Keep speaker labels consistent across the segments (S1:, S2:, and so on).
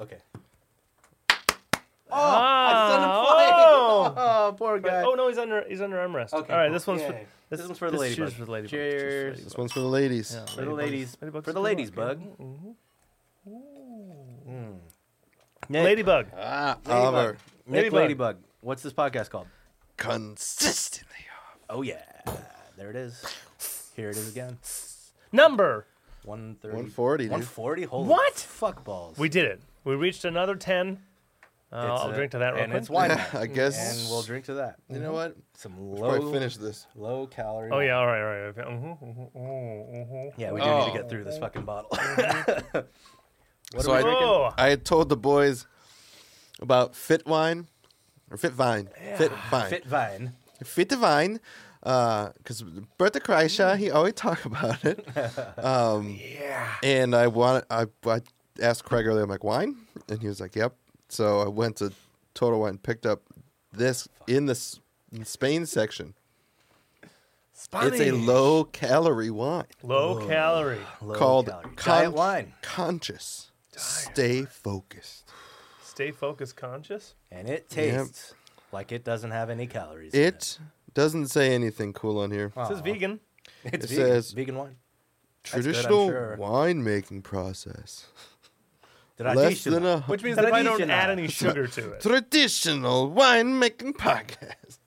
S1: Okay.
S2: Oh, I set him
S1: Oh.
S2: flying. Oh, poor guy.
S1: Oh no, he's under he's under armrest.
S2: Okay,
S1: All right,
S2: cool.
S1: this one's for,
S2: Yay.
S1: this,
S2: one's for the
S1: this
S2: ladybug.
S1: cheers for the ladybug.
S2: Cheers.
S1: Cheers
S3: This one's for the ladies.
S1: for
S2: For the ladies.
S1: Ladybug's
S2: For
S1: a good
S2: the ladies,
S1: luck,
S2: bug. Mm.
S1: Mm-hmm. yeah. Ladybug.
S2: Uh,
S3: Ah,
S2: Ladybug.
S3: Oliver.
S2: Nick
S1: Ladybug.
S2: Ladybug. What's this podcast called?
S3: Consistently.
S2: Oh yeah, there it is. Here it is again.
S1: Number.
S2: One thirty.
S3: 140, dude.
S2: One forty. Holy
S1: What?
S2: Fuck balls.
S1: We did it. We reached another ten. Uh,
S2: It's
S1: I'll
S2: a-
S1: drink to that real
S2: and
S1: quick.
S2: it's wine,
S3: I guess.
S2: and we'll drink to that.
S3: You know what?
S2: Some
S3: Probably
S2: low,
S3: finish this.
S2: low calorie.
S1: Oh yeah, all right, all right. Okay. Mhm, mhm, mhm, mhm.
S2: Yeah, we do need
S3: Oh.
S2: to get through this fucking bottle.
S3: so I,
S1: drinking?
S3: I had told the boys about Fit Wine or Fit Vine. Fit Vine.
S2: Fit Vine.
S3: Fit Vine. Because Bertha Kreischer, he always talk about it. Um,
S2: Yeah.
S3: And I want I, I asked Craig earlier, I'm like, wine? And he was like, yep. So I went to Total Wine, picked up this in the S- in Spain section. It's a low calorie wine
S1: Low calorie.
S2: Low
S3: called
S2: calorie.
S3: con-
S2: Diet wine,
S3: Conscious. Stay focused.
S1: Stay focused, conscious.
S2: and it tastes like it doesn't have any calories. in it.
S3: It doesn't say anything cool on here.
S1: This is
S2: Aw.
S1: vegan.
S2: It's
S3: it
S2: vegan.
S3: says-
S2: vegan wine. good, I'm
S3: Traditional
S2: sure.
S3: winemaking process.
S2: Did
S3: Less than a
S1: Which means
S2: But
S1: that if
S2: I
S1: I
S2: need
S1: don't
S2: you now.
S1: add any sugar to it.
S3: traditional winemaking podcast.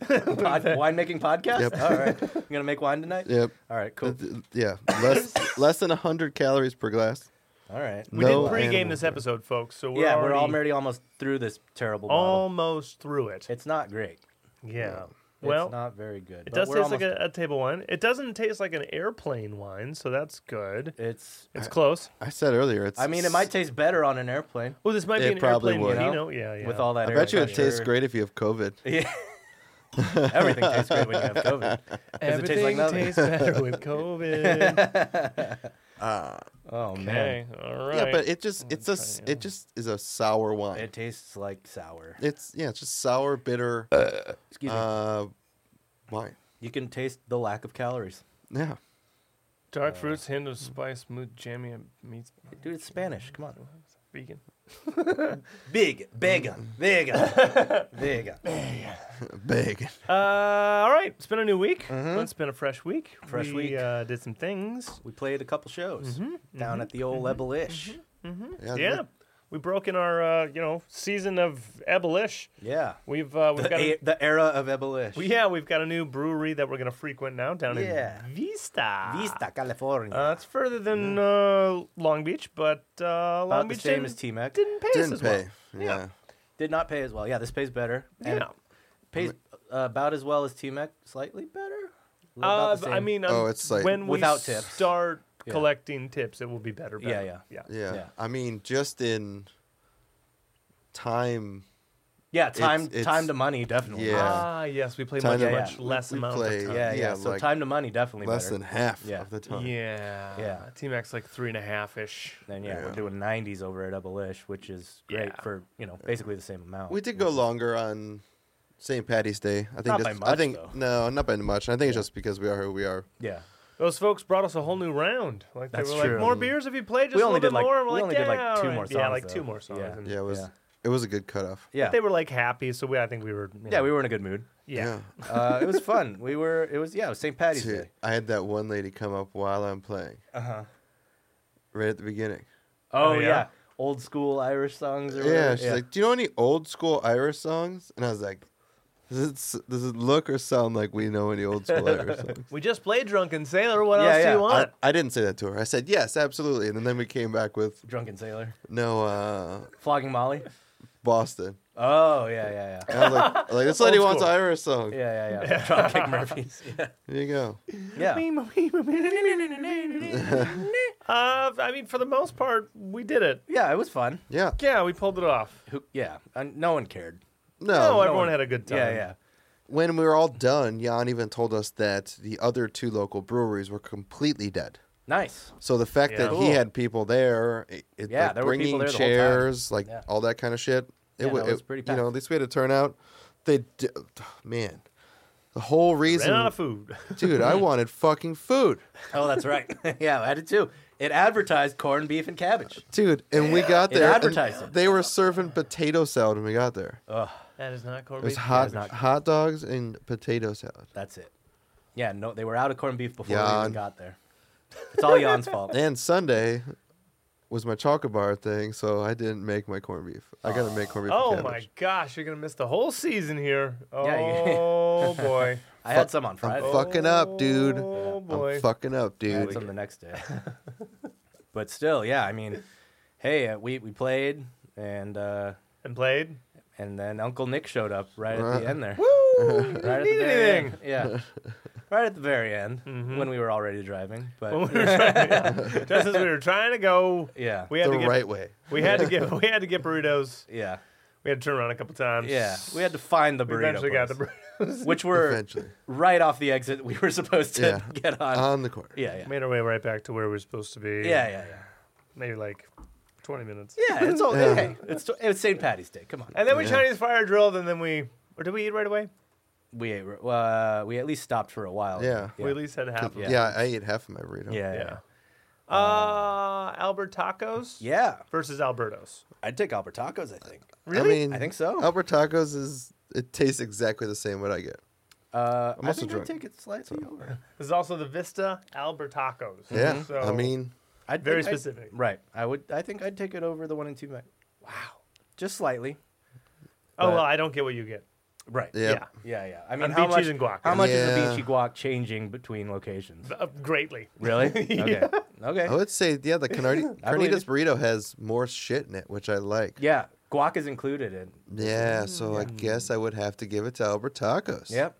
S2: pod, winemaking podcast?
S3: Yep.
S2: All right. You going to make wine tonight?
S3: Yep.
S2: All right, cool.
S3: Yeah, less less than hundred calories per glass.
S2: All right.
S1: We
S3: No
S1: did pregame
S3: animal
S1: this
S3: fat.
S1: episode, folks, so we're
S2: yeah,
S1: already,
S2: we're already almost through this terrible bottle.
S1: almost through it.
S2: It's not great.
S1: yeah. Well,
S2: it's not very good.
S1: it does taste like a, a table wine. It doesn't taste like an airplane wine, so that's good.
S2: It's.
S1: It's close.
S3: I said earlier, it's.
S2: I mean, it might taste better on an airplane
S1: Oh, this might be
S3: It
S1: an
S3: probably
S1: airplane
S3: would.
S1: wine. You
S2: You
S1: know?
S2: know?
S1: Yeah, yeah.
S2: with all that.
S3: I bet you
S2: air
S3: it tastes
S2: pressure.
S3: great if you have COVID.
S2: Yeah. Everything tastes great when you have COVID. 'Cause it tastes like
S1: Everything
S2: nothing.
S1: tastes better with COVID.
S2: oh man,
S1: okay, all right.
S3: Yeah, but it just it's a s-
S1: try, yeah.
S3: it just is a sour wine.
S2: it tastes like sour.
S3: it's yeah, it's just sour, bitter
S2: Excuse me.
S3: uh, wine.
S2: you can taste the lack of calories,
S3: Yeah,
S2: Uh,
S1: Dark fruits, hint of spice, mood, jammy, and meats.
S2: dude. It's Spanish. Come on.
S1: Vegan.
S2: Big, bigger, bigger, bigger.
S3: big.
S1: Uh, all right, it's been a new week. It's been a fresh week.
S2: Mm-hmm. Fresh
S1: we,
S2: week.
S1: Uh, did some things.
S2: We played a couple shows
S1: Mm-hmm.
S2: down at the old Ebelish.
S1: Yeah, we broke in our uh, you know season of Ebelish.
S2: Yeah.
S1: We've uh, we've
S2: The,
S1: got a,
S2: a- the era of Ebelish.
S1: we- yeah we've got a new brewery that we're gonna frequent now down
S2: Yeah.
S1: in Vista.
S2: Vista, California.
S1: Uh, it's further than uh, Long Beach, but uh, Long
S2: About the
S1: Beach
S2: same
S1: didn't,
S2: as T-Mac.
S1: didn't pay us
S3: didn't
S1: as
S3: pay.
S1: well.
S3: Yeah.
S2: Did not pay as well. Yeah, this pays better.
S1: Yeah,
S2: And Pays uh, about as well as T-Mac, slightly better. About
S1: Uh,
S2: the
S1: but I
S2: same.
S1: mean,
S3: Oh,
S1: um,
S3: it's like-
S1: when
S2: Without
S1: we
S2: tips.
S1: start
S2: Yeah.
S1: collecting tips, it will be better.
S2: Yeah,
S1: better.
S2: yeah.
S1: yeah.
S3: yeah,
S2: Yeah.
S3: I mean, just in time.
S2: yeah, time
S3: it's-
S2: time to money definitely.
S3: Yeah.
S1: Ah, yes, we play
S3: Time
S1: much,
S2: to-
S1: much
S3: we-
S1: less
S3: we
S1: amount
S3: play-
S1: of
S2: yeah,
S1: time.
S2: yeah.
S3: Yeah,
S2: So
S3: like
S2: time to money definitely
S3: Less
S2: better.
S3: than half
S2: Yeah.
S3: of the time.
S1: Yeah.
S2: Yeah.
S1: T Mac's like three and a half ish.
S2: Then yeah, we're
S3: Yeah.
S2: doing 90s over at Ebelish, which is great
S1: Yeah.
S2: for you know basically the same amount.
S3: We did go longer on St. Patty's Day. I think
S2: Not
S3: that's-
S2: by
S3: I
S2: much,
S3: think
S2: though.
S3: no, not by much. I think it's just because we are who we are.
S2: yeah.
S1: Those folks brought us a whole new round. Like they
S2: That's
S1: were
S2: true.
S1: like, more beers if you play, just
S2: We
S1: a
S2: only
S1: little
S2: did
S1: bit
S2: like
S1: more. And
S2: we
S1: we're like,
S2: only did
S1: "Yeah,
S2: like two
S1: all
S2: more
S1: right."
S2: songs.
S1: Yeah, like two
S2: though.
S1: more songs.
S2: Yeah.
S1: and-
S3: Yeah, it was
S2: Mm, Yeah.
S3: it was a good cutoff.
S2: Yeah.
S1: They were like happy, so we I think we were. you
S2: yeah,
S1: know,
S2: we were in a good mood.
S1: Yeah.
S2: Uh, it was fun. We were. It was yeah. It was St. Patty's
S3: Dude,
S2: Day. Uh-huh.
S3: I had that one lady come up while I'm playing. Uh huh. Right at the beginning.
S2: Oh,
S1: Oh,
S2: yeah.
S1: yeah?
S2: old school Irish songs. Or
S3: Yeah,
S2: whatever.
S3: she's like, "Do you know any old school Irish songs?" And I was like, "Does it s- does it look or sound like we know any old school Irish songs?"
S1: We just played Drunken Sailor. What
S2: Yeah,
S1: else do
S2: yeah.
S1: you
S3: I,
S1: want?
S3: I didn't say that to her. I said, "Yes, absolutely." And then we came back with
S2: drunken sailor,
S3: no uh,
S2: flogging Molly.
S3: Boston.
S2: Oh yeah, yeah, yeah,
S3: And I was like, like, "This lady
S1: Old
S3: wants
S1: school.
S3: Irish song."
S2: yeah, yeah, yeah. Dropkick Murphys. Yeah.
S3: There you go.
S2: yeah.
S1: uh, I mean, for the most part, we did it.
S2: Yeah, it was fun.
S3: Yeah.
S1: Yeah, we pulled it off.
S2: Who, yeah, uh, no one cared.
S3: No.
S1: No,
S3: no.
S1: everyone had a good time.
S2: Yeah, yeah.
S3: when we were all done, Jan even told us that the other two local breweries were completely dead.
S2: Nice.
S3: So the fact that
S1: Yeah.
S3: he
S2: Cool.
S3: had people there, it, it,
S2: Yeah,
S3: like
S2: there were people
S3: bringing
S2: there the whole time.
S3: chairs, like
S2: Yeah.
S3: all that kind of shit.
S2: Yeah,
S3: It, wa-
S2: no, it was
S3: it-
S2: pretty
S3: You know,
S2: packed.
S3: at least we had a turnout. They, d- man, the whole
S1: Ran out
S3: reason,
S1: of food.
S3: dude, I wanted fucking food.
S2: Oh, that's right. yeah, I did too. It advertised corned beef and cabbage.
S3: Dude, and we got
S2: It
S3: there. and
S2: advertised it.
S3: They were serving potato salad when we got there.
S4: That is not corned
S3: It was
S4: beef.
S3: hot,
S2: it's not-
S3: hot dogs and potato salad.
S2: That's it. Yeah, no, they were out of corned beef before we
S3: Jan.
S2: even got there. It's all Jan's fault.
S3: And Sunday was my chocolate bar thing, so I didn't make my corned beef. I got to make corned beef. and
S1: Oh
S3: cabbage.
S1: my gosh, you're gonna miss the whole season here. Oh
S2: Yeah, you-
S1: boy.
S2: I had some on Friday.
S3: I'm fucking up, dude.
S1: Oh
S3: I'm
S1: boy.
S3: fucking up,
S2: I
S3: dude.
S2: had some the next day. but still, yeah, I mean, hey, uh, we we played and uh,
S1: and played.
S2: and then Uncle Nick showed up right at the
S3: Uh,
S2: end there.
S1: Woo!
S2: right at the
S1: need
S2: very
S1: anything. Mm-hmm.
S2: end. Mm-hmm. Yeah. right at the very end when we were already driving. But
S1: When we were trying, yeah. Just as we were trying to go,
S2: yeah.
S1: we had
S3: The
S1: to get
S3: right way.
S1: we had to get we had to get burritos.
S2: yeah.
S1: We had to turn around a couple times.
S2: Yeah. We had to find the
S1: We
S2: burrito.
S1: eventually got the
S2: place,
S1: burritos.
S2: which were
S3: Eventually.
S2: right off the exit we were supposed to
S3: Yeah. Uh-huh.
S2: get on.
S3: On the corner.
S2: yeah, yeah.
S1: Made our way right back to where we were supposed to be.
S2: Yeah, yeah, yeah.
S1: Maybe like 20 minutes.
S2: Yeah, it's all
S3: Yeah.
S2: hey, it's it's St. Patty's Day. Come on.
S1: And then we
S3: Yeah.
S1: Chinese fire drilled, and then we or did we eat right away?
S2: we ate, uh, we at least stopped for a while.
S3: Yeah.
S1: We at least had half.
S3: Yeah.
S1: Of it.
S3: I ate half of my burrito.
S2: Yeah.
S1: Yeah.
S2: Yeah.
S3: Um,
S1: Uh, Albert Tacos.
S2: yeah.
S1: Versus Albertos.
S2: I'd take Albert Tacos, I think.
S1: Really?
S3: I mean,
S2: I think so.
S3: Albert Tacos is it tastes exactly the same what I get.
S2: Uh,
S3: I'm
S2: I
S3: also
S2: think
S3: drunk,
S2: I'd take it slightly over.
S1: This is also the Vista Albert Tacos.
S2: Mm-hmm.
S3: Yeah,
S1: So,
S3: I mean,
S2: I'd
S1: Very
S2: think I'd-
S1: specific.
S2: right. I would. I think I'd take it over the one in two Mac. Wow. Just slightly.
S1: Oh
S2: but-
S1: well, I don't get what you get.
S2: Right.
S3: yeah,
S1: Yeah.
S2: Yeah. Yeah. I mean,
S1: And
S2: how
S1: beaches
S2: much?
S1: and guac.
S2: How much
S3: Yeah.
S2: is the beachy guac changing between locations?
S1: Uh, greatly.
S2: Really? Okay. Okay.
S3: I would say yeah. The Carnita,
S2: I believe
S3: Carnitas
S2: it.
S3: burrito has more shit in it, which I like.
S2: Yeah. Guac is included in.
S3: Yeah, so I guess I would have to give it to Albert Tacos.
S2: Yep.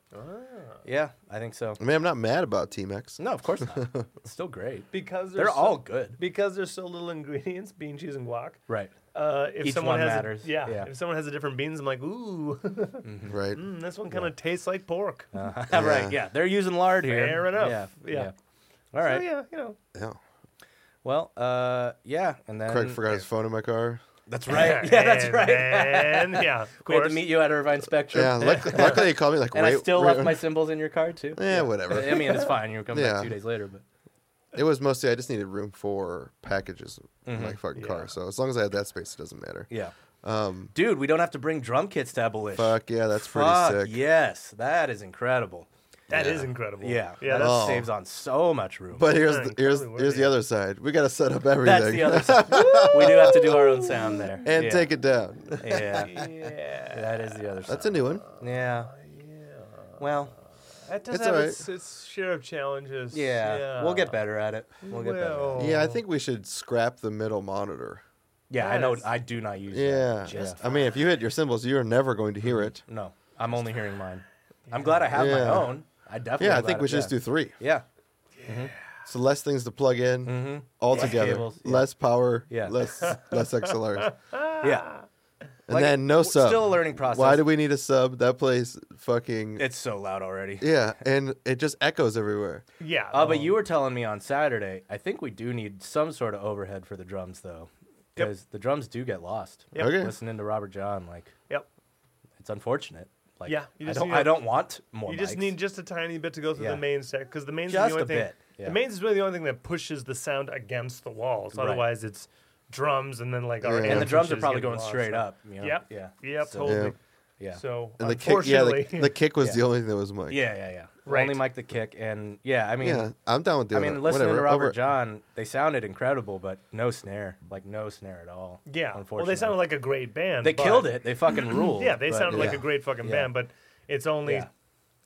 S2: Yeah. I think so.
S3: I mean, I'm not mad about T-Mex.
S2: No, of course not. it's still great.
S1: Because
S2: They're
S1: there's so-
S2: all good.
S1: because there's so little ingredients, bean, cheese, and guac.
S2: Right.
S1: Uh, if
S2: Each
S1: someone
S2: one
S1: has a-
S2: matters.
S1: yeah,
S2: Yeah.
S1: if someone has a different beans, I'm like, ooh,
S2: Mm-hmm.
S3: Right.
S1: mm, this one kind of tastes like pork.
S2: right. Yeah. Uh, They're using lard here.
S1: Fair enough. Yeah.
S2: All right.
S1: So yeah, you know,
S3: Yeah.
S2: Well, uh, yeah, and then
S3: Craig forgot his phone in my car.
S2: That's right. Yeah, that's
S1: And
S2: right.
S1: then, yeah, of
S2: We had
S1: course.
S2: to meet you at Irvine Spectrum.
S3: Yeah, luck- luckily he called me like
S2: and
S3: right.
S2: I still
S3: right-
S2: left my symbols in your car too.
S3: Yeah, whatever.
S2: I mean, it's fine. You were coming
S3: Yeah.
S2: back two days later, but
S3: It was mostly I just needed room for packages in
S2: Mm-hmm.
S3: my fucking
S1: Yeah.
S3: car. So as long as I had that space, it doesn't matter.
S2: yeah,
S3: Um,
S2: dude, we don't have to bring drum kits to abolish.
S3: fuck yeah, that's pretty
S2: Fuck,
S3: sick.
S2: Yes, that is incredible.
S1: That
S3: Yeah.
S1: is incredible.
S2: Yeah, that
S1: yeah, that's,
S3: Oh.
S2: saves on so much room.
S3: But here's
S1: Yeah,
S3: the, here's
S1: totally
S3: here's the
S1: worthy.
S3: other side. We got to set up everything
S2: that's the other side. we do have to do our own sound there
S3: and
S2: yeah.
S3: take it down.
S2: Yeah,
S1: yeah.
S2: that is the other side.
S3: That's a new one.
S2: yeah.
S1: Oh,
S2: Well,
S1: That does
S3: It's
S1: have
S3: all right.
S1: its, its share of challenges.
S2: yeah, we'll get better at it. We'll get better. at it.
S3: Yeah, I think we should scrap the middle monitor.
S2: Yeah, I know.
S1: Yes.
S2: I do not use. that.
S3: Yeah.
S2: Just Mm-hmm.
S3: I mean, if you hit your cymbals, you're never going to hear it.
S2: No, I'm only hearing mine. I'm glad I have my
S3: Yeah.
S2: own. I definitely.
S3: Yeah, I
S2: am
S3: think
S2: glad
S3: we
S2: I-
S3: should just do three.
S2: Yeah.
S3: So less things to plug in altogether.
S2: Mm-hmm. cables, yeah.
S3: Less power.
S2: Yeah.
S3: Less less XLRs.
S2: Yeah. yeah.
S1: Ah.
S3: And
S2: Like,
S3: then no
S2: w-
S3: sub.
S2: Still a learning process.
S3: Why do we need a sub? That place fucking
S2: It's so loud already.
S3: yeah, and it just echoes everywhere.
S1: Yeah.
S2: Uh, but you were telling me on Saturday. I think we do need some sort of overhead for the drums, though,
S1: Yep.
S2: because the drums do get lost.
S1: Yep.
S3: Okay.
S2: Listening to Robert John, like
S1: Yep.
S2: it's unfortunate. Like,
S1: Yeah, you
S2: I
S1: just
S2: don't.
S1: need a-
S2: I don't want more.
S1: You just
S2: mics.
S1: need just a tiny bit to go through
S2: Yeah.
S1: the main set because the mains is
S2: Just
S1: the only
S2: a
S1: thing.
S2: bit, yeah.
S1: The mains is really the only thing that pushes the sound against the walls.
S2: Right.
S1: Otherwise, it's drums and then like our
S3: And
S2: And the
S1: amp,
S2: drums
S1: which
S2: are
S1: is
S2: probably
S1: getting
S2: going
S1: lost.
S2: straight up. You know?
S1: Yep.
S2: Yeah.
S1: Yep.
S2: So,
S1: totally.
S2: Yeah.
S1: So
S3: And the kick yeah,
S1: unfortunately,
S3: the, the kick was
S2: Yeah.
S3: the only thing that was Mike.
S2: yeah. Yeah. Yeah.
S1: Right.
S2: Only mic the kick and yeah. I mean.
S3: Yeah, I'm down with
S2: I
S3: doing
S2: mean,
S3: it.
S2: listening
S3: Whatever.
S2: to Robert
S3: Over-
S2: John, they sounded incredible, but no snare, like no snare at all.
S1: yeah.
S2: unfortunately.
S1: Well, they sounded like a great band.
S2: they
S1: but-
S2: killed it. They fucking ruled.
S1: Yeah, they
S2: but-
S1: sounded like
S3: Yeah.
S1: a great fucking
S2: Yeah.
S1: band, but it's only
S2: Yeah.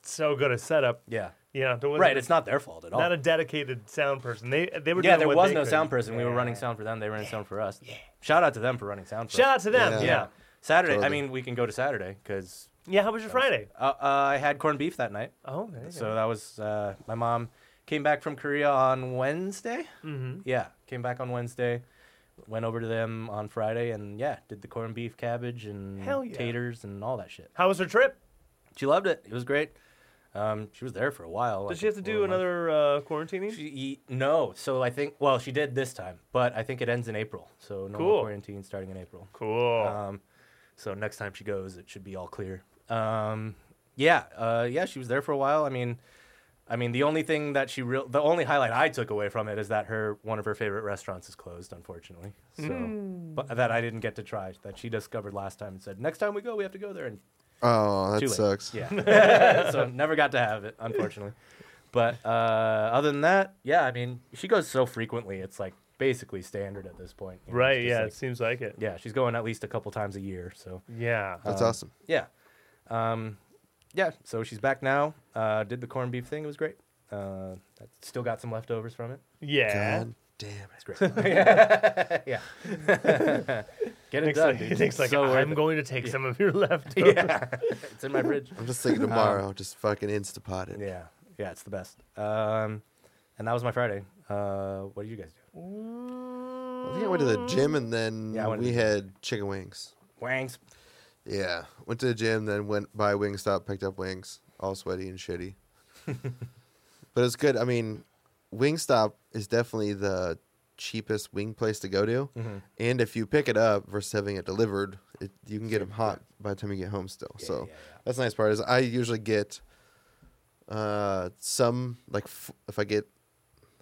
S1: so good a setup.
S2: yeah,
S1: Yeah, there was
S2: right. It's not their fault at all.
S1: not a dedicated sound person. They they were
S2: yeah,
S1: doing
S2: there
S1: what
S2: was
S1: they
S2: no
S1: could.
S2: sound person. We were running sound for them. They ran sound for us. Shout out to them for running sound. For
S1: Shout
S2: us.
S1: out to them. Yeah.
S3: Yeah.
S1: Yeah.
S2: Saturday. I
S3: Totally.
S2: mean, we can go to Saturday because
S1: how was your Friday?
S2: uh, uh, I had corned beef that night.
S1: Oh, there you go.
S2: So that was uh, my mom came back from Korea on Wednesday. Mm-hmm. Yeah, came back on Wednesday. Went over to them on Friday and yeah, did the corned beef, cabbage, and
S1: Hell yeah.
S2: taters and all that shit.
S1: How was her trip?
S2: She loved it. It was great. Um, she was there for a while.
S1: Does
S2: like
S1: she have to
S2: a
S1: do
S2: little month.
S1: another uh, quarantining?
S2: She, ye- no, so I think well she did this time, but I think it ends in April. So no
S1: Cool.
S2: quarantine starting in April.
S1: cool.
S2: Um, so next time she goes, it should be all clear. Um, yeah, uh, yeah, she was there for a while. I mean, I mean, the only thing that she real, the only highlight I took away from it is that her one of her favorite restaurants is closed, unfortunately. So,
S1: Hmm.
S2: but that I didn't get to try. That she discovered last time and said, next time we go, we have to go there. And
S3: Oh, that
S2: too late.
S3: sucks.
S2: Yeah. so never got to have it, unfortunately. But uh, other than that, yeah, I mean, she goes so frequently, it's like basically standard at this point. you know, it's
S1: Right,
S2: just
S1: yeah,
S2: like-
S1: it seems like it.
S2: yeah, she's going at least a couple times a year. So
S1: Yeah.
S3: That's
S2: Um,
S3: awesome.
S2: yeah, um, yeah. So she's back now. Uh, did the corned beef thing? It was great. Uh, I still got some leftovers from it.
S1: Yeah.
S3: God damn it.
S2: It's great. yeah, get it
S1: Nick's
S2: done.
S1: like,
S2: dude.
S1: Nick's like
S2: So worth
S1: I'm
S2: it."
S1: going to take some of your leftovers.
S2: Yeah, it's in my fridge.
S3: I'm just thinking tomorrow, just fucking Instapot it.
S2: Um, Yeah, yeah, it's the best. Um, and that was my Friday. Uh, what did you guys do?
S3: I think I went to the gym and then
S2: Yeah, I went to
S3: we
S2: the
S3: had chicken wings.
S2: Wangs.
S3: Yeah. Went to the gym, then went by Wingstop, picked up wings, all sweaty and shitty. but it's good. I mean, Wingstop is definitely the cheapest wing place to go to.
S2: Mm-hmm.
S3: And if you pick it up versus having it delivered, it, you can get them hot by the time you get home still.
S2: Yeah,
S3: so
S2: yeah, yeah.
S3: that's the nice part is I usually get uh some like f- if I get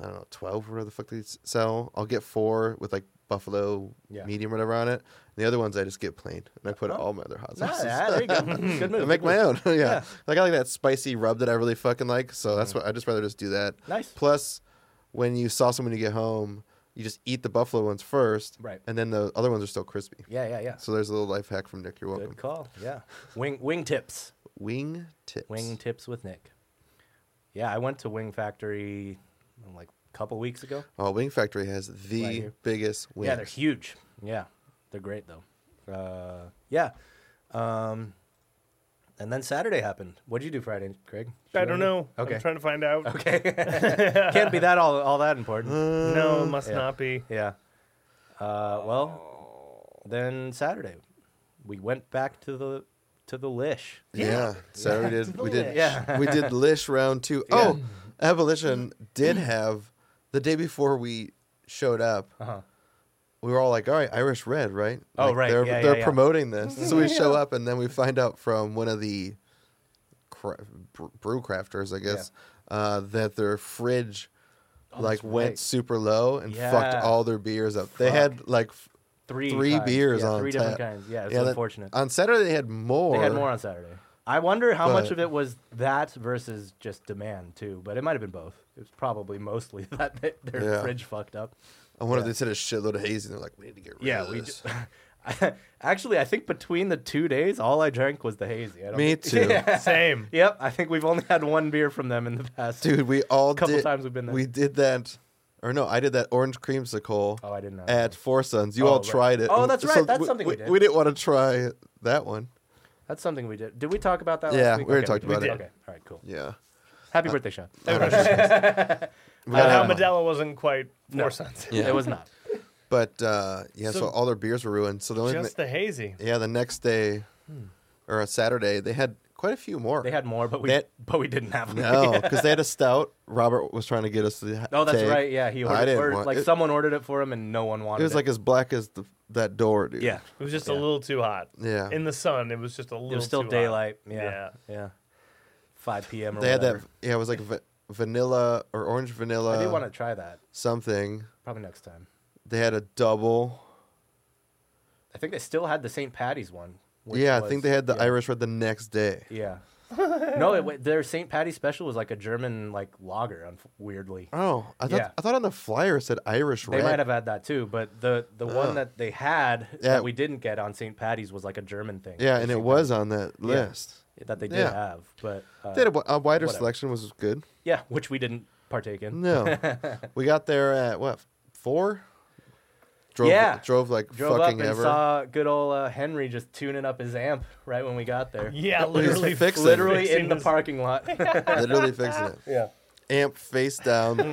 S3: I don't know, 12 or whatever the fuck they s- sell. I'll get four with like buffalo
S2: Yeah. Oh.
S3: medium or whatever on it. the other ones I just get plain and I put all my other hot
S2: Nah,
S3: sauces.
S2: yeah, there you go. Good move.
S3: I make
S2: good
S3: my
S2: move.
S3: own. yeah. Like I like that spicy rub that I really fucking like. So
S2: Mm.
S3: that's what I just rather just do that.
S2: Nice.
S3: Plus, when you sauce them when you get home, you just eat the buffalo ones first.
S2: Right.
S3: And then the other ones are still crispy.
S2: Yeah, yeah, yeah.
S3: So there's a little life hack from Nick. You're welcome.
S2: Good call. Yeah. Wing wing tips.
S3: Wing tips.
S2: Wing tips with Nick. Yeah, I went to Wing Factory mm, like a couple weeks ago.
S3: Oh, Wing Factory has the
S2: Right here.
S3: biggest wings.
S2: Yeah, they're huge. Yeah, they're great though. Uh, yeah. Um, and then Saturday happened. What did you do Friday, Craig? Did you
S1: I
S2: do
S1: don't know.
S2: Okay.
S1: I'm trying to find out.
S2: anything? Okay. Can't be that all all that important.
S3: Uh.
S1: No, must
S2: yeah.
S1: not be.
S2: Yeah. Uh, well, then Saturday, we went back to the to the lish.
S3: Yeah. So we did. We did.
S2: Yeah.
S3: We did Lish round two. Oh, Abolition
S2: Mm.
S3: did have the day before we showed up.
S2: Uh-huh.
S3: We were all like, "All right, Irish Red, right?
S2: Oh,
S3: Like,
S2: right.
S3: They're,
S2: Yeah,
S3: they're
S2: yeah, yeah.
S3: promoting this." So we show up, and then we find out from one of the cra- br- brew crafters, I guess, uh, that their fridge like
S2: Oh, that's
S3: went
S2: right.
S3: super low and
S2: Yeah.
S3: fucked all their beers up. They
S2: Fuck.
S3: had like f-
S2: Three
S3: Three
S2: kinds.
S3: beers
S2: yeah,
S3: on
S2: three different
S3: tap.
S2: kinds. Yeah, it's
S3: yeah, that-
S2: unfortunate.
S3: on Saturday they had more.
S2: They had more on Saturday. I wonder how much
S3: But-
S2: of it was that versus just demand too, but it might have been both. It was probably mostly that they, their
S3: Yeah.
S2: fridge fucked up.
S3: I wonder if they said a shitload of hazy. and They're like, "We need to get rid
S2: Yeah,
S3: of
S2: we
S3: this."
S2: I, actually I think between the two days, all I drank was the hazy. I don't
S3: Me
S2: think-
S3: too.
S1: Same.
S2: Yep, I think we've only had one beer from them in the past.
S3: Dude, we all
S2: Couple
S3: did,
S2: times we've been there.
S3: We did that, or no, I did that orange creamsicle.
S2: Oh, I didn't know that.
S3: At Four Sons, you
S2: Oh,
S3: all
S2: right.
S3: tried it.
S2: Oh, that's right. That's
S3: we-
S2: something we did.
S3: We didn't want to try that one.
S2: That's something we did. Did we talk about that? last
S3: Yeah,
S2: week?
S3: we already
S2: Okay,
S3: talked
S2: did.
S3: about
S2: We
S3: it.
S2: did. Okay, all right, cool.
S3: Yeah,
S2: Happy birthday, Sean.
S3: We
S1: But
S3: got
S1: now
S2: Uh,
S3: that one.
S1: Modelo wasn't quite
S2: No.
S1: four cents.
S3: Yeah.
S2: It was not.
S3: But uh, yeah, so,
S1: So-
S3: all their beers were ruined. So the only
S1: Just
S3: thing
S1: the hazy.
S3: yeah, the next day or a Saturday, they had quite a few more.
S2: Hmm. They had more, but we
S3: That-
S2: but we didn't have them.
S3: no, because they had a stout. Robert was trying to get us to.
S2: Oh, that's
S3: take.
S2: right. Yeah, he
S3: I
S2: ordered,
S3: didn't
S2: or,
S3: want-
S2: like
S3: it-
S2: someone ordered it for him and no one wanted
S3: It
S2: it.
S3: was like as black as the, that door, dude.
S2: yeah.
S1: It was just a
S2: Yeah.
S1: little too hot.
S3: Yeah.
S1: In the sun, it was just a little.
S2: It was still
S1: too hot.
S2: daylight. Yeah.
S1: Yeah.
S2: yeah. 5 p.m. or
S3: they had that. uh,
S2: whatever.
S3: Yeah, it was like va- vanilla or orange vanilla.
S2: I do want to try that.
S3: something.
S2: Probably next time.
S3: They had a double.
S2: I think they still had the St. Patty's one. which
S3: yeah, I
S2: was-
S3: think they had the
S2: yeah,
S3: Irish Red the next day.
S2: Yeah. no, it, wa- their St. Patty's special was like a German like lager, unf- weirdly.
S3: Oh, I thought
S2: Yeah.
S3: I thought on the flyer it said Irish
S2: They
S3: Red. Oh.
S2: might have had that too, but the the one that they had
S3: Yeah.
S2: that we didn't get on St. Patty's was like a German thing.
S3: Yeah,
S2: The
S3: and it
S2: St.
S3: was on that list.
S2: Patty's that they did
S3: yeah.
S2: have, but uh,
S3: They had a, wi- a wider
S2: whatever.
S3: selection, which was good.
S2: yeah, which we didn't partake in.
S3: No, we got there at what four? Drove,
S2: Yeah.
S3: drove like
S2: Drove up
S3: fucking
S2: and
S3: ever.
S2: saw good old uh, Henry just tuning up his amp right when we got there.
S1: Yeah, literally.
S3: fixing it.
S2: literally
S1: fixing
S2: in the
S1: his-
S2: parking lot.
S3: Literally fixing it.
S2: yeah.
S3: Amp face down,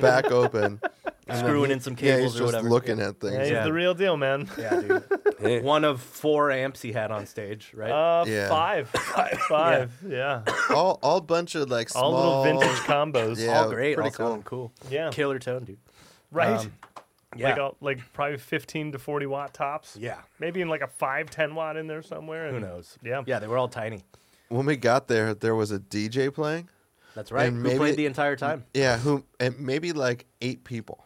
S3: back open. and then
S2: Screwing
S3: he-
S2: in some
S3: Yeah,
S2: cables
S3: he's
S2: or
S3: just
S2: whatever.
S3: looking at
S1: Yeah,
S3: things.
S1: he's
S2: Yeah.
S1: the real deal, man.
S2: Yeah, dude. One of four amps he had on stage, right?
S1: Uh,
S3: Yeah.
S1: five, five, yeah.
S3: All all bunch of like small.
S1: All little vintage combos.
S3: Yeah.
S2: all great,
S3: pretty
S2: all sounding cool.
S1: Yeah.
S2: Killer tone, dude.
S1: right.
S2: Um, Yeah.
S1: Like all, like probably fifteen to forty watt tops.
S2: yeah.
S1: Maybe in like a five, ten watt in there somewhere.
S2: Who
S1: and-
S2: knows?
S1: Yeah.
S2: Yeah, they were all tiny.
S3: When we got there, there was a DJ playing.
S2: That's right.
S3: And
S2: Who
S3: maybe-
S2: played the entire time?
S3: Yeah, who and maybe like eight people.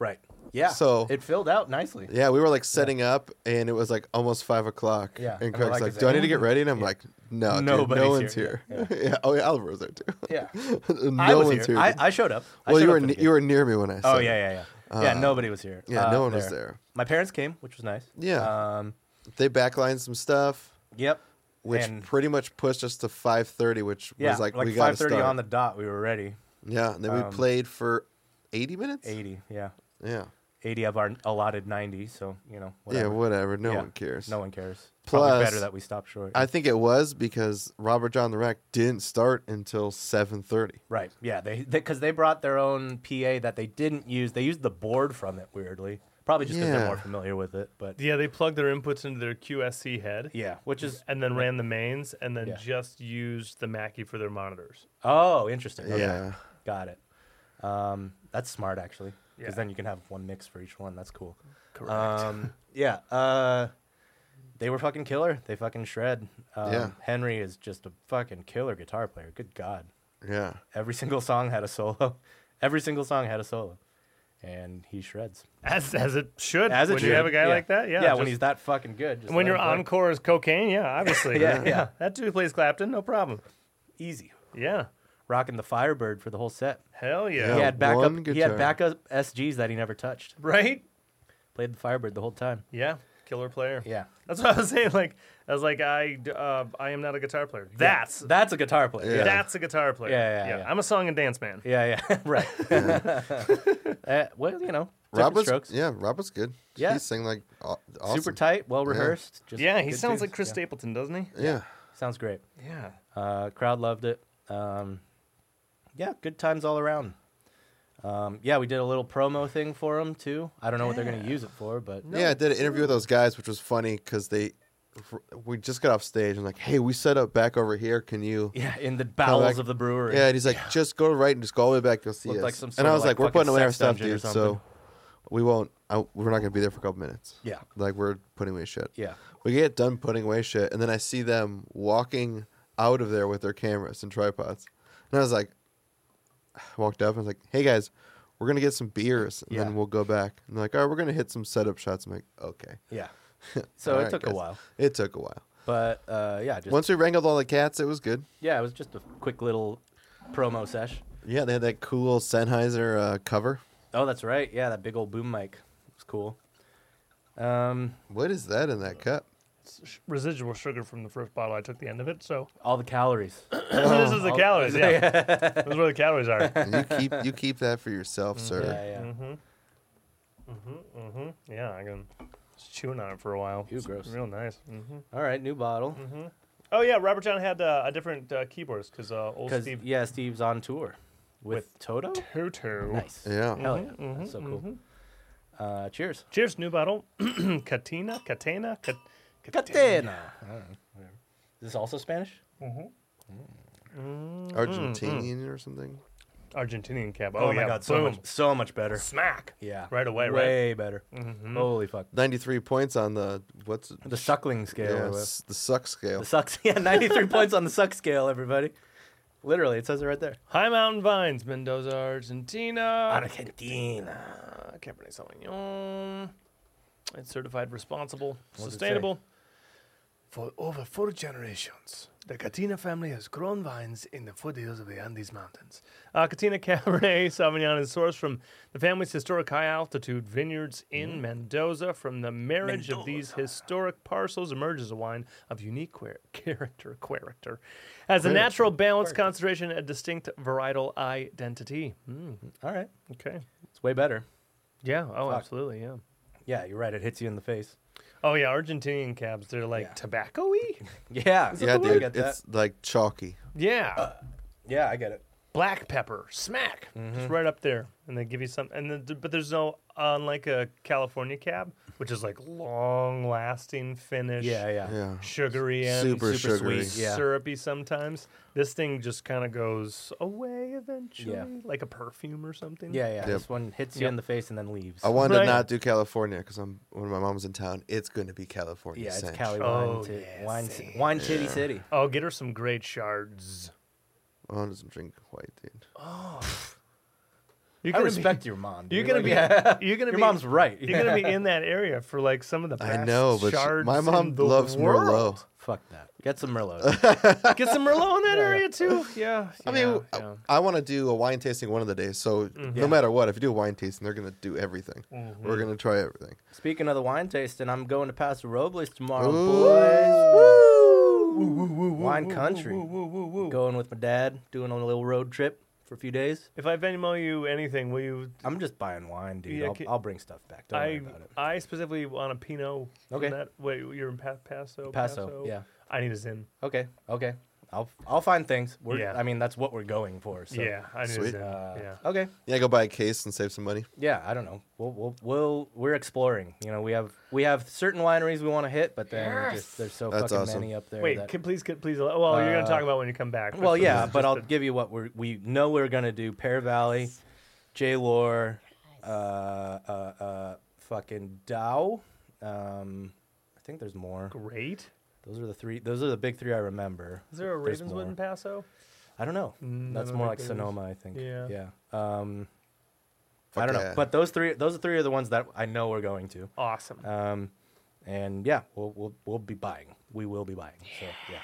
S2: Right. Yeah.
S3: So-
S2: it filled out nicely.
S3: Yeah, we were like setting up, and it was like almost five o'clock.
S2: Yeah.
S3: and
S2: And we're
S3: Craig's
S2: like,
S3: like,
S2: "Is
S3: "Do I need to get
S2: anyone-"
S3: ready?" And I'm like, "No, dude,
S2: Nobody's
S3: no one's
S2: here."
S3: here." Yeah. oh yeah, Oliver was there too.
S2: Yeah.
S3: no
S2: I was
S3: one's
S2: here.
S3: here.
S2: I, I showed up. I
S3: well,
S2: showed
S3: you
S2: up for
S3: were
S2: the
S3: ne-
S2: game.
S3: you were near me when I. Said
S2: Oh
S3: it.
S2: yeah, yeah, yeah. yeah, nobody was here. uh,
S3: yeah, no one was there.
S2: My parents came, which was nice.
S3: Yeah.
S2: Um,
S3: They backlined some stuff,
S2: yep.
S3: which
S2: And-
S3: pretty much pushed us to five thirty, which
S2: yeah,
S3: was like,
S2: like,
S3: we got to
S2: five thirty
S3: start.
S2: on the um, dot, we were ready.
S3: yeah, and then we played for eighty minutes.
S2: Eighty, yeah,
S3: Yeah,
S2: eighty of our allotted ninety. So you know, whatever.
S3: yeah, whatever. No
S2: Yeah.
S3: one cares.
S2: No one cares. Probably
S3: Plus-
S2: better that we stopped short.
S3: I think it was because Robert John the Rack didn't start until seven thirty.
S2: right? Yeah, they because they, brought their own PA that they didn't use. They used the board from it weirdly, probably just because they're
S3: Yeah.
S2: more familiar with it. But
S1: Yeah, they plugged their inputs into their QSC head.
S2: yeah, which is
S1: And then ran the mains and then
S2: Yeah.
S1: just used the Mackie for their monitors.
S2: oh interesting. Okay.
S3: Yeah.
S2: got it. Um, that's smart actually, because
S1: Yeah.
S2: then you can have one mix for each one. That's cool.
S1: Correct.
S2: Um, yeah. Uh, they were fucking killer. They fucking shred. Um,
S3: Yeah.
S2: Henry is just a fucking killer guitar player. Good God.
S3: Yeah.
S2: Every single song had a solo. Every single song had a solo. And he shreds.
S1: As as it should.
S2: As it
S1: when
S2: should.
S1: you have a guy
S2: Yeah.
S1: like that, yeah.
S2: Yeah, when
S1: just-
S2: he's that fucking good. Just
S1: when
S2: let
S1: your
S2: him play.
S1: encore is cocaine, yeah, obviously.
S2: Yeah, yeah.
S1: That dude plays Clapton, no problem.
S2: Easy.
S1: Yeah.
S2: Rocking the Firebird for the whole set.
S1: Hell yeah.
S3: Yeah.
S2: He had backup.
S3: one
S2: He had
S3: guitar.
S2: backup SGs that he never touched.
S1: Right?
S2: Played the Firebird the whole time.
S1: Yeah. Killer player.
S2: Yeah.
S1: That's what I was saying. Like I was like, I d- uh, I am not a guitar player. That's
S2: That's a guitar player.
S3: Yeah.
S1: that's a guitar player.
S2: Yeah, yeah, yeah.
S1: I'm a song and dance man.
S2: Yeah, yeah, right. uh, well, you know, different
S3: Robert's
S2: strokes.
S3: yeah, Robert's good.
S2: Yeah.
S3: he sang like aw- awesome.
S2: Super tight, well rehearsed. Just
S1: Yeah, he
S2: good
S1: sounds
S2: tunes.
S1: like Chris
S2: Yeah.
S1: Stapleton, doesn't he?
S3: Yeah,
S2: Sounds great.
S1: Yeah.
S2: Uh, crowd loved it. Um, yeah, good times all around. Um, yeah, we did a little promo thing for them too. I don't know what they're going to use it for, but
S3: yeah. I did an interview with those guys, which was funny because they we just got off stage and like, hey, we set up back over here. Can you?
S2: yeah, in the bowels of the brewery.
S3: Yeah, and he's like, just go to right and just go all the way back. You'll see
S2: Looked
S3: us.
S2: like some sort
S3: and I
S2: of,
S3: was
S2: like,
S3: like, we're
S2: fucking
S3: putting away our
S2: sex
S3: stuff,
S2: dungeon or
S3: dude. So
S2: something."
S3: we won't. I, we're not gonna be there for a couple minutes.
S2: Yeah.
S3: like we're putting away shit.
S2: Yeah.
S3: we get done putting away shit, and then I see them walking out of there with their cameras and tripods, and I was like, walked up and was like, hey guys. We're gonna get some beers and
S2: Yeah.
S3: then we'll go back. And they're like, all right, we're gonna hit some setup shots. I'm like, okay.
S2: yeah. So
S3: All
S2: it
S3: right,
S2: took a
S3: guys.
S2: while,
S3: It took a while.
S2: but uh, yeah, just
S3: Once we wrangled all the cats, it was good.
S2: yeah, it was just a quick little promo sesh.
S3: Yeah, they had that cool Sennheiser uh, cover.
S2: Oh, that's right. Yeah, that big old boom mic. It was cool. Um,
S3: What is that in that cup?
S1: It's sh- residual sugar from the first bottle. I took the end of it, so
S2: all the calories.
S1: this is the calories. Yeah, this is where the calories are.
S3: And you keep you keep that for yourself, sir.
S2: Yeah, yeah.
S1: Mm-hmm. Yeah, I can. Just chewing on it for a while.
S2: Ew,
S1: It's
S2: gross.
S1: Real nice. hmm
S2: All right, new bottle.
S1: Oh yeah, Robert John had uh, a different uh, keyboards because uh, old
S2: Because
S1: Steve
S2: yeah, Steve's on tour with, Toto.
S1: Toto.
S2: Nice.
S3: Yeah.
S2: Hell yeah. That's so cool. Mm-hmm, Uh, cheers.
S1: Cheers, new bottle. Katina, Katana, Kat-
S2: Catena. Is this also Spanish? mm,
S3: Argentinian or something.
S1: Argentinian cab. Oh, yeah,
S2: so
S1: boom.
S2: much, so much better. Mm-hmm.
S1: smack.
S2: Yeah.
S1: Right away, right?
S2: Way better. Holy fuck.
S3: Ninety three points on the what's it?
S2: The suckling scale.
S3: yeah,
S2: or whatever.
S3: s- the suck scale.
S2: The sucks. Yeah, 93 points on the suck scale, everybody. Literally, it says it right there.
S1: High Mountain Vines, Mendoza, Argentina.
S2: Argentina.
S1: Uh, Cabernet Sauvignon. Um, It's certified responsible,
S2: does it
S1: sustainable. For over four generations, the Catina family has grown vines in the foothills of the Andes Mountains. Uh, Catina Cabernet Sauvignon is sourced from the family's historic high altitude vineyards in Mendoza. From the marriage of these historic parcels emerges a wine of unique quer- character. Character has a natural balance, concentration, and distinct varietal identity. Mm,
S2: All right.
S1: okay.
S2: It's way better.
S1: Yeah. Oh,
S2: Fuck.
S1: absolutely. Yeah.
S2: Yeah, you're right. It hits you in the face.
S1: Oh yeah, Argentinian cabs. They're like
S2: Yeah.
S1: tobacco-y.
S2: Yeah.
S3: Yeah,
S2: I
S3: dude,
S2: get that.
S3: it's like chalky.
S1: Yeah,
S2: Yeah, I get it.
S1: black pepper, smack,
S2: Mm-hmm.
S1: just right up there, and they give you some. And then, but there's no unlike a California cab, which is like long-lasting finish.
S2: Yeah, yeah.
S3: Yeah,
S1: Sugary and
S3: super,
S2: super
S3: sugary.
S2: sweet, yeah.
S1: syrupy sometimes. This thing just kind of goes away eventually, like a perfume or something.
S2: Yeah, yeah. This one hits you in
S1: Yep.
S2: the face and then leaves.
S3: I wanted
S1: Right.
S3: to not do California because I'm when my mom's in town, it's gonna be California.
S2: yeah, it's
S3: Cinch.
S2: Cali
S1: Oh,
S2: wine, ti-
S1: yeah,
S2: wine, ci- wine, shitty city.
S1: Oh, get her some great shards.
S3: Mom doesn't drink white, dude.
S1: You're
S2: I
S1: gonna
S2: respect your mom.
S1: Be, you're
S2: dude.
S1: gonna
S2: Like,
S1: be.
S2: yeah.
S1: You're gonna
S2: Your
S1: be.
S2: mom's right.
S1: You're gonna be in that area for like some of the best
S3: I know, but she-
S1: shards
S3: my
S1: in
S3: mom
S1: the
S3: loves
S1: world.
S3: Merlot.
S2: Fuck that. Get some Merlot.
S1: Get some Merlot in that
S2: Yeah.
S1: area too. Yeah.
S3: I mean,
S1: yeah,
S3: I-
S1: yeah.
S3: I, want to do a wine tasting one of the days. So no
S2: Yeah.
S3: matter what, if you do a wine tasting, they're gonna do everything. We're gonna try everything.
S2: Speaking of the wine tasting, I'm going to Paso Robles tomorrow,
S3: Ooh.
S2: boys. Woo! wine
S1: woo,
S2: country.
S1: woo, woo, woo, woo.
S2: Going with my dad, doing a little road trip for a few days.
S1: If I Venmo you anything, will you?
S2: I'm just buying wine, dude.
S1: Yeah,
S2: I'll,
S1: ca-
S2: I'll bring stuff back. Don't worry
S1: I
S2: about it.
S1: I specifically want a Pinot. from
S2: Okay.
S1: That, wait, you're in pa- Paso.
S2: Paso, yeah.
S1: I need a Zin.
S2: Okay, okay. I'll I'll find things. We're,
S1: Yeah.
S2: I mean, that's what we're going for. So.
S1: yeah, I need a
S3: Sweet.
S1: Zin.
S2: Uh,
S1: yeah.
S2: Okay.
S3: Yeah, go buy a case and save some money.
S2: Yeah. I don't know. We'll, we'll we'll we're exploring. You know, we have we have certain wineries we want to hit, but then
S1: Yes.
S2: just, there's so
S3: That's
S2: fucking
S3: awesome.
S2: many up there.
S1: Wait,
S2: that- Uh,
S1: can, please, can, please. Well, you're gonna talk about when you come back.
S2: Well,
S1: this
S2: yeah,
S1: is
S2: but
S1: just
S2: I'll
S1: a-
S2: give you what we we know we're gonna do: Pear Valley, J Lore, uh, uh, uh, fucking Dow. Um, I think there's more.
S1: great.
S2: Those are the three. Those are the big three I remember.
S1: Is there a
S2: There's
S1: Ravenswood in
S2: more.
S1: Paso?
S2: I don't know.
S1: Mm, I
S2: That's
S1: don't
S2: more
S1: think
S2: like
S1: there is.
S2: Sonoma, I think.
S1: Yeah.
S2: Yeah. Um, I
S3: Fuck
S2: don't know,
S3: yeah.
S2: but those three. Those three are the ones that I know we're going to.
S1: Awesome.
S2: Um, and yeah, we'll we'll we'll be buying. We will be buying. So yeah,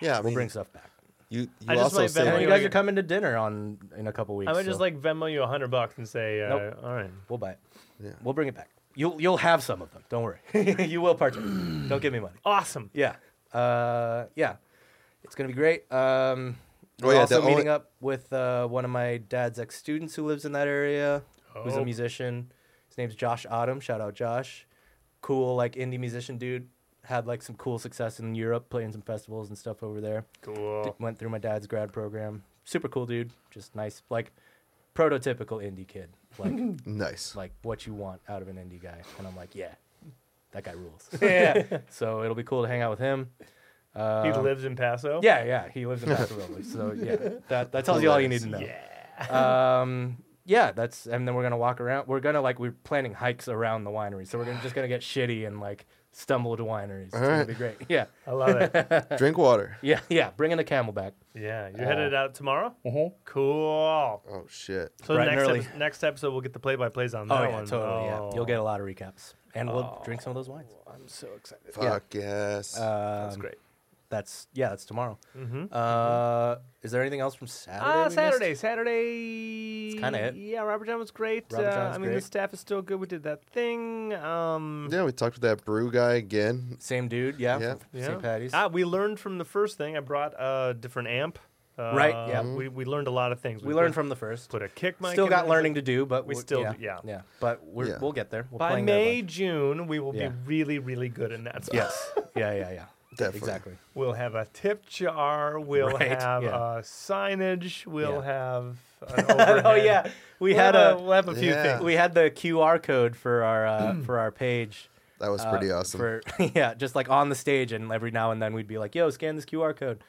S3: yeah, I mean,
S2: we'll bring stuff back.
S3: you. You
S1: I just
S3: also
S1: might
S3: save.
S1: Venmo
S2: And
S1: we
S2: you
S1: gotta
S2: guys are
S1: get-
S2: coming to dinner on in a couple weeks.
S1: I would just
S2: so
S1: like Venmo you a hundred bucks and say, uh,
S2: Nope.
S1: all right.
S2: we'll buy it.
S3: Yeah.
S2: We'll bring it back. You'll you'll have some of them. Don't worry. you will partake. Don't give me money.
S1: Awesome.
S2: Yeah. Uh, yeah. It's gonna be great. Um,
S3: Oh,
S2: we're
S3: yeah,
S2: also
S3: the only-
S2: meeting up with uh, one of my dad's ex students who lives in that area, who's
S1: Oh.
S2: a musician. His name's Josh Autumn. Shout out Josh. Cool, like indie musician dude. Had like some cool success in Europe, playing some festivals and stuff over there. D-
S1: Cool.
S2: Went through my dad's grad program. Super cool dude. Just nice, like prototypical indie kid. Like
S3: Nice.
S2: like what you want out of an indie guy. And I'm like, yeah, that guy rules. yeah. So it'll be cool to hang out with him. Uh,
S1: he lives in Paso.
S2: Yeah, yeah. He lives in Paso Robles. So yeah, that, that tells you all you need to know. Yeah. Um, yeah, that's and then we're gonna walk around. We're gonna like we're planning hikes around the winery, so we're gonna, just gonna get shitty and like stumble to wineries. It's gonna
S3: right.
S2: be great. Yeah,
S1: I love it.
S3: Drink water.
S2: yeah, yeah. Bringing the camel back.
S1: Yeah,
S2: Uh,
S1: you're headed out tomorrow.
S2: Oh,
S1: Cool.
S3: Oh shit.
S1: So
S2: Bright and
S1: next
S2: early.
S1: epi- next episode we'll get the play-by-plays on that
S2: Oh yeah,
S1: one.
S2: totally. Yeah,
S1: Oh,
S2: you'll get a lot of recaps, and we'll drink some of those wines.
S1: I'm so excited.
S3: Fuck yes.
S1: That's
S2: Um,
S1: great. Mm-hmm.
S2: That's yeah, that's tomorrow. Uh, is there anything else from Uh, Saturday? we
S1: Ah,
S2: missed?
S1: Saturday, Saturday. It's
S2: kinda it.
S1: Yeah, Robert John was great.
S2: Robert John
S1: uh,
S2: was
S1: I mean, the
S2: great.
S1: staff is still good. We did that thing. Um,
S3: yeah, we talked to that brew guy again.
S2: Same dude, yeah.
S3: Yeah.
S2: from St. Patty's.
S1: Ah, we learned from the first thing. I brought a different amp. Uh,
S2: Right, yeah.
S1: We, we learned a lot of things.
S2: we learned
S1: put-
S2: from the first.
S1: put a kick mic.
S2: Still
S1: in
S2: got
S1: there.
S2: learning to do, but
S1: We
S2: we're-
S1: still-
S2: yeah,
S1: yeah.
S2: yeah. But we're,
S3: Yeah.
S2: we'll get there. We're
S1: By
S2: playing there a
S1: May,
S2: bunch.
S1: June, we will
S2: Yeah.
S1: be really, really good in that. Spot.
S2: yes, yeah, yeah, yeah.
S3: Definitely.
S2: Exactly.
S1: We'll have a tip jar. We'll
S2: Right,
S1: have
S2: yeah.
S1: uh, signage.
S2: Yeah.
S1: We'll have an overhead.
S2: Oh yeah, we
S1: We'll
S2: had
S1: have
S2: a
S1: we'll have a few
S3: Yeah.
S1: things.
S2: we had the QR code for our uh, for our page.
S3: That was
S2: uh,
S3: pretty awesome.
S2: For, yeah, just like on the stage, and every now and then we'd be like, "Yo, scan this QR code,"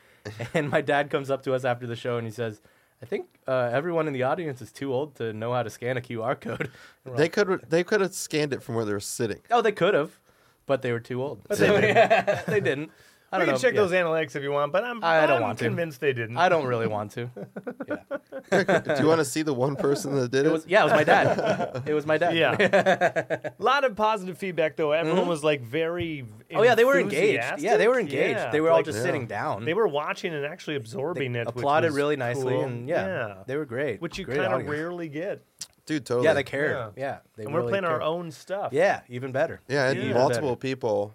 S2: and my dad comes up to us after the show and he says, "I think uh, everyone in the audience is too old to know how to scan a QR code." And we're
S3: They
S2: like,
S3: could they could have scanned it from where they were sitting.
S2: oh, they could have, but they were too old. But
S1: they
S2: didn't. they didn't. I
S1: we
S2: don't
S1: can
S2: know.
S1: check
S2: yeah.
S1: those analytics if you want, but I'm,
S2: I don't
S1: am
S2: want to.
S1: convinced they didn't.
S2: I don't really want to. Yeah.
S3: Do you want to see the one person that
S2: It
S3: did it?
S2: was yeah, it was my dad. It was my dad.
S1: Yeah. A lot of positive feedback, though. Everyone was like very.
S2: Mm-hmm. Oh yeah, they were engaged. Yeah,
S1: enthusiastic.
S2: they were engaged.
S1: Yeah,
S2: They were all
S1: like,
S2: just
S3: Yeah.
S2: sitting down.
S1: They were watching and actually absorbing it. which
S2: applauded
S1: was
S2: really nicely,
S1: cool.
S2: and yeah, they were great.
S1: which you
S2: Great
S1: kind of
S2: audience.
S1: rarely get.
S3: Dude, totally.
S2: Yeah, they cared.
S1: Yeah.
S2: Yeah, they
S1: And we're
S2: really
S1: playing our
S2: cared.
S1: own stuff.
S2: Yeah, even better.
S3: Yeah, I had
S1: Yeah.
S3: multiple
S2: Better.
S3: people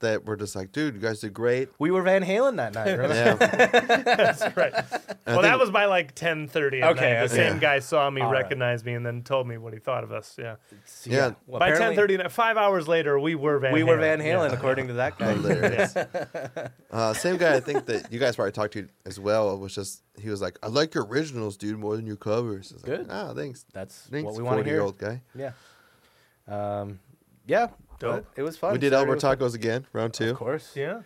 S3: that were just like, dude, you guys did great.
S2: We were Van Halen that night. Remember?
S3: Yeah.
S1: That's right. well, that
S3: think-
S1: was by like ten thirty.
S2: Okay,
S1: night. the
S2: okay.
S1: same guy saw me,
S2: All right.
S1: recognized me, and then told me what he thought of us. Yeah.
S2: So,
S3: Yeah.
S2: Well,
S1: by ten
S2: apparently
S1: thirty, five hours later, we were Van.
S2: we
S1: Halen.
S2: were Van
S1: Yeah.
S2: Halen, according to that guy.
S3: Hilarious. uh, same guy I think that you guys probably talked to as well was just he was like, I like your originals, dude, more than your covers. It's like,
S2: Good.
S3: Ah, thanks.
S2: That's
S3: Thanks,
S2: what we want to hear.
S3: year old guy.
S2: Yeah. Um, yeah.
S1: Dope.
S2: but It was fun.
S3: we did
S2: Saturday
S3: Albert
S2: was fun.
S3: Tacos again, round two.
S2: Of course.
S1: Yeah.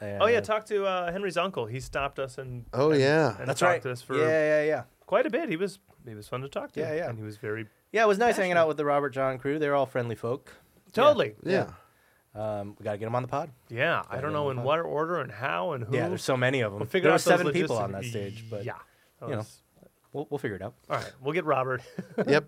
S2: And-
S1: Oh yeah, talk to uh, Henry's uncle. He stopped us and
S3: Oh
S1: and-
S3: yeah.
S1: and
S2: That's
S1: talked
S2: right.
S1: to us for
S2: Yeah, yeah, yeah.
S1: quite a bit. He was he was fun to talk to.
S2: Yeah, yeah.
S1: And he was very
S2: Yeah, it was nice hanging out with the Robert John crew. They're all friendly folk.
S1: totally.
S3: yeah.
S2: Um, we got to get them on the pod.
S1: Yeah, I don't know in what order and how and who.
S2: Yeah, there's so many of them.
S1: We'll figure
S2: there
S1: out
S2: were seven
S1: those
S2: people on that
S1: logistics-
S2: stage, but
S1: yeah, That
S2: you know.
S1: was-
S2: we'll, we'll figure it out.
S1: All right, we'll get Robert.
S3: yep.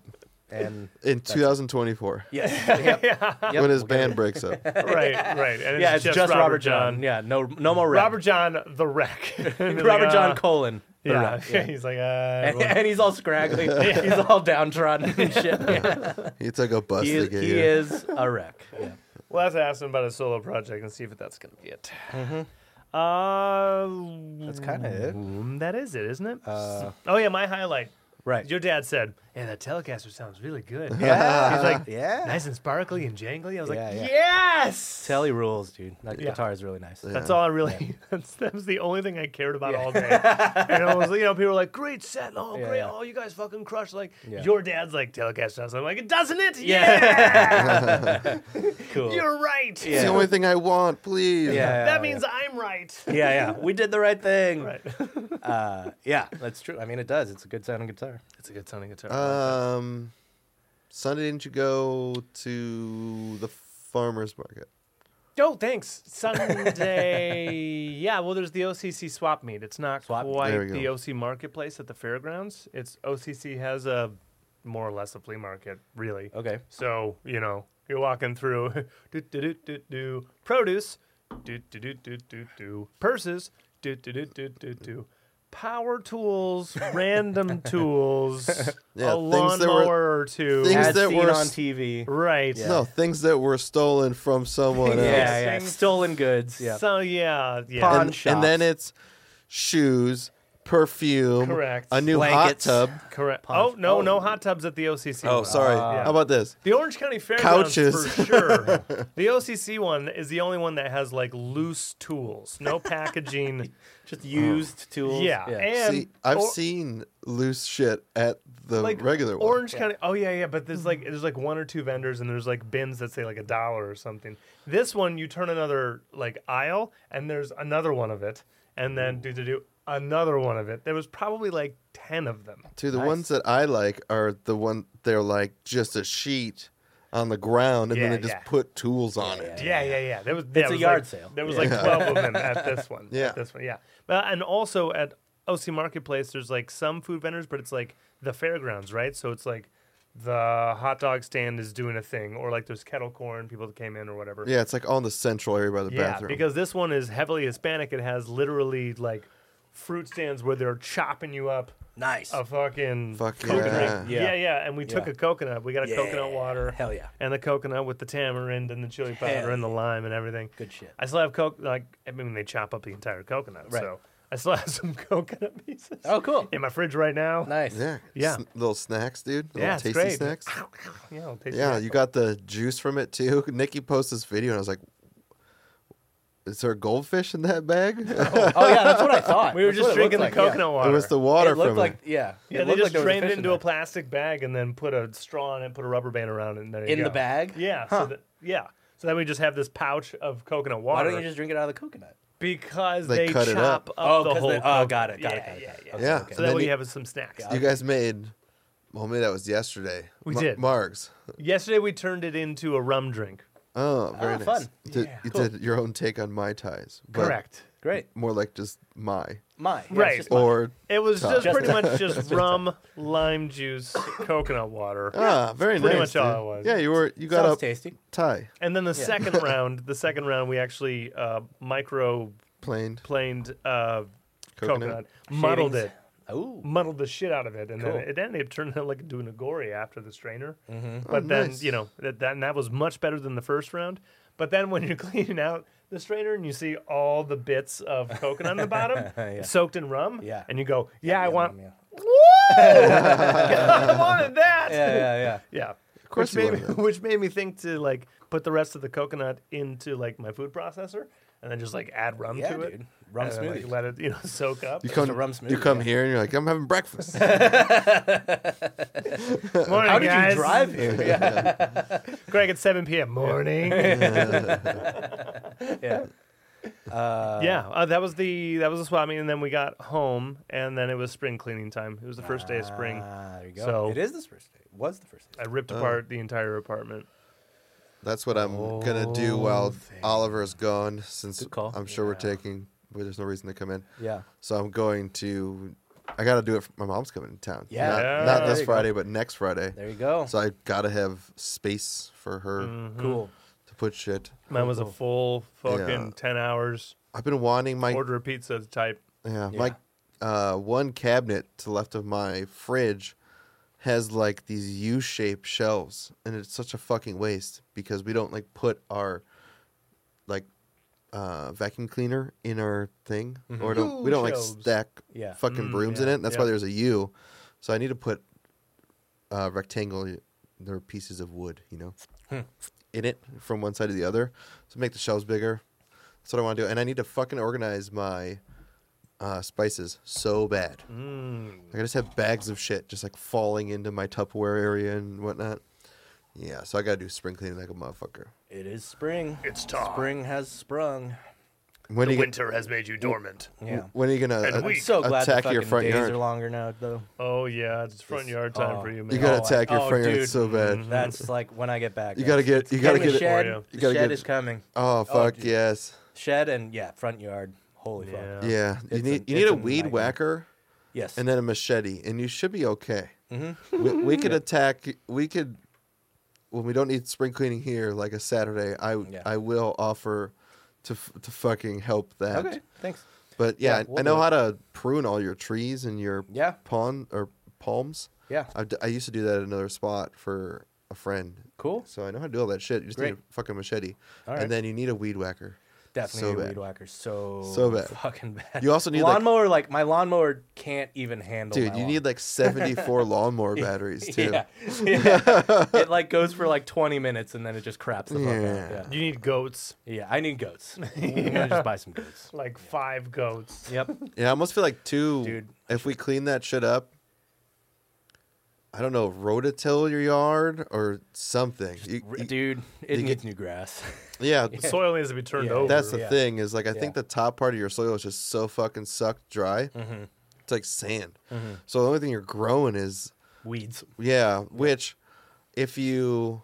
S2: And
S3: In 2024,
S2: yeah, yep,
S1: yeah,
S2: yep,
S3: when
S2: we'll
S3: his
S2: get
S3: band
S2: it.
S3: breaks up.
S1: right, right. And
S2: yeah, it's just, Robert, John. Yeah, no, no more rap.
S1: Robert John the wreck. Robert
S2: Robert John colon. the
S1: Yeah,
S2: rap, yeah.
S1: he's like, uh,
S2: and, and he's all scraggly. He's all downtrodden and shit. Yeah.
S3: He took a bus
S2: He,
S3: to
S2: is,
S3: get
S2: he
S3: here.
S2: is a wreck. Yeah.
S1: well, let's ask him about his solo project and see if that's going to be it. Uh,
S2: Mm-hmm. That's kinda it.
S1: mm, That is it, isn't it?
S2: Uh,
S1: oh yeah, my highlight.
S2: Right.
S1: Your dad said, "Hey, that Telecaster sounds really good."
S2: Yeah.
S1: He's like,
S2: Yeah.
S1: nice and sparkly and jangly." I was
S2: Yeah,
S1: like,
S2: yeah.
S1: "Yes!"
S2: Telly rules, dude. That
S1: Yeah.
S2: guitar is really nice.
S1: That's all I really. That's, that was the only thing I cared about all day. and I was, you know, people were like, "Great set, oh
S2: Yeah,
S1: great,
S2: yeah.
S1: oh you guys fucking crushed." Like
S2: Yeah.
S1: your dad's like Telecaster. sounds." I'm like, "It doesn't it? Yeah,
S2: Yeah. cool.
S1: you're right.
S3: It's
S2: Yeah.
S3: the only thing I want, please.
S2: Yeah.
S1: that means I'm right."
S2: yeah, yeah. We did the right thing.
S1: Right.
S2: Uh, yeah, that's true. I mean, it does. It's a good sounding guitar.
S1: It's a good sounding guitar.
S3: Um, Sunday, didn't you go to the farmers market?
S1: oh, thanks. Sunday. yeah. Well, there's the OCC swap meet. It's not
S2: Swap meet.
S1: quite
S3: There we
S1: the
S3: go.
S1: OC marketplace at the fairgrounds. It's OCC has a more or less a flea market, really.
S2: Okay.
S1: So, you know, you're walking through do, do, do, do, do, produce, do, do, do, do, do, do, purses, do, do, do, do, do, do, power tools, random tools, a
S3: Yeah, things that were-
S1: lawnmower or two.
S3: things
S2: As
S3: that
S2: seen
S3: were
S2: on
S3: s-
S2: TV.
S1: right.
S2: Yeah.
S3: No, things that were stolen from someone
S2: Yeah,
S3: else.
S1: Yeah.
S2: yeah.
S1: Things-
S2: Stolen goods. Yeah.
S1: So, yeah. yeah.
S2: Pawn
S3: and, and then it's shoes, perfume,
S1: Correct.
S3: a new
S2: Blankets.
S3: hot tub.
S1: Correct.
S2: Punch.
S1: Oh no,
S2: Oh.
S1: no hot tubs at the OCC.
S3: Oh,
S1: one.
S3: sorry.
S2: Ah.
S1: yeah.
S3: How about this?
S1: The Orange County Fairgrounds
S3: Couches.
S1: for sure. the OCC one is the only one that has like loose tools, no packaging.
S2: Just used tools.
S1: yeah. and
S3: See, I've
S1: or-
S3: seen loose shit at the
S1: like
S3: regular one.
S1: Orange County. Oh yeah, yeah. But there's like there's like one or two vendors, and there's like bins that say like a dollar or something. This one, you turn another like aisle, and there's another one of it, and then do do do another one of it. There was probably like ten of them.
S3: Dude, the ones that I like are the one they're like just a sheet on the ground, and
S1: Yeah,
S3: then they just
S1: yeah.
S3: put tools on it.
S1: Yeah, yeah, yeah. There was yeah,
S2: It's a
S1: it was
S2: yard
S1: like-
S2: sale.
S1: There was like twelve of them at this one.
S3: Yeah.
S1: at this one. Yeah, Well, and also at OC Marketplace, there's like some food vendors, but it's like the fairgrounds, right? So it's like the hot dog stand is doing a thing, or like there's kettle corn people that came in or whatever.
S3: Yeah, it's like on the central area by the
S1: Yeah,
S3: bathroom.
S1: because this one is heavily Hispanic. It has literally like fruit stands where they're chopping you up
S2: Nice.
S1: a fucking
S3: Fuck
S1: coconut.
S3: yeah.
S1: yeah,
S2: Yeah.
S1: And we took
S2: Yeah.
S1: a coconut. We got a coconut
S2: Yeah.
S1: water
S2: Hell yeah.
S1: and the coconut with the tamarind and the chili powder
S2: Hell
S1: and the lime and everything.
S2: Good shit.
S1: I still have coke. Like I mean, they chop up the entire coconut,
S2: Right.
S1: so I still have some coconut pieces
S2: Oh, cool.
S1: in my fridge right now.
S2: Nice.
S3: yeah,
S1: Yeah.
S3: S- little snacks, dude. Little
S1: Yeah, it's
S3: tasty
S1: great.
S3: snacks.
S1: Yeah, I'll taste
S3: Yeah,
S1: it.
S3: you got the juice from it too. Nikki posted this video, and I was like, "Is there goldfish in that bag?"
S2: Oh yeah, that's what I thought.
S1: We were
S2: That's what
S1: just
S2: it
S1: drinking the
S2: looked like, yeah.
S1: coconut water.
S3: it was the water
S2: It looked
S3: from
S2: like
S3: it.
S2: yeah.
S1: yeah,
S2: it
S1: they
S2: looked
S1: just
S2: like there was
S1: drained
S2: fish
S1: it
S2: in
S1: into
S2: there.
S1: a plastic bag and then put a straw in it, put a rubber band around it, and there you
S2: in the
S1: go.
S2: bag.
S1: Yeah, so that, yeah. So then we just have this pouch of coconut water.
S2: Why don't you just drink it out of the coconut?
S1: because
S3: They
S1: they,
S3: cut it
S1: chop
S3: up.
S1: up,
S2: Oh,
S1: the
S2: 'cause
S1: whole.
S2: they- oh,
S1: coconut.
S2: got it, got it,
S1: yeah,
S2: got it,
S1: yeah,
S2: got it.
S1: yeah.
S2: Okay,
S3: Yeah,
S2: okay.
S1: So
S3: and
S1: that
S3: then
S1: way you
S3: you-
S1: have some snacks.
S3: You guys made, well, maybe that was yesterday.
S1: We
S3: Ma-
S1: did.
S3: Margs.
S1: Yesterday we turned it into a rum drink.
S3: Oh, very
S2: Ah,
S3: nice.
S2: fun.
S3: Did,
S2: Yeah.
S3: you
S2: Cool.
S3: did your own take on my ties.
S1: Correct.
S2: Great.
S3: More like just my
S2: My yeah,
S1: Right.
S2: It's just my-
S3: or
S1: It was just,
S2: Just
S1: pretty much just rum, lime juice, coconut water.
S3: ah, very
S1: pretty
S3: nice.
S1: much all
S3: dude.
S1: it was.
S3: Yeah, you were you got
S2: sounds
S3: a
S2: tasty.
S3: tie
S1: And then the second round, the second round, we actually uh, micro
S3: plain.
S1: planed uh, coconut,
S3: Coconut.
S1: muddled
S2: Shavings.
S1: it,
S2: Oh.
S1: muddled the shit out of it, and
S2: Cool. Mm-hmm.
S1: then it ended up turning out like doing a gory after the strainer. But then
S3: nice.
S1: you know that that, and that was much better than the first round. But then when you're cleaning out the strainer and you see all the bits of coconut on the bottom
S2: Yeah.
S1: soaked in rum,
S2: Yeah.
S1: and you go, yeah, I want,
S2: Yeah,
S1: I wanted that.
S2: yeah, yeah.
S1: Yeah. Of
S3: course
S1: which
S3: you
S1: made me,
S3: wanted
S1: which made me think to like put the rest of the coconut into like my food processor and then just like add rum
S2: Yeah,
S1: to it.
S2: dude. Rum
S1: and then, like,
S2: smoothies.
S1: let it, you know, soak up.
S3: You come,
S2: a rum
S3: you
S2: smoothie,
S3: come
S2: yeah.
S3: here and you're like, I'm having breakfast.
S1: Morning,
S2: How did
S1: guys.
S2: you drive here? Yeah.
S1: Greg at 7 p.m. Morning. yeah.
S2: yeah.
S1: uh, that was the that was the swap meet, and then we got home, and then it was spring cleaning time. It was the first day of spring.
S2: Ah, there you go.
S1: So-
S3: oh.
S2: it is this first day. Was the first day.
S1: I ripped apart the entire apartment.
S3: That's what I'm gonna do
S1: Oh,
S3: while
S1: thank
S3: Oliver's gone, since
S2: Good call.
S3: I'm sure we're
S1: Yeah.
S3: taking. Well, there's no reason to come in,
S2: Yeah.
S3: so I'm going to. I got to do it. For, my mom's coming to town.
S2: Yeah.
S3: not,
S1: Yeah.
S3: not
S1: There
S3: this
S2: you go.
S3: Friday, but next Friday.
S2: There you go.
S3: So I gotta have space for her
S1: Mm.
S2: cool.
S3: to put shit.
S1: Mm-hmm. Mine was a full fucking
S3: Yeah.
S1: ten hours
S3: I've been wanting my
S1: order a pizza type.
S3: yeah, my uh, one cabinet to the left of my fridge has like these U-shaped shelves, and it's such a fucking waste because we don't like put our like uh, vacuum cleaner in our thing, or don't, we don't like
S1: U-shelves.
S3: stack
S2: Yeah.
S1: Mm,
S3: fucking brooms in
S1: yeah,
S3: it. That's why
S1: yeah.
S3: there's a U. So I need to put uh, rectangular pieces of wood, you know,
S1: Hmm.
S3: in it from one side to the other to make the shelves bigger. That's what I want to do, and I need to fucking organize my uh, spices so bad.
S1: Mm.
S3: Like I just have bags of shit just like falling into my Tupperware area and whatnot. Yeah, so I gotta do spring cleaning like a motherfucker.
S2: It is spring.
S1: It's time.
S2: Spring has sprung.
S3: When
S1: The
S3: are you
S1: winter has made you dormant.
S2: Yeah.
S3: when are you gonna
S1: And
S3: uh,
S1: we-
S2: I'm so glad the
S3: attack
S2: fucking
S3: your front
S2: days
S3: yard?
S2: are longer now, though.
S1: Oh yeah, it's front
S2: It's-
S1: yard time
S2: oh.
S1: for you, man. Mm-hmm.
S3: you
S2: Oh,
S3: gotta
S2: I-
S3: attack your
S2: oh,
S3: front yard
S2: dude.
S3: so bad.
S2: That's like when I get back.
S3: You
S2: that's-
S3: gotta get- you gotta
S2: Getting a
S3: get it-
S2: shed.
S1: Oreo.
S3: You
S2: The
S3: gotta
S2: shed
S3: get-
S2: is coming.
S3: Oh fuck
S2: dude.
S3: yes.
S2: Shed and yeah, front yard. Holy
S1: Yeah.
S2: fuck.
S3: Yeah, you
S2: It's
S3: need
S2: a-
S3: you need
S2: it's
S3: a
S2: a
S3: weed
S2: nightmare.
S3: whacker
S2: Yes.
S3: and then a machete, and you should be okay.
S2: Mm-hmm.
S3: We, we could attack. We could when we don't need spring cleaning here, like a Saturday. I
S2: Yeah.
S3: I will offer to f- to fucking help that.
S2: okay. Thanks.
S3: But
S2: Yeah,
S3: yeah, I
S2: we'll
S3: know
S2: do it.
S3: how to prune all your trees and your
S2: Yeah.
S3: palm or palms.
S2: Yeah.
S3: I've d- I used to do that at another spot for a friend.
S2: Cool.
S3: So I know how to do all that shit. You just
S2: Great.
S3: need a fucking machete,
S2: All right.
S3: and then you need a weed whacker.
S2: Definitely
S3: So
S2: need a
S3: bad.
S2: weed whacker. So
S3: So bad.
S2: Fucking bad.
S3: You also need, like-
S2: lawnmower. Like, my lawnmower can't even handle.
S3: Dude,
S2: my
S3: you
S2: lawn.
S3: need like seventy four lawnmower batteries too.
S2: Yeah. yeah. it like goes for like 20 minutes and then it just craps the fuck out.
S3: Yeah.
S2: Yeah.
S1: You need goats,
S2: Yeah, I need goats. I'm gonna just buy some goats.
S1: like five goats.
S2: Yep.
S3: Yeah, I almost feel like too.
S2: Dude.
S3: if we clean that shit up, I don't know, rototill your yard or something. You-
S2: R-
S3: you-
S2: Dude, it
S3: you
S2: needs new grass.
S3: yeah,
S1: The soil needs to be turned
S2: Yeah.
S1: over.
S3: that's the
S2: Yeah.
S3: thing. Is like I think
S2: Yeah.
S3: the top part of your soil is just so fucking sucked dry. Mm-hmm. It's like sand.
S2: Mm-hmm.
S3: So the only thing you're growing is
S2: Weeds.
S3: yeah. Which, if you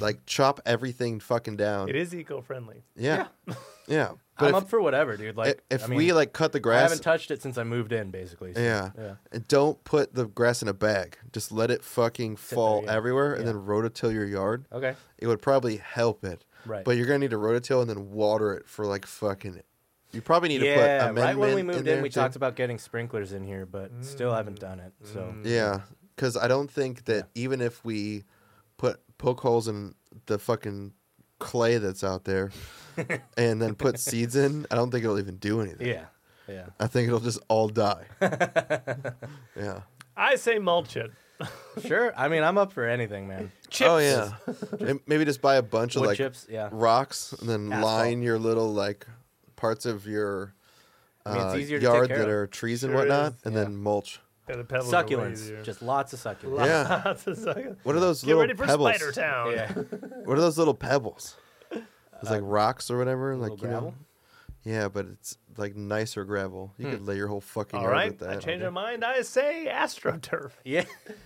S3: like chop everything fucking down,
S1: it is eco-friendly.
S3: yeah, yeah. But
S2: I'm
S3: if,
S2: up for whatever, dude. Like,
S3: if
S2: I mean,
S3: we like cut the
S2: I
S3: grass,
S2: haven't touched it since I moved in, basically. so,
S3: Yeah.
S2: Yeah.
S3: And don't put the grass in a bag. Just let it fucking fall
S2: yeah.
S3: everywhere and
S2: Yeah.
S3: then rototill your yard.
S2: Okay.
S3: It would probably help it.
S2: Right.
S3: But you're going to need to rototill and then water it for like fucking. You probably need to put
S2: Yeah.
S3: amendment
S2: Right when we
S3: in,
S2: moved in,
S3: there
S2: we
S3: too.
S2: talked about getting sprinklers in here, but still haven't done it. So
S3: Yeah. Because I don't think that even if we put poke holes in the fucking clay that's out there and then put seeds in, I don't think it'll even do anything.
S2: yeah. Yeah.
S3: I think it'll just all die. yeah.
S1: I say mulch it.
S2: Sure. I mean, I'm up for anything, man.
S3: Oh yeah. And maybe just buy a bunch of
S2: Wood
S3: like
S2: chips, yeah.
S3: rocks and then
S2: Asphalt.
S3: line your little like parts of your uh,
S2: I mean, it's easier to take
S3: yard
S2: care
S3: that
S2: of.
S3: are trees and
S1: Sure
S3: whatnot,
S1: is.
S3: and
S2: Yeah.
S3: then mulch.
S1: Yeah, the pebbles are way easier.
S2: Succulents. Just lots of succulents.
S3: Yeah.
S1: Lots of succulents.
S3: What are those
S1: Get
S3: little
S1: ready for
S3: pebbles?
S1: Spider Town.
S2: Yeah.
S3: What are those little pebbles? It's like rocks or whatever, like
S2: little
S3: you know-
S2: gravel?
S3: Yeah, but it's like nicer gravel. You
S2: Hmm.
S3: could lay your whole fucking
S1: All
S3: yard
S1: right,
S3: with
S1: I
S3: that.
S1: changed my mind. I say AstroTurf.
S2: Yeah.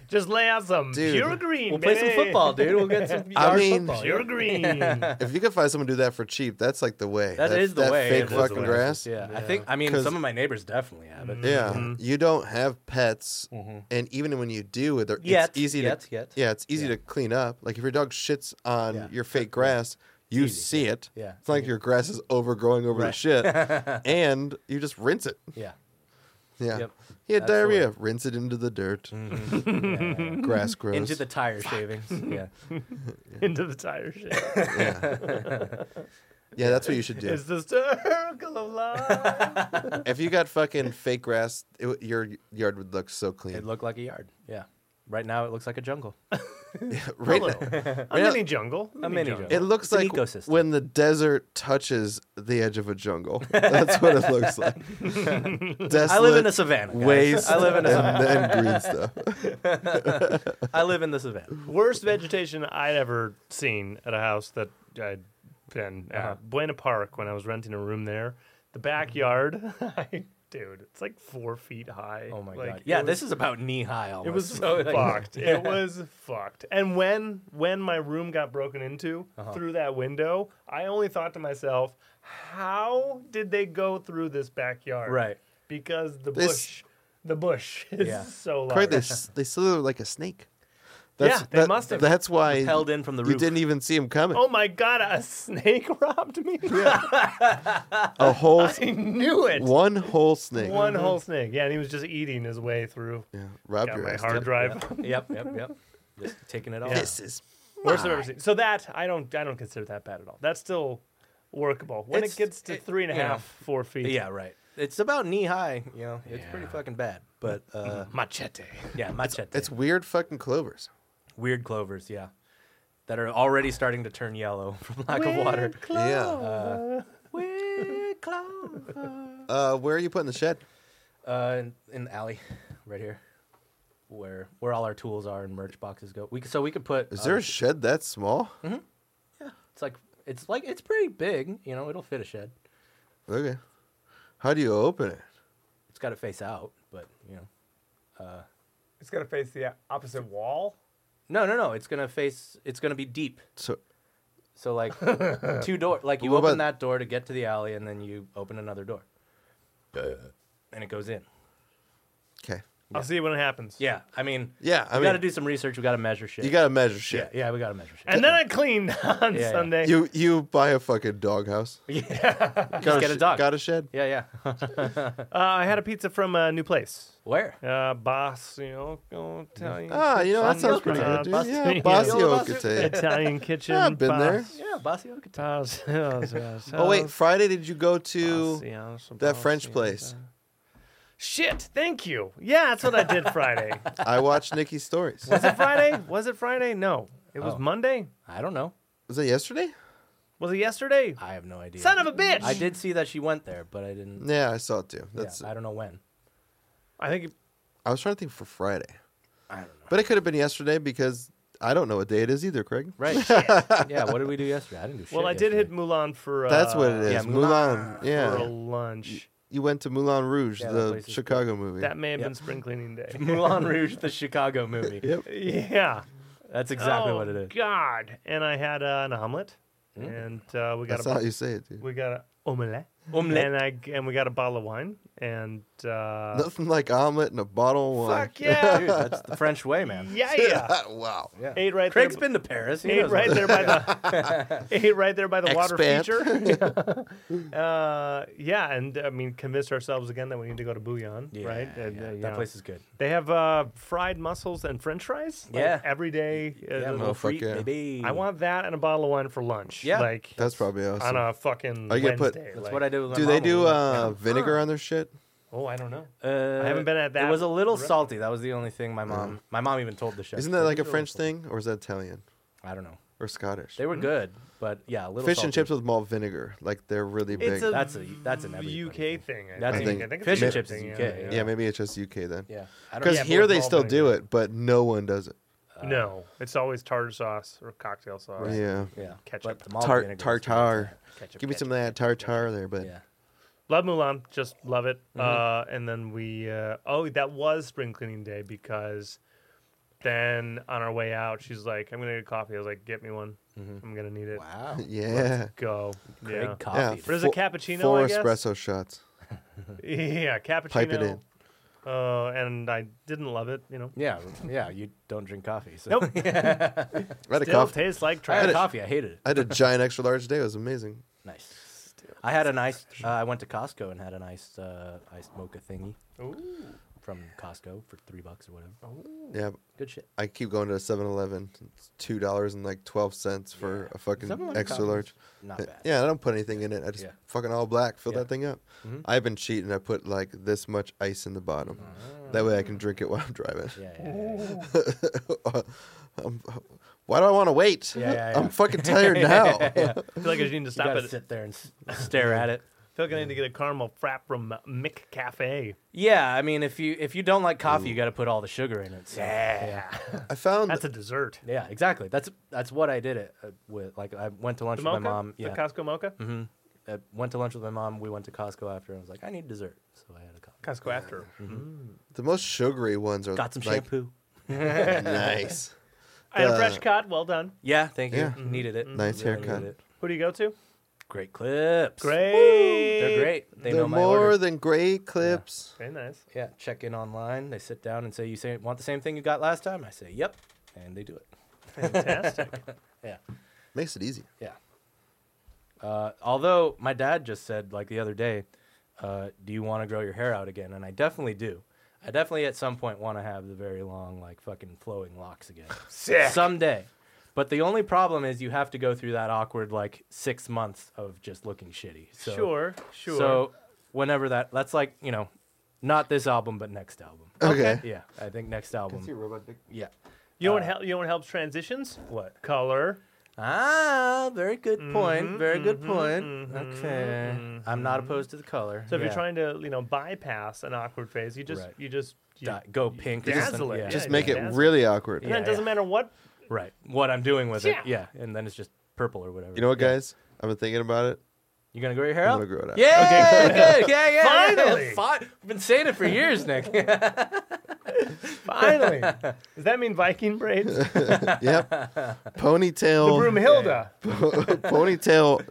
S1: Just lay out some
S3: Dude,
S1: pure green.
S2: We'll play some
S1: baby.
S2: football, dude. We'll get some
S3: I
S2: yard
S3: mean-
S2: football.
S1: Pure green.
S3: If you could find someone to do that for cheap, that's like the way.
S2: That is the
S3: that
S2: way. It
S3: Fake
S2: is the
S3: fucking
S2: way.
S3: grass.
S2: Yeah, Mm-hmm. I think. I mean,
S3: 'Cause-
S2: some of my neighbors definitely have it.
S3: Yeah, you don't have pets, and even when you do, they're,
S2: Mm-hmm. Yet,
S3: it's easy
S2: yet,
S3: to
S2: yet.
S3: yeah, it's easy to clean up. Like if your dog shits on
S2: Yeah.
S3: your fake grass, you see it.
S2: Yeah.
S3: it's not like your grass is overgrowing over the
S2: Right.
S3: shit, and you just rinse it.
S2: Yeah.
S3: Yeah,
S2: Yep.
S3: he had
S2: That's the way.
S3: diarrhea. Rinse it into the dirt. grass grows.
S2: Into the tire shavings. Yeah.
S1: Into the tire shit.
S3: yeah, that's what you should do.
S1: It's the circle of life.
S3: if you got fucking fake grass, it, w- your yard would look so clean.
S2: It looked like a yard. Yeah. Right now, it looks like a jungle.
S3: right now-
S1: A mini jungle.
S2: A mini jungle.
S3: It looks
S2: It's an
S3: like
S2: ecosystem.
S3: when the desert touches the edge of a jungle. That's what it looks like. Desolate
S2: I live in a savannah. guys.
S3: waste.
S2: I live in a savannah.
S3: and then green stuff.
S2: I live in the savannah.
S1: Worst vegetation I'd ever seen at a house that I'd
S2: Uh-huh.
S1: been at. Buena Park when I was renting a room there. The backyard, I dude. It's like four feet high.
S2: Oh my
S1: Like,
S2: god.
S1: it
S2: Yeah,
S1: was-
S2: this is about knee high almost.
S1: It was
S2: So, like,
S1: fucked.
S2: yeah.
S1: It was fucked. And when when my room got broken into
S2: Uh-huh.
S1: through that window, I only thought to myself, how did they go through this backyard?
S2: Right.
S1: Because the
S3: This-
S1: bush, the bush is
S2: Yeah.
S1: so
S3: Probably
S1: large.
S3: they, s- they slither like a snake.
S1: Yeah, they must have.
S3: That's why
S2: Held in from the
S3: you
S2: roof.
S3: didn't even see him coming.
S1: Oh my god! A snake robbed me.
S3: A whole, s-
S1: I knew it. One,
S3: one whole snake.
S1: whole snake. Yeah, and he was just eating his way through.
S3: Yeah, robbed
S1: Got
S3: your
S1: my
S3: ass.
S1: hard
S3: dude.
S1: drive.
S2: Yep, yep, yep. Just taking it off.
S3: This is
S1: Worst I've ever seen. So that I don't I don't consider that bad at all. That's still workable. When
S2: It's-
S1: it gets to
S2: it-
S1: three and a
S2: you know.
S1: half, four feet.
S2: Yeah, right. It's about knee high. You know, it's pretty
S1: Yeah.
S2: fucking bad. But uh,
S1: Machete.
S2: yeah, machete.
S3: Mm-hmm. it's weird. Fucking clovers.
S2: weird clovers. Yeah, that are already starting to turn yellow from lack of water.
S3: Yeah.
S1: Uh,
S2: Weird clover.
S3: Uh, where are you putting the shed?
S2: Uh, in, in the alley, right here, where where all our tools are and merch boxes go. We c- so we could put.
S3: Is
S2: uh,
S3: there a shed that small?
S2: It's like it's like it's pretty big. You know, it'll fit a shed.
S3: Okay. How do you open it?
S2: It's got to face out, but you know.
S1: it's gonna face the opposite wall.
S2: No, no, no. It's gonna face. It's gonna be deep.
S3: So
S2: So like two door. Like you
S3: What
S2: open
S3: about-
S2: that door to get to the alley, and then you open another door, and it goes in.
S3: okay.
S1: I'll see when it happens.
S2: Yeah, I mean,
S3: Yeah, I
S2: we
S3: mean,
S2: got to do some research. We got to measure shit.
S3: you got to measure
S2: yeah,
S3: shit.
S2: yeah, we got to measure shit.
S1: And then I cleaned on
S2: Yeah, yeah.
S1: Sunday.
S3: You you buy a fucking doghouse.
S2: yeah,
S3: Got
S2: just get a
S3: sh-
S2: dog.
S3: Got a shed.
S2: yeah, yeah.
S1: Uh, I had a pizza from a new place.
S2: Where?
S1: Uh, boss, you know, Italian.
S3: Ah, you know that
S1: Son
S3: sounds pretty
S1: Yokota,
S3: good, dude.
S1: Bas-
S3: Yeah,
S1: yeah.
S3: Basio
S2: Basio.
S3: could say.
S1: Italian kitchen.
S3: Yeah, I've been there.
S1: Bas-
S2: Yeah, Basio Guitar.
S1: Bas- Bas- Bas-
S3: Oh
S2: Um,
S3: wait, Friday did you go to?
S1: Bas-
S3: that
S1: Bas-
S3: French
S1: Bas-
S3: place.
S1: Shit, thank you. Yeah, that's what I did Friday.
S3: I watched Nikki's stories.
S1: Was it Friday? Was it Friday? No. It was
S2: Oh.
S1: Monday?
S2: I don't know.
S3: Was that yesterday?
S1: Was it yesterday?
S2: I have no idea.
S1: Son of a bitch!
S2: I did see that she went there, but I didn't.
S3: Yeah, I saw it too. Mm, That's.
S2: yeah, I don't know when.
S1: I think
S3: I was trying to think for Friday,
S2: I don't know.
S3: but it could have been yesterday because I don't know what day it is either, Craig.
S2: Right? yeah. What did we do yesterday? I didn't do shit.
S1: Well, I did hit
S2: yesterday.
S1: Mulan for uh,
S3: That's what it is.
S2: yeah,
S3: Mulan. Yeah.
S1: for lunch.
S3: You went to Moulin Rouge,
S2: Yeah, that
S3: the
S2: place is
S3: Chicago movie.
S1: That may have
S2: Yeah.
S1: been spring cleaning day.
S2: Moulin Rouge, the Chicago movie.
S3: Yep.
S1: yeah,
S2: That's exactly
S1: Oh,
S2: what it is. Mm.
S1: God, and I had uh, an omelet, and uh, we got
S3: That's
S1: a
S3: how you say it, dude.
S1: we got a omelette,
S2: Omelette.
S1: and I and we got a bottle of wine, and uh,
S3: Nothing like omelet and a bottle of wine.
S1: fuck yeah,
S2: Dude, that's the French way, man.
S1: yeah, yeah.
S3: wow.
S2: Yeah.
S1: Ate right
S2: Craig's
S1: there.
S2: been to Paris. He
S1: Ate
S2: knows
S1: right
S2: what-
S1: there by the ate right there by the water
S3: Expat.
S1: feature. uh, yeah, and I mean convinced ourselves again that we need to go to Bouillon,
S2: Yeah,
S1: right? And,
S2: yeah,
S1: uh,
S2: that
S1: yeah.
S2: place is good.
S1: They have uh, fried mussels and French fries. like,
S2: Yeah.
S1: every day. Uh,
S2: Yeah,
S1: there's-
S2: little
S3: motherfucker.
S2: freak, baby.
S1: I want that and a bottle of wine for lunch.
S2: Yeah.
S1: like
S3: That's probably
S1: on
S3: awesome.
S1: a fucking
S3: Are you gonna put-
S1: Wednesday.
S2: That's
S1: like-
S2: what I do. With my
S3: do they
S2: mama.
S3: do
S2: Like,
S3: uh, vinegar on their shit?
S1: Oh, I don't know.
S2: Uh,
S1: I haven't been at that
S2: It was a little
S1: re-
S2: salty. That was the only thing my mom. My mom even told the chef.
S3: Mm. Isn't that like a
S1: Vinegar
S3: French thing, or is that Italian
S2: I don't know.
S3: or Scottish?
S2: They were good, but yeah, a little
S3: Fish
S2: salty.
S3: and chips with malt vinegar, like they're really
S1: It's
S3: big.
S1: a
S2: That's a that's an every
S1: UK thing. I
S2: That's
S1: think.
S3: a-
S1: I think it's
S2: fish
S1: a
S2: and
S1: UK
S2: chips is
S1: thing,
S2: UK, yeah.
S3: yeah, maybe it's just UK then.
S2: Yeah, I don't
S3: Because
S1: Yeah,
S2: know.
S1: but
S3: here
S1: with
S3: they
S1: malt
S3: still do
S1: vinegar.
S3: it, but no one does it.
S1: No, it's always tartar sauce or cocktail sauce.
S3: Yeah,
S2: Yeah,
S1: Ketchup.
S2: But the malt
S3: Tart,
S2: vinegar was
S3: tartar.
S2: fantastic.
S1: Ketchup,
S3: Give me some
S1: ketchup.
S3: of that tartar there, but
S2: Yeah,
S1: Love Mulan, just love it.
S2: Mm-hmm.
S1: Uh, and then we, uh, oh, that was spring cleaning day because then on our way out, she's like, "I'm gonna get coffee." I was like, "Get me one.
S2: Mm-hmm.
S1: I'm gonna need it."
S2: wow.
S3: yeah,
S1: Go.
S2: Craig
S1: Yeah.
S3: yeah.
S2: coffee.
S1: But it's a
S3: Four-
S1: cappuccino,
S3: Four
S1: I guess.
S3: espresso shots.
S1: Yeah, cappuccino.
S3: Pipe it in.
S1: Uh, and I didn't love it. You know,
S2: Yeah, yeah. You don't drink coffee, so
S1: Nope.
S3: I had a
S1: still
S3: coffee.
S1: tastes like
S2: I had
S1: trash.
S2: coffee. I hated it.
S3: I had a giant extra large day. It was amazing.
S2: Nice. I had an iced. Uh, I went to Costco and had an iced uh, iced mocha thingy
S1: Ooh.
S2: from Costco for three bucks or whatever.
S3: Yeah,
S2: Good shit.
S3: I keep going to 7-Eleven. It's two dollars and like twelve cents for a fucking
S2: 7-Eleven
S3: extra
S2: coffee's
S3: large.
S2: Not bad.
S3: Yeah, I don't put anything in it. I just
S2: Yeah.
S3: fucking all black, fill
S2: Yeah. Mm-hmm.
S3: that thing up. I've been cheating. I put like this much ice in the bottom.
S2: Ah.
S3: That way I can drink it while I'm driving.
S2: Yeah, yeah, yeah, yeah.
S3: I'm- why do I want to wait?
S2: Yeah, yeah, yeah.
S3: I'm fucking tired now.
S1: I feel like I just need to
S2: You
S1: stop
S2: gotta
S1: it. I
S2: sit there and s- stare at it.
S1: feel like I need to get a caramel frap from Mick Cafe.
S2: Yeah, I mean, if you if you don't like coffee, you got to put all the sugar in it. So. Yeah,
S3: I found
S1: That's a dessert.
S2: yeah, exactly. That's that's what I did it uh, with. Like, I went to lunch
S1: The
S2: with my
S1: mocha,
S2: mom.
S1: the
S2: Yeah, Mm-hmm.
S1: Costco mocha.
S2: I went to lunch with my mom. We went to Costco after, and I was like, I need dessert, so I had a coffee.
S1: Costco after.
S2: Mm-hmm.
S1: Mm.
S3: The most sugary ones are
S2: Got some
S3: like,
S2: shampoo.
S3: nice.
S1: And a
S3: Uh,
S1: fresh cut. Well done.
S2: Yeah, thank you.
S3: Yeah.
S2: Needed it.
S3: Nice
S2: Really
S3: haircut.
S2: needed it.
S1: Who do you go to?
S2: Mm-hmm. Great clips.
S1: Great.
S2: They're great. They
S3: They're
S2: know my
S3: more
S2: order.
S3: than great clips.
S1: Very nice.
S2: Yeah, check in online. They sit down and say, "You say want the same thing you got last time?" I say, "Yep," and they do it.
S1: Fantastic.
S2: Yeah,
S3: Makes it easy.
S2: yeah. Uh, although my dad just said like the other day, uh, "Do you want to grow your hair out again?" And I definitely do. I definitely at some point want to have the very long like fucking flowing locks again.
S1: Sick.
S2: Someday. But the only problem is you have to go through that awkward like six months of just looking shitty. So,
S1: sure. Sure.
S2: So whenever that that's like you know, not this album but next album.
S3: Okay.
S2: Yeah, I think next album. Yeah.
S1: you know
S2: uh,
S1: what hel- you know what helps transitions?
S2: What?
S1: Color.
S2: Ah, very good point. very good point. okay. I'm not opposed to the color.
S1: So if
S2: Yeah.
S1: you're trying to, you know, bypass an awkward phase, you just
S2: Right.
S1: you just you,
S2: Di- go pink or
S1: dazzle
S2: something.
S1: it.
S2: Yeah.
S1: Just
S3: Just make it
S1: Yeah.
S3: really awkward.
S1: and then
S2: yeah,
S1: it doesn't matter what
S2: right. What I'm doing with it.
S1: Yeah.
S2: Yeah. And then it's just purple or whatever.
S3: You know what,
S2: Yeah.
S3: guys? I've been thinking about it.
S2: You gonna grow your hair
S3: I'm
S2: out?
S3: gonna grow it out.
S2: Yeah. Good. Yeah. Yeah.
S1: Finally.
S2: Yeah. Fi- I've been saying it for years, Nick.
S1: finally. Does that mean Viking braids? The
S3: yep. Ponytail.
S1: Broomhilda.
S3: ponytail.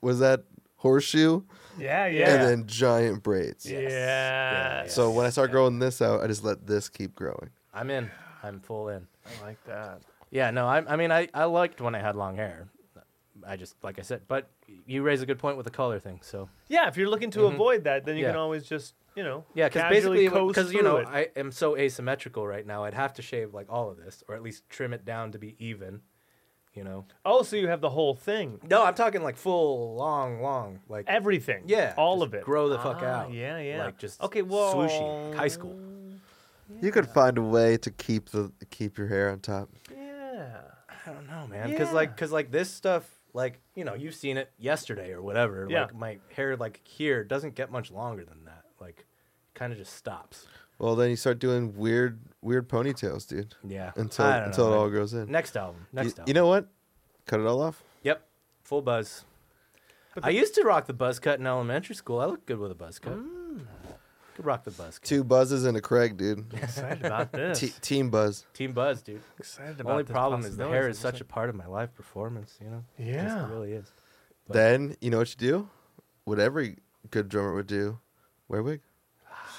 S3: Was that horseshoe?
S1: Yeah,
S3: And
S1: yeah.
S3: then giant braids.
S1: yeah.
S2: Yeah,
S3: So when I start growing this out, I just let this keep growing.
S2: I'm in. I'm full in.
S1: I like that.
S2: Yeah, no, I, I mean, I, I liked when I had long hair. I just, like I said, but you raise a good point with the color thing. So,
S1: Yeah, if you're looking to avoid that, then you
S2: Mm-hmm. Yeah.
S1: can always just, you know,
S2: yeah, because
S1: casually
S2: basically,
S1: coast
S2: because, you
S1: through
S2: know,
S1: it.
S2: I am so asymmetrical right now, I'd have to shave like all of this or at least trim it down to be even, you know?
S1: oh, so you have the whole thing,
S2: No, I'm talking like full, long, long. Like,
S1: everything,
S2: yeah.
S1: all
S2: just
S1: of it.
S2: Grow the fuck
S1: Ah,
S2: out.
S1: Yeah, yeah.
S2: Like, just
S1: okay. Well,
S2: swooshy. High school.
S3: You could find a way to keep the keep your hair on top.
S1: Yeah.
S2: I don't know, man. Because
S1: Yeah.
S2: like, because like this stuff, like you know, you've seen it yesterday or whatever.
S1: Yeah.
S2: Like my hair, like here, doesn't get much longer than that. Like, kind of just stops.
S3: Well, then you start doing weird weird ponytails, dude.
S2: Yeah.
S3: Until
S2: I don't
S3: until
S2: know,
S3: it
S2: man.
S3: all grows in.
S2: Next album.
S3: Y-
S2: Next
S3: you,
S2: album.
S3: know what? Cut it all off.
S2: Yep. Full buzz. I used to rock the buzz cut in elementary school. I looked good with a buzz cut.
S1: Mm.
S2: Could rock the buzz cut.
S3: Two buzzes and a Craig, dude.
S1: Excited about this.
S3: T- team buzz.
S2: Team buzz, dude.
S1: Excited
S2: The only problem is the hair is such a part of my live performance. You know. It just
S1: Yeah.
S2: really is. But-
S3: Then you know what you do? What every good drummer would do: wear a wig.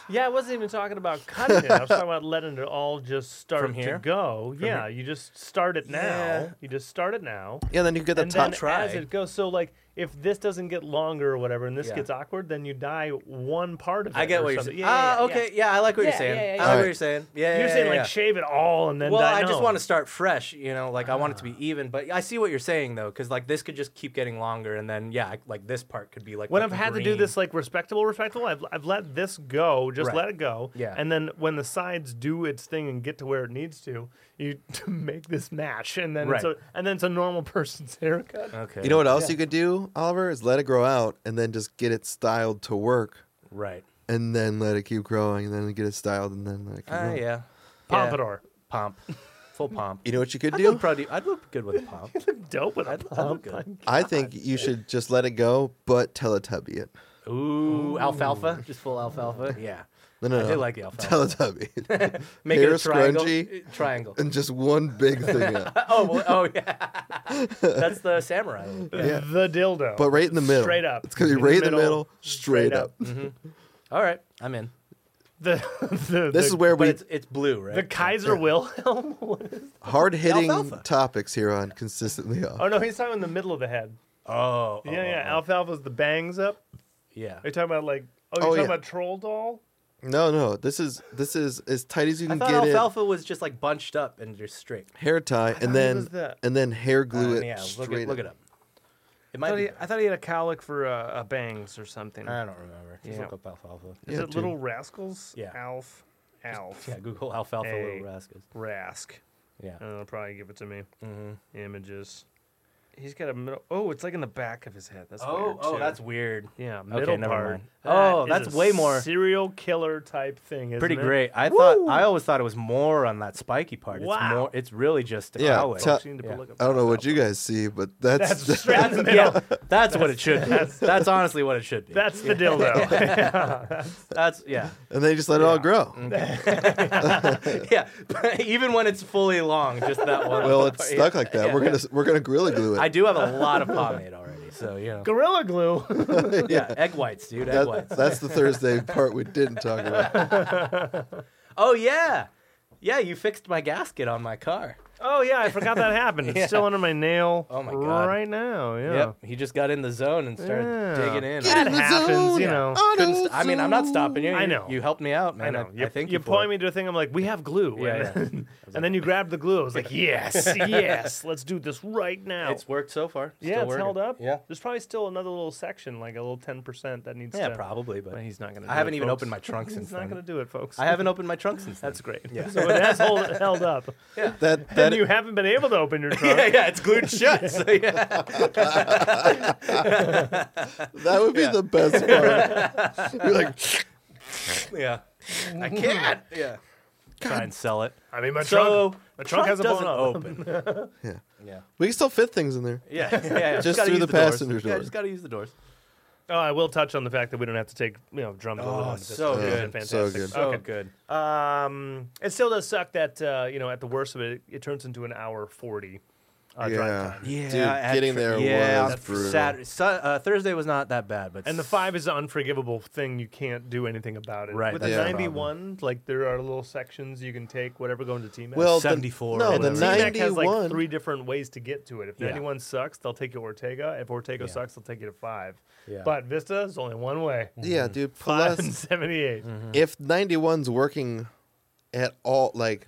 S1: Yeah, I wasn't even talking about cutting it. I was talking about letting it all just start
S2: From here?
S1: to go. yeah, you just start it now.
S2: Yeah.
S1: You just start it now.
S3: Yeah, then you get the
S1: and
S3: top.
S1: then
S2: try.
S1: as it goes, so like if this doesn't get longer or whatever, and this
S2: Yeah.
S1: gets awkward, then you die one part of it.
S2: I get
S1: or
S2: what you're
S1: something.
S2: saying.
S1: Yeah,
S2: ah,
S1: yeah, yeah.
S2: okay. Yeah. I like what
S1: Yeah,
S2: you're saying.
S1: yeah, yeah,
S2: I like
S3: yeah.
S2: what you're saying. Yeah.
S1: You're
S2: yeah,
S1: saying
S2: yeah,
S1: like
S2: yeah.
S1: shave it all and Ah. then.
S2: Well,
S1: die?
S2: I just
S1: No.
S2: want to start fresh, you know. Like I want it to be even, but I see what you're saying though, because like this could just keep getting longer, and then yeah, I- like this part could be like
S1: When I've
S2: fucking
S1: had to do
S2: green.
S1: this like respectable, respectable, I've, I've let this go, just
S2: Right.
S1: let it go.
S2: Yeah.
S1: And then when the sides do its thing and get to where it needs to, you to make this match, and then it's
S2: Right.
S1: a, and then it's a normal person's haircut.
S2: Okay,
S3: You know what else you could do, Oliver, is let it grow out and then just get it styled to work,
S2: Right.
S3: and then let it keep growing, and then get it styled, and then let it keep
S2: Ah,
S3: growing.
S2: yeah.
S1: Pompadour,
S2: Yeah. Pomp. Full pomp.
S3: You know what you could
S2: I'd
S3: do?
S2: look, pretty, I'd look good with a pomp.
S1: dope with a
S2: I'd- I'd
S1: pump.
S2: look good.
S3: I think you should just let it go, but Teletubby it.
S2: Ooh, alfalfa. Just full alfalfa. Yeah.
S3: No, no,
S2: I
S3: no.
S2: did like the alfalfa.
S3: Teletubby, it.
S2: Make it
S3: hair
S2: a triangle.
S3: scrunchie.
S2: Uh, Triangle.
S3: and just one big thing. Up.
S2: Oh, well, oh yeah. That's the samurai. look.
S3: Yeah.
S1: The dildo,
S3: But right in the middle.
S1: Straight up.
S3: It's gonna be
S1: In
S3: right in the middle, straight
S1: straight
S3: up.
S2: All right, I'm in.
S1: The, the
S3: This
S1: the,
S3: is where
S2: Mm-hmm. But
S3: we
S2: it's it's blue, right?
S1: the Kaiser Wilhelm. What is-
S3: hard hitting
S2: Alfalfa.
S3: topics here on consistently off.
S1: oh no, he's talking in the middle of the head.
S2: oh, oh,
S1: Yeah, yeah.
S2: oh, oh.
S1: Alfalfa's the bangs up.
S2: yeah.
S1: Are you talking about like? Oh, you're
S3: Oh,
S1: talking
S3: yeah.
S1: about troll doll.
S3: No, no. This is this is as tight as you
S2: I
S3: can
S2: thought
S3: get it.
S2: alfalfa was just like bunched up and just straight.
S3: Hair tie and then
S1: was the-
S3: and then hair
S2: Uh,
S3: glue it
S2: yeah, look
S3: straight
S2: it, look it up. It
S1: I
S2: might
S1: thought,
S2: be.
S1: he, I thought he had a cowlick for uh, a bangs or something.
S2: I don't remember. Just
S1: Yeah.
S2: look up alfalfa.
S1: Uh, Is
S3: Yeah,
S1: it
S3: dude.
S1: Little Rascals?
S2: Yeah.
S1: Alf. Alf.
S2: Yeah, Google alfalfa
S1: Hey.
S2: little rascals.
S1: Rask.
S2: Yeah.
S1: Mm-hmm. And it'll probably give it to me. Images. He's got a middle. Oh, it's like in the back of his head. That's
S2: Oh,
S1: weird
S2: oh,
S1: too.
S2: that's weird.
S1: yeah,
S2: Okay,
S1: middle
S2: never
S1: part.
S2: mind.
S1: That
S2: Oh,
S1: is
S2: that's
S1: a
S2: way more-
S1: serial killer type thing. Isn't
S2: Pretty
S1: it?
S2: great. I thought I always thought it was more on that spiky part.
S1: Wow.
S2: It's more. It's really just a
S3: Yeah,
S2: cowlick.
S3: tell-
S1: Seem to
S2: Yeah.
S1: look up-
S3: I don't know what you guys see, but that's,
S1: That's straight in the middle.
S2: yeah, that's what it should be. That's, honestly what it should be.
S1: That's the dildo.
S2: that's yeah, Mm-hmm.
S3: and they just let it all grow.
S2: yeah. Even when it's fully long, just that one.
S3: Well, it's
S2: part, yeah.
S3: stuck like that. We're gonna we're gonna gorilla glue it.
S2: I do have a lot of pomade already, so you know.
S1: Gorilla glue.
S2: Yeah, egg whites, dude. Egg
S3: That-
S2: whites.
S3: that's the Thursday part we didn't talk about.
S2: Oh yeah, yeah. You fixed my gasket on my car.
S1: oh yeah, I forgot that happened. It's
S2: Yeah.
S1: still under my nail.
S2: Oh, my God.
S1: Right now. Yeah.
S2: Yep. He just got in the zone and started
S1: Oh. Yeah.
S2: digging in.
S1: That happens, you know.
S2: Couldn't st- I mean, I'm not stopping you.
S1: I
S2: You-
S1: know.
S2: You helped me out, man.
S1: I know. You,
S2: thank
S1: you,
S2: you for it.
S1: point me to a thing. I'm like, we have glue.
S2: Yeah,
S1: and,
S2: yeah.
S1: Then, and then you grabbed the glue. I was like, yes, yes, let's do this right now.
S2: It's worked so far. Still
S1: yeah, it's
S2: working.
S1: held up.
S2: Yeah.
S1: There's probably still another little section, like a little 10% that needs
S2: Yeah,
S1: to.
S2: probably, but
S1: But he's not going to
S2: I haven't even opened my trunk
S1: He's
S2: since
S1: not
S2: then.
S1: going to do it, folks.
S2: I haven't opened my trunk since then.
S1: That's great. So it has hold, held up.
S3: That
S1: Then
S3: that
S1: you haven't been able to open your trunk.
S2: yeah, yeah, it's glued shut. So yeah.
S3: that would be the best part. You're like,
S2: yeah. I can't. Yeah. Try and sell it.
S1: I mean, my
S2: So
S1: trunk. My trunk, hasn't blown
S2: doesn't
S1: up.
S2: open.
S3: yeah,
S2: yeah.
S3: we can still fit things in there.
S2: Yeah, yeah, yeah.
S3: Just
S2: gotta
S3: through
S2: use
S3: the
S2: doors.
S3: passenger
S2: Yeah,
S3: door.
S2: just gotta use the doors.
S1: Oh, I will touch on the fact that we don't have to take you know drums.
S2: Oh,
S1: alone.
S2: so
S1: This is
S2: good.
S3: So
S1: fantastic.
S3: good.
S2: So
S1: Okay.
S2: good.
S1: Um, it still does suck that uh, you know at the worst of it, it turns into an hour forty. Uh, drive
S3: yeah,
S1: time.
S2: Yeah,
S3: dude, getting there
S2: yeah,
S3: was brutal.
S2: Saturday, Su- uh, Thursday was not that bad, but
S1: And the
S2: s-
S1: five is an unforgivable thing. You can't do anything about it.
S2: Right,
S1: With
S2: that's
S1: the
S3: the
S1: ninety-one, like there are little sections you can take whatever going to TMAC.
S3: Well, the-
S2: 74 or
S3: no, the
S1: and
S2: whatever.
S1: TMAC has like
S3: 91
S1: three different ways to get to it. If
S2: Yeah.
S1: ninety-one sucks, they'll take you Ortega. If Ortega
S2: Yeah.
S1: sucks, they'll take you to five.
S2: Yeah.
S1: But Vista is only one way.
S3: Yeah, dude.
S1: Five and
S3: Plus,
S1: 78
S3: if 91's working at all, like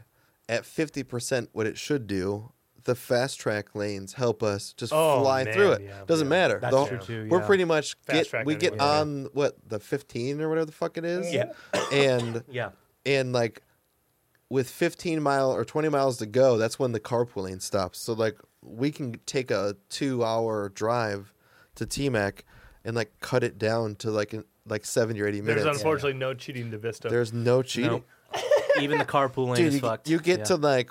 S3: at 50% what it should do, the fast track lanes help us just
S1: Oh,
S3: fly
S1: man,
S3: through it.
S1: yeah,
S3: Doesn't
S1: yeah.
S3: matter.
S2: That's
S3: The-
S2: true, too,
S3: We're
S2: yeah.
S3: pretty much
S1: Fast
S3: get
S1: track
S3: we get
S1: anyway.
S3: on what the 15 or whatever the fuck it is.
S2: Yeah.
S3: And
S2: yeah.
S3: and like with 15 mile or 20 miles to go, that's when the carpooling stops. So like we can take a 2 hour drive to TMAC and like cut it down to like an- like 70 or 80 minutes.
S1: There's unfortunately no cheating to Vista.
S3: There's no cheating.
S2: Even the carpool lane
S3: Dude,
S2: is
S3: you,
S2: fucked.
S3: you get
S2: Yeah.
S3: to like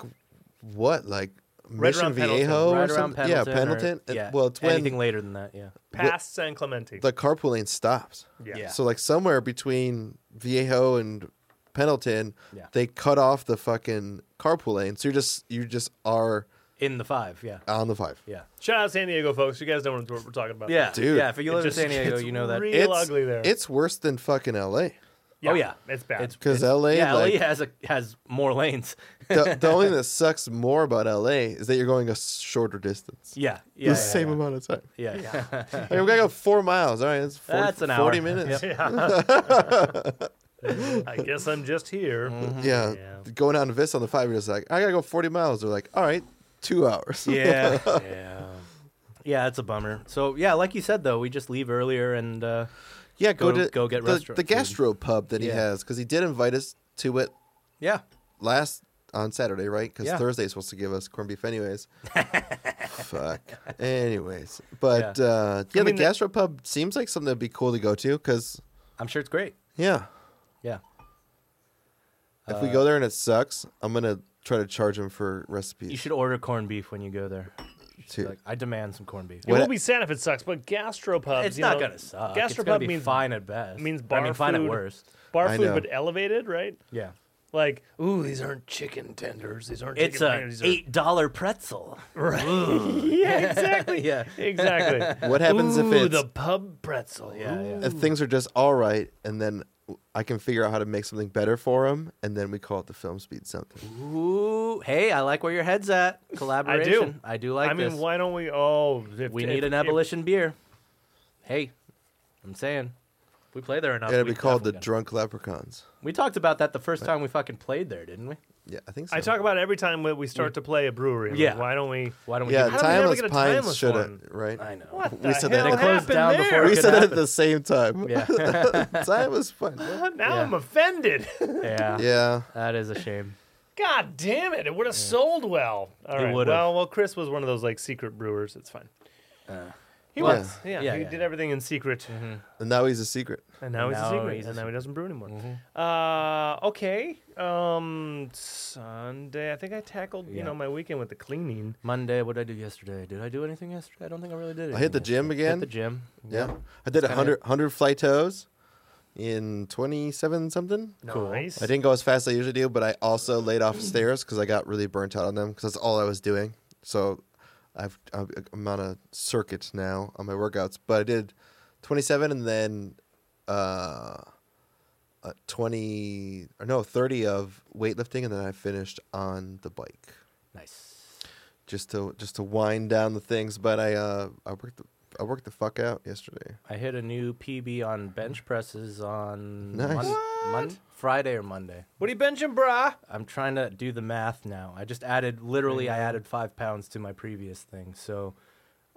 S3: what, like Mission
S1: around Pendleton.
S3: Viejo
S2: right
S3: or
S2: around
S3: something?
S2: Pendleton.
S3: Yeah,
S2: Oh, or-
S3: Pendleton. It-
S2: yeah,
S3: Well, it's
S2: anything
S3: when
S2: later than that. Yeah.
S1: past San Clemente.
S3: the carpool lane stops.
S1: yeah.
S2: Yeah.
S3: So like somewhere between Viejo and Pendleton,
S2: Yeah.
S3: they cut off the fucking carpool lane. So you just you just are
S2: In the five. Yeah.
S3: on the five.
S2: Yeah.
S1: Shout out San Diego, folks. You guys know what we're talking about.
S2: Yeah.
S3: Dude.
S2: Yeah. If you
S1: It
S2: live in
S1: just
S2: San Diego,
S1: gets
S2: you know that.
S1: real
S3: It's
S1: ugly there.
S3: It's worse than fucking L.A.
S2: oh, yeah.
S1: It's bad.
S2: It's-
S3: Because L.A.
S2: yeah.
S3: like
S2: LA has a has more lanes.
S3: the, the only thing that sucks more about L.A. is that you're going a shorter distance.
S2: Yeah. Yeah.
S3: the same amount of time.
S2: Yeah. Yeah.
S3: Like, we're gonna go four miles. All right, it's 40,
S2: That's an hour.
S3: 40 minutes.
S1: I guess I'm just here.
S3: Mm-hmm. Yeah.
S1: Yeah.
S3: Going down to Vista on the five, you're just like, I gotta go 40 miles. They're like, all right, two hours.
S2: yeah. yeah. Yeah, that's a bummer. So yeah, like you said though, we just leave earlier and uh,
S3: yeah, go,
S2: Go-
S3: to
S2: go get
S3: the,
S2: restaurant
S3: the
S2: food.
S3: gastro pub that he
S2: Yeah.
S3: has because he did invite us to it
S2: yeah,
S3: last on Saturday, right? Because
S2: Yeah.
S3: Thursday's supposed to give us corned beef, anyways. Fuck. Anyways, but yeah, uh, yeah
S1: mean, the-
S3: the gastro pub seems like something that'd be cool to go to because
S2: I'm sure it's great.
S3: yeah,
S2: Yeah.
S3: if we
S2: Uh,
S3: go there and it sucks, I'm gonna try to charge him for recipes.
S2: You should order corned beef when you go there. You should be
S3: Dude.
S2: Like, I demand some corned beef.
S1: It will
S3: What-
S1: be sad if it sucks, but gastropubs.
S2: It's
S1: you
S2: not
S1: know,
S2: gonna suck. Gastropub it's
S1: Gastropub
S2: gonna be
S1: means
S2: fine at best.
S1: means
S2: I mean,
S1: bar
S2: fine at
S1: food.
S2: worst.
S1: bar
S3: I
S1: food,
S3: know.
S1: but elevated, right?
S2: Yeah.
S1: Like, ooh, these aren't chicken tenders. These aren't.
S2: It's
S1: chicken
S2: a
S1: fingers, these
S2: eight dollar pretzel.
S1: Are... Right. yeah, exactly.
S2: yeah. uh,
S1: Exactly.
S3: What happens
S1: ooh,
S3: if it's
S1: the pub pretzel?
S2: Yeah,
S1: Ooh.
S2: yeah.
S3: if things are just all right, and then I can figure out how to make something better for him, and then we call it the film speed something.
S2: Ooh, hey, I like where your head's at. Collaboration. I do. like
S1: I mean,
S2: this.
S1: why don't we? Oh, if,
S2: We
S1: if-
S2: need an
S1: if-
S2: abolition beer. Hey, I'm saying, we play there enough.
S3: It'll
S2: we
S3: be called the
S2: definitely gonna-
S3: Drunk Leprechauns.
S2: We talked about that the first time we fucking played there, didn't we?
S3: Yeah, I think so.
S1: I talk about it every time that we start to play a brewery. Like,
S2: Yeah.
S1: why don't we?
S2: Why don't we?
S3: yeah,
S2: do that?
S1: did we never
S3: Timeless
S1: get a
S3: Pines
S1: Timeless
S3: should have
S1: one?
S3: right.
S2: I know.
S1: What
S3: We
S1: the
S3: said that
S1: hell
S3: it
S2: closed
S1: happened
S2: down
S1: there?
S2: before
S3: We
S2: It could
S3: said that at
S2: happen.
S3: the same time.
S2: Yeah.
S3: Timeless Pines.
S1: Now
S2: Yeah.
S1: I'm offended.
S2: yeah,
S3: Yeah,
S2: That is a shame.
S1: God damn it! It would have sold well. All
S2: It
S1: right.
S2: would've.
S1: Well, well, Chris was one of those like secret brewers. It's fine.
S2: Uh,
S1: He
S3: Well,
S1: was. Yeah,
S2: yeah,
S1: he
S2: yeah,
S1: did
S2: yeah.
S1: everything in secret,
S2: Mm-hmm.
S3: And now he's a secret.
S1: and now he's a
S2: Now
S1: secret,
S2: he's a
S1: and now he doesn't brew anymore.
S2: Mhm.
S1: Uh, okay. Um, Sunday, I think I tackled you
S2: Yeah.
S1: know my weekend with the cleaning.
S2: Monday, what did I do yesterday? Did I do anything yesterday? I don't think I really did.
S3: I hit the
S2: anything
S3: gym
S2: yesterday. Hit
S3: again.
S2: the gym.
S3: Yeah. I did
S2: kinda
S3: 100, 100 fly toes in 27 something.
S2: Cool.
S1: Nice.
S3: I didn't go as fast as I usually do, but I also laid off stairs because I got really burnt out on them because that's all I was doing. So I've, I've- I'm on a circuit now on my workouts, but I did 27 and then uh, uh, 20 or no 30 of weightlifting, and then I finished on the bike
S2: Nice.
S3: just to just to wind down the things. But I uh, I worked the, I worked the fuck out yesterday.
S2: I hit a new PB on bench presses on
S3: Nice.
S2: Mon- Mon- Friday or Monday.
S1: What are you benching, brah?
S2: I'm trying to do the math now. I just added literally I added five pounds to my previous thing. So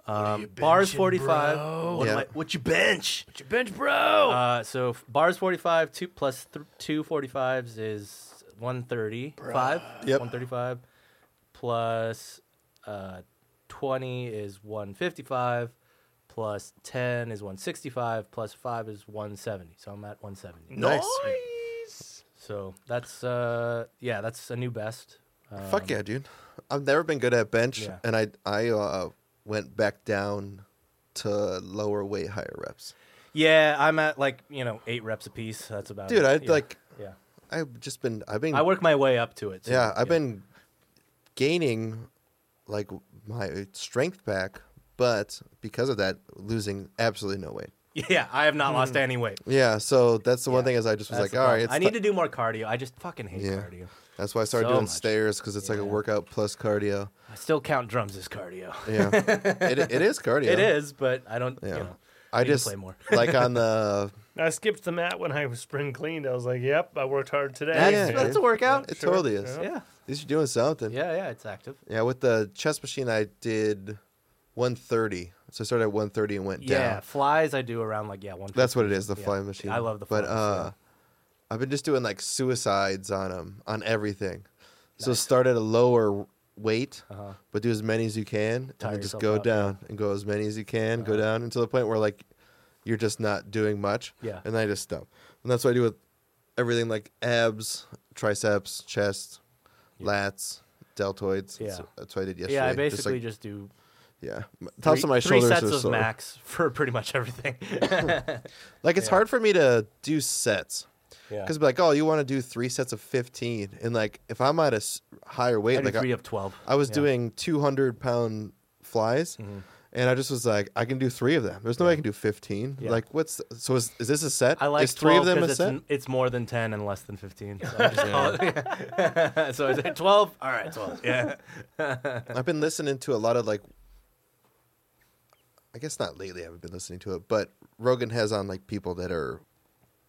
S2: um, bars
S1: benching,
S2: 45.
S1: bro?
S2: What am
S3: Yeah.
S2: I- what you bench?
S1: What you bench, bro?
S2: Uh, so f- bars 45, two plus th- two 45s is 135.
S3: Yep.
S2: 135 plus uh, 20 is 155 plus 10 is 165 plus 5 is 170. So I'm at 170.
S3: Nice.
S1: Nice.
S2: So that's, uh, yeah, that's a new best. Um,
S3: Fuck yeah, dude. I've never been good at bench,
S2: yeah.
S3: and I I uh, went back down to lower weight, higher reps.
S2: Yeah, I'm at like, you know, eight reps a piece. That's about
S3: Dude,
S2: it.
S3: I
S2: Yeah,
S3: like
S2: yeah.
S3: I've just been I've been
S2: I work my way up to it. too.
S3: yeah I've been gaining like my strength back, but because of that, losing absolutely no weight.
S2: Yeah, I have not lost any weight.
S3: Yeah, so that's the one
S2: Yeah.
S3: thing is I just was
S2: That's
S3: like,
S2: the
S3: all right,
S2: problem.
S3: it's
S2: I need to
S3: ti-
S2: do more cardio. I just fucking hate
S3: Yeah.
S2: cardio.
S3: That's why I started
S2: so
S3: doing
S2: much.
S3: stairs because it's like a
S2: Yeah.
S3: workout plus cardio.
S2: I still count drums as cardio.
S3: Yeah, it, it is cardio.
S2: It is, but I don't.
S3: Yeah.
S2: You know,
S3: I
S2: need to
S3: just
S2: play more.
S3: like on the
S1: I skipped the mat when I was spring cleaned. I was like, "Yep, I worked hard today."
S3: That's-
S1: dude.
S3: that's
S2: a workout.
S3: it
S1: Sure,
S3: totally is.
S1: yeah.
S2: Yeah,
S3: At least you're doing something.
S2: yeah, yeah. It's active.
S3: Yeah, with the chest machine, I did 130. So I started at 130 and went
S2: Yeah,
S3: down.
S2: flies I do around like yeah one.
S3: That's what it is, the
S2: Yeah.
S3: fly machine.
S2: I love the
S3: But
S2: flies,
S3: uh, I've been just doing like suicides on them, on everything. So start at a lower weight,
S2: Uh-huh.
S3: but do as many as you can,
S2: Tire
S3: and then just
S2: yourself
S3: go
S2: out, yeah. Uh-huh.
S3: down and go as many as you can, go down until the point where like you're just not doing much.
S2: Yeah.
S3: And then I just stop. And that's what I do with everything like abs, triceps, chest, lats, deltoids.
S2: Yeah.
S3: So that's what I did yesterday.
S2: yeah, I
S3: like,
S2: basically just, do
S3: Yeah, M-
S2: three,
S3: tops of my
S2: three
S3: shoulders
S2: sets
S3: are
S2: of
S3: sore.
S2: max for pretty much everything.
S3: Like it's
S2: Yeah.
S3: hard for me to do sets
S2: yeah,
S3: because like, oh, you want to do three sets of fifteen, and like if I'm at a s- higher
S2: I
S3: weight,
S2: do
S3: like
S2: three
S3: I,
S2: of twelve.
S3: I was
S2: yeah. Mm-hmm.
S3: doing two hundred pound flies, and I just was like, I can do three of them. There's no way I can do fifteen.
S2: Yeah.
S3: Like what's so is, is this a set?
S2: I like
S3: is three of
S2: 12
S3: them
S2: 'cause
S3: a
S2: it's,
S3: set?
S2: n- it's more than ten and less than fifteen. So I just call it- so is it twelve? All right, twelve. Yeah, uh,
S3: I've been listening to a lot of like, I guess not lately. I haven't been listening to it, but Rogan has on like people that are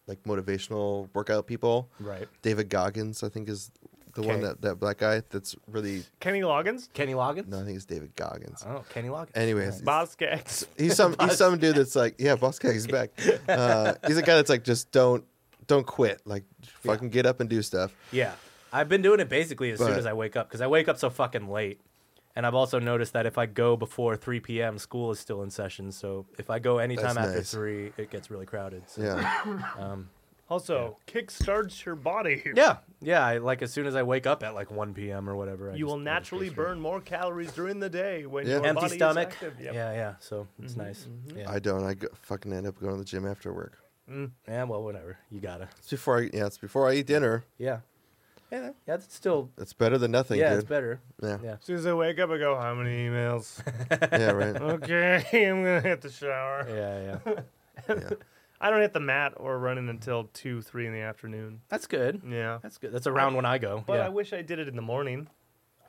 S3: like motivational workout people.
S2: right.
S3: David Goggins, I think, is the one
S2: Okay.
S3: that that black guy that's really.
S1: Kenny Loggins,
S2: Kenny Loggins.
S3: No, I think it's David Goggins.
S2: Oh, Kenny Loggins.
S3: Anyways,
S1: Bob Skaggs.
S3: he's some he's some dude that's like, yeah, boss guy, he's back. Uh, he's a guy that's like, just don't don't quit, like fucking get up and do stuff.
S2: Yeah. I've been doing it basically as soon
S3: But-
S2: as I wake up because I wake up so fucking late. And I've also noticed that if I go before 3 p.m., school is still in session. So if I go anytime
S3: That's
S2: after
S3: nice.
S2: 3, it gets really crowded. So. um,
S3: Yeah,
S1: Also, kickstarts your body.
S2: Yeah. Yeah. I, like as soon as I wake up at like 1 p.m. or whatever, I
S1: You
S2: just-
S1: will
S2: I just
S1: naturally
S2: go straight.
S1: burn more calories during the day when
S3: Yeah.
S1: your
S2: Empty
S1: body
S2: stomach.
S1: is active. Yep. Mm-hmm,
S2: Yeah. Yeah. So it's nice. Yeah.
S3: I don't. I go, fucking end up going to the gym after work.
S2: yeah. Well, whatever. You got to.
S3: It's before I yeah, it's before I eat dinner.
S2: Yeah. Yeah. That's still.
S3: It's better than nothing.
S2: yeah.
S3: dude.
S2: It's better.
S3: Yeah.
S2: Yeah.
S1: As soon as I wake up, I go, "How many emails?"
S3: yeah, right.
S1: okay, I'm gonna hit the shower.
S2: Yeah. Yeah.
S3: Yeah.
S1: I don't hit the mat or running until two, three in the afternoon.
S2: That's good.
S1: Yeah,
S2: That's good. That's around when I go.
S1: Mm. but
S2: yeah.
S1: I wish I did it in the morning.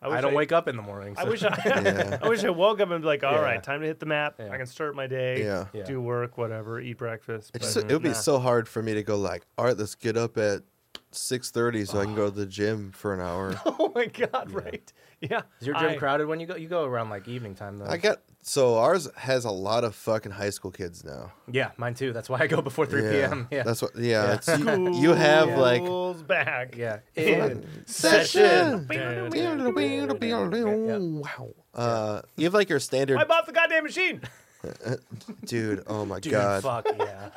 S2: I don't wake up in the morning.
S1: I
S2: so-
S1: wish I,
S3: Yeah.
S1: I wish I woke up and be like, all right,
S2: Yeah.
S1: time to hit the mat.
S2: Yeah.
S1: I can start my day,
S3: Yeah.
S2: Yeah.
S1: do work, whatever, eat breakfast.
S3: It's
S1: but
S3: so, it would be
S1: nah.
S3: so hard for me to go like, all right, let's get up at six thirty so I can go to the gym for an hour.
S1: Oh my god, right? Yeah.
S2: Is your gym
S1: I-
S2: crowded when you go? You go around like evening time though.
S3: I got so ours has a lot of fucking high school kids now.
S2: yeah, mine too. That's why I go before 3 p.m. Yeah,
S3: that's what. Yeah, it's- you, you have like
S1: School's back.
S2: yeah.
S1: In
S3: session.
S1: I
S3: Uh, you have like your standard.
S1: bought the goddamn machine.
S3: dude. Oh my
S2: Dude,
S3: god.
S2: fuck yeah.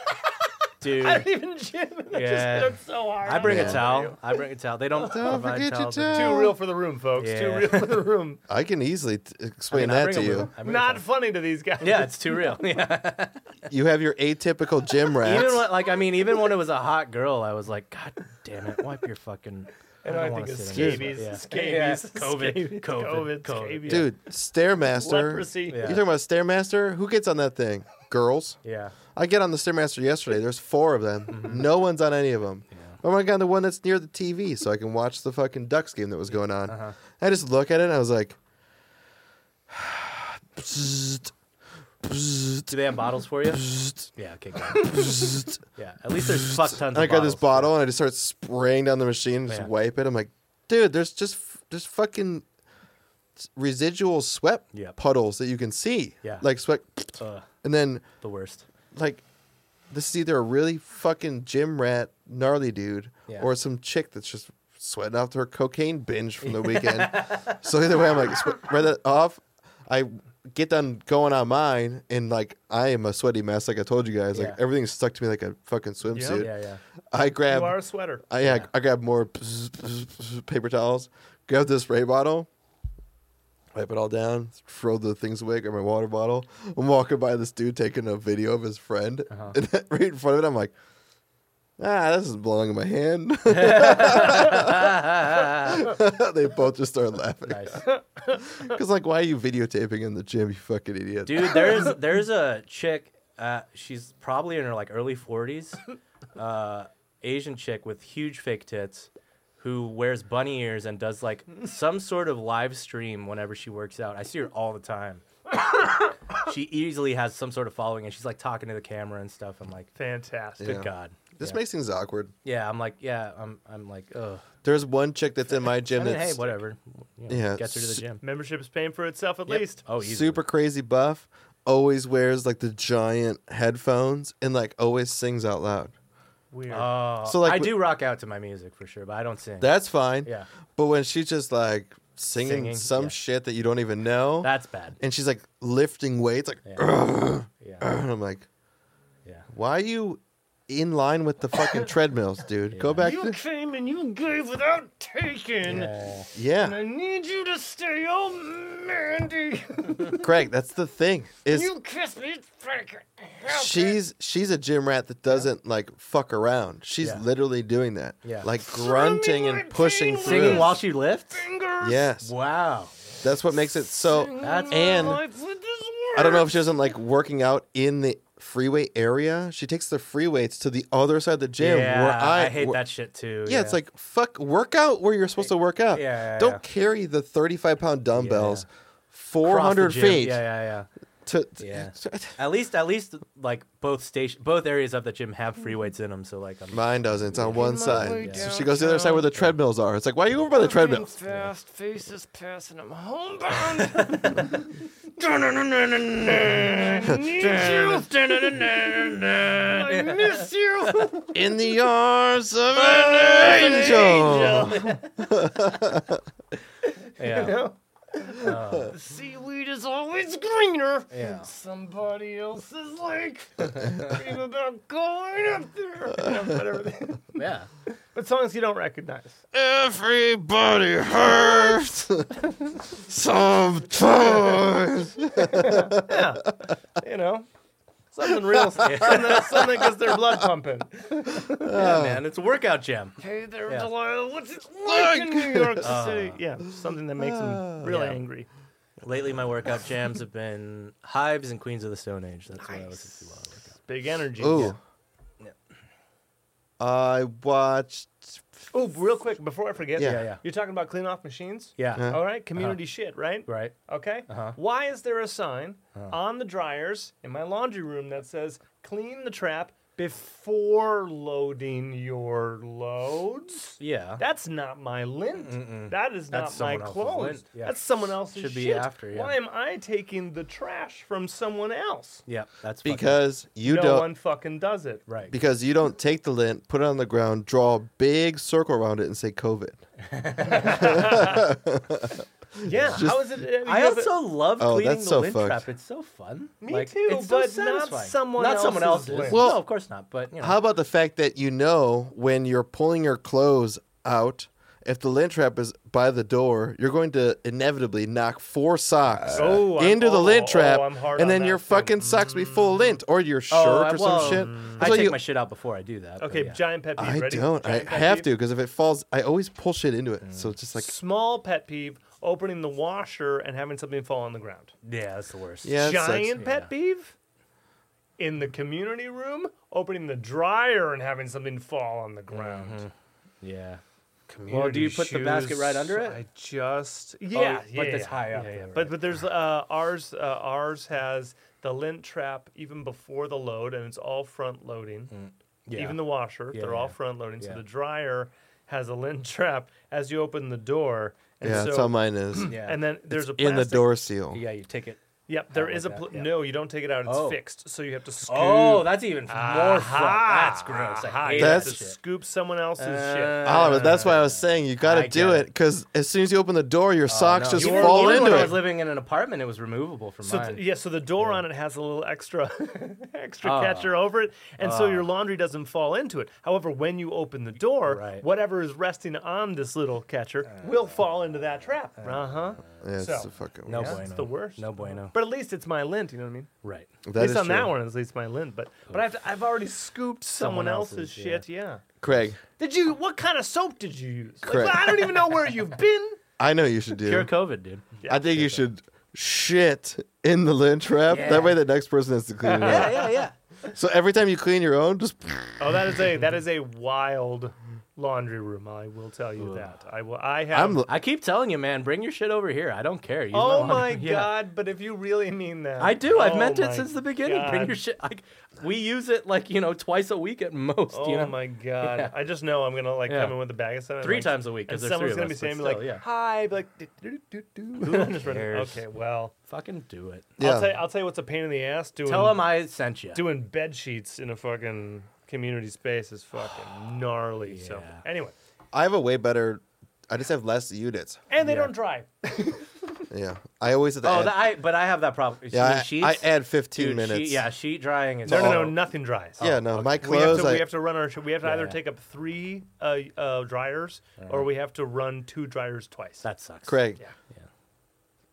S1: Not
S2: Dude,
S1: even Jim. I just
S2: Yeah.
S1: hit him so hard.
S2: I bring a
S3: Yeah.
S2: towel. I bring a towel. They don't
S3: Don't
S2: provide
S3: forget your
S2: towels.
S3: towel.
S1: Too real for the room, folks. Too
S2: Yeah.
S1: real for the room.
S3: I can easily t-
S2: I mean,
S3: explain
S2: I
S3: that
S2: bring
S3: to
S2: them with
S3: you.
S2: them. I bring a
S1: Not
S2: towel.
S1: funny to these guys.
S2: Yeah, it's too real. Yeah.
S3: You have your atypical gym rats.
S2: Even when, like I mean, even when it was a hot girl, I was like, God damn it, wipe your fucking.
S1: And I,
S2: don't
S1: think
S2: wanna
S1: it's
S2: sit in this
S1: scabies,
S2: one. Yeah.
S1: scabies,
S2: Yeah.
S1: COVID,
S2: COVID, COVID, COVID.
S1: scabies,
S3: Dude, Stairmaster.
S1: leprosy.
S2: Yeah.
S3: You talking about Stairmaster? Who gets on that thing? Girls.
S2: Yeah.
S3: I get on the Stairmaster yesterday. There's four of them.
S2: Mm-hmm.
S3: No one's on any of them. Oh my god, the one that's near the TV, so I can watch the fucking Ducks game that was going on.
S2: Uh-huh.
S3: I just look at it and I was like, bzzzt, bzzzt,
S2: Do they have bottles for you?
S3: bzzzt,
S2: yeah. Okay. Good.
S3: bzzzt.
S2: Yeah. At least there's fuck tons.
S3: And I
S2: of
S3: got
S2: bottles.
S3: this bottle and I just start spraying down the machine and just
S2: Yeah.
S3: wipe it. I'm like, dude, there's just there's fucking residual sweat
S2: Yep.
S3: puddles that you can see.
S2: Yeah.
S3: Like sweat,
S2: Ugh,
S3: and then
S2: the worst.
S3: like this is either a really fucking gym rat gnarly dude
S2: Yeah.
S3: or some chick that's just sweating off her cocaine binge from the weekend. so either way, I'm like sw- wear that off. I get done going on mine and like I am a sweaty mess, like I told you guys. Like
S2: Yeah.
S3: everything's stuck to me like a fucking swimsuit.
S2: Yeah. Yeah.
S3: I
S1: You
S3: grab
S1: are a sweater.
S3: I, yeah. I grabbed more pzz, pzz, pzz, paper towels, grabbed the spray bottle, wipe it all down, throw the things away, grab my water bottle. I'm walking by this dude taking a video of his friend,
S2: Uh-huh.
S3: and right in front of it, I'm like, ah, this is blowing in my hand. they both just started laughing.
S2: Nice.
S3: Because, like, why are you videotaping in the gym, you fucking idiot?
S2: Dude, there's there's a chick. Uh, she's probably in her like early 40s. Uh, Asian chick with huge fake tits, who wears bunny ears and does like some sort of live stream whenever she works out. I see her all the time. she easily has some sort of following, and she's like talking to the camera and stuff. I'm like,
S1: Fantastic.
S2: good
S3: Yeah.
S2: God.
S3: This
S2: yeah.
S3: makes things awkward.
S2: yeah. I'm like, yeah. I'm I'm like, ugh.
S3: There's one chick that's in my
S2: I
S3: gym
S2: mean, hey,
S3: that's
S2: whatever. You know,
S3: Yeah,
S2: gets her to
S3: s-
S2: the gym.
S1: Membership is paying for itself at
S2: Yep.
S1: least.
S2: Oh, easily.
S3: super crazy buff always wears like the giant headphones and like always sings out loud
S1: Weird.
S2: Oh,
S3: So,
S2: so
S3: like,
S2: like I
S3: w-
S2: do rock out to my music for sure, but I don't sing.
S3: that's fine
S2: Yeah.
S3: but when she's just like singing,
S2: Singing,
S3: some
S2: yeah.
S3: shit that you don't even know
S2: That's bad.
S3: and she's like lifting weights like
S2: Yeah.
S3: and i'm like
S2: Yeah.
S3: why are you in line with the fucking treadmills dude go
S2: Yeah.
S3: back
S1: you
S3: to
S1: came and you gave without taking.
S2: Yeah.
S1: And I
S3: yeah
S1: need you to stay, oh Mandy.
S3: greg that's the thing is
S1: you kiss me, Frank. Help it.
S3: she's she's a gym rat that doesn't like fuck around she's
S2: Yeah.
S3: literally doing that
S2: Yeah.
S3: like grunting
S1: my
S3: and pushing
S1: jeans.
S2: Singing
S3: through
S2: while she lifts?
S1: fingers.
S3: yes
S2: Wow.
S3: that's what makes it so
S2: That's-
S3: and
S1: Life with this
S3: I don't know
S1: world.
S3: if she doesn't like working out in the freeway area. She takes the free weights to the other side of the gym.
S2: yeah,
S3: where I,
S2: I, hate
S3: where-
S2: that shit too.
S3: Yeah, it's like fuck workout where you're supposed to work out.
S2: Yeah, yeah,
S3: don't
S2: yeah.
S3: carry the 35 pound dumbbells,
S2: Cross the
S3: 400
S2: gym.
S3: feet
S2: Yeah, yeah, yeah.
S3: to.
S2: Yeah. At least, at least, like both station, both areas of the gym have free weights in them. So like, I'm,
S3: Mine doesn't. It's on one
S1: my way
S3: side. So she goes to the other side where the
S1: downtown.
S3: treadmills are. It's like why are you over by the
S1: Walking
S3: treadmills?
S1: Fast faces passing. I'm homebound. I need you. I miss you.
S3: In the arms of an angel.
S2: yeah,
S1: The seaweed is always greener.
S2: Yeah.
S1: in Somebody else's lake. Dream about going up there. Yeah, but everything-
S2: yeah.
S1: But songs you don't recognize.
S3: Everybody hurts sometimes.
S1: Yeah. You know. Something real, something, something gets their blood pumping.
S3: Uh.
S2: yeah, man, it's a workout gym.
S1: Hey there,
S2: Yeah.
S1: Delilah. What's it like in New York
S2: Uh,
S1: City? Yeah, something that makes
S3: Uh.
S1: them really
S2: Yeah.
S1: angry.
S2: Lately, my workout jams have been Hives and Queens of the Stone Age. That's what I listen to. While I work out.
S1: Big energy.
S3: Ooh. I watched.
S1: Oh, real quick before I forget.
S3: Yeah. Uh-huh.
S2: Yeah, yeah,
S1: You're talking about clean off machines.
S2: yeah.
S3: Huh?
S1: All right, community shit, right?
S2: Right.
S1: Okay.
S2: Uh-huh.
S1: Why is there a sign on the dryers in my laundry room that says "Clean the trap before loading your loads"?
S2: Yeah.
S1: That's not my lint. That is not
S2: That's
S1: my
S2: someone else's
S1: clothes.
S2: lint, yeah.
S1: That's someone else's
S2: Should be
S1: shit.
S2: after, yeah.
S1: Why am I taking the trash from someone else?
S2: yeah. That's fucking-
S3: Because you
S1: no
S3: don't.
S1: one fucking does it.
S2: right.
S3: Because you don't take the lint, put it on the ground, draw a big circle around it, and say COVID.
S1: Yeah,
S3: It's just-
S1: how is it? mean,
S2: I
S1: you have a-
S2: also love
S3: Oh,
S2: cleaning
S3: that's
S2: the
S3: so
S2: lint
S3: fucked.
S2: trap. It's so fun.
S1: Me too, but not someone
S2: not someone
S1: else's
S2: else's.
S1: lint.
S3: Well-
S2: no, of course not. But you know,
S3: How about the fact that you know when you're pulling your clothes out, if the lint trap is by the door, you're going to inevitably knock four socks
S1: Oh, I'm-
S3: into the lint
S1: oh, oh,
S3: trap,
S1: I'm hard on
S3: and then
S1: that Mm.
S3: your
S1: too.
S3: fucking socks be full of lint, or your shirt
S2: Oh, I-
S3: or
S2: well,
S3: some shit.
S2: I
S1: Mm.
S3: That's why
S2: take
S3: you-
S2: my shit out before I do that. but
S1: Okay,
S2: yeah.
S1: giant pet peeve.
S3: I
S1: Ready?
S3: don't. I
S1: Giant pet
S3: have
S1: peeve.
S3: to because if it falls, I always pull shit into it. So it's just like,
S1: Small pet peeve: opening the washer and having something fall on the ground.
S2: yeah, that's the worst.
S3: yeah, it sucks.
S1: giant pet
S2: Yeah.
S1: peeve in the community room opening the dryer and having something fall on the ground
S3: Mm-hmm.
S2: yeah.
S1: community
S2: Well, do you put the basket right under it?
S1: i
S2: oh,
S1: just yeah,
S2: but
S1: yeah
S2: that's
S1: yeah,
S2: high up
S1: yeah, yeah.
S2: there,
S1: but
S2: right?
S1: but there's uh, ours uh, ours has the lint trap even before the load and it's all front loading
S2: Mm, Yeah.
S1: even the washer
S2: Yeah,
S1: they're all
S2: yeah.
S1: front loading so
S2: Yeah.
S1: the dryer has a lint trap as you open the door and
S3: yeah,
S1: so
S3: that's how mine is.
S2: Yeah.
S1: and then there's a
S3: in the
S1: plastic-
S3: door seal.
S2: yeah, you take it.
S1: Yep, there
S2: like
S1: is a
S2: that,
S1: pl-
S2: yeah.
S1: no. You don't take it out; it's
S2: Oh.
S1: fixed, so you have to scoop.
S2: Oh, that's even more fun.
S1: Aha!
S2: That's gross.
S1: Aha,
S2: I hate
S1: you
S2: that
S1: have to
S3: That's-
S2: shit.
S1: scoop someone else's
S2: Uh,
S1: shit.
S3: Ah, but that's why I was saying you got
S2: I
S3: to do
S2: get
S3: it because as soon as you open the door,
S1: Oh,
S3: your socks
S2: no.
S3: just
S2: Even-
S3: fall
S2: even when
S3: into
S2: I
S3: it.
S2: was living in an apartment, it was removable from
S1: So
S2: mine.
S1: th- yeah, so the door on it has a little extra, extra
S2: Ah.
S1: catcher over it, and so
S2: Ah.
S1: your laundry doesn't fall into it. However, when you open the door,
S2: Right. Ah.
S1: whatever is resting on this little catcher will fall into that trap. Uh huh.
S3: yeah, it's
S1: So-
S3: a fucking.
S2: no
S1: Yeah,
S2: bueno.
S1: it's the worst.
S2: No bueno.
S1: But at least it's my lint. You know what I mean?
S2: Right.
S1: at least on that one, it's at least my lint. But but I've I've already scooped someone,
S2: Someone
S1: else's,
S2: else's, yeah.
S1: shit. Yeah.
S3: Craig,
S1: Did you? What kind of soap did you use? Like,
S3: Correct.
S1: I don't even know where you've been.
S3: I know you should do.
S2: Pure COVID, dude.
S3: I think you should shit in the lint trap.
S2: Yeah.
S3: That way, the next person has to clean it up.
S2: yeah, yeah.
S3: So every time you clean your own, just
S1: Oh, that is a that is a wild laundry room. I will tell you that. I will. I have.
S3: I'm.
S2: I keep telling you, man, bring your shit over here. I don't care. Use
S1: oh
S2: laundry.
S1: my
S2: Yeah.
S1: god! But if you really mean that,
S2: I do. I've
S1: Oh
S2: meant it
S1: my
S2: since the beginning. Bring
S1: God.
S2: your shit. Like we use it like you know twice a week at most.
S1: Oh
S2: you know,
S1: my god!
S2: Yeah.
S1: I just know I'm gonna like
S2: Yeah.
S1: come in with a bag of stuff.
S2: Three
S1: like,
S2: times a week, 'cause
S1: and
S2: there's
S1: someone's
S2: three of
S1: gonna be
S2: us, but
S1: saying me
S2: still,
S1: like,
S2: yeah.
S1: "Hi," be like, "Do, do, do, do." Just running-
S2: cares?
S1: Okay, well,
S2: fucking do it.
S3: Yeah.
S1: I'll tell you, I'll tell you what's a pain in the ass doing
S2: Tell them I sent you.
S1: doing bed sheets in a fucking community space is fucking gnarly. So
S2: Yeah.
S1: anyway,
S3: I have a way better. I just have less units.
S1: and they don't dry.
S3: Yeah. I always have to.
S2: oh,
S3: add,
S2: that, I but I have that problem.
S3: yeah. I-
S2: Dude, sheets,
S3: I, add 15
S2: dude,
S3: minutes.
S2: sheet- yeah, oh, sheet drying is.
S1: No, no, no,
S2: all-
S1: nothing dries.
S3: Oh. Yeah. No, my
S1: We have,
S3: clothes.
S1: to,
S3: I,
S1: we have to run our. We have to
S2: yeah.
S1: either
S2: Uh-huh.
S1: take up three uh, uh, dryers, or we have to run two dryers twice.
S2: That sucks.
S3: Craig.
S1: Yeah.
S2: Yeah.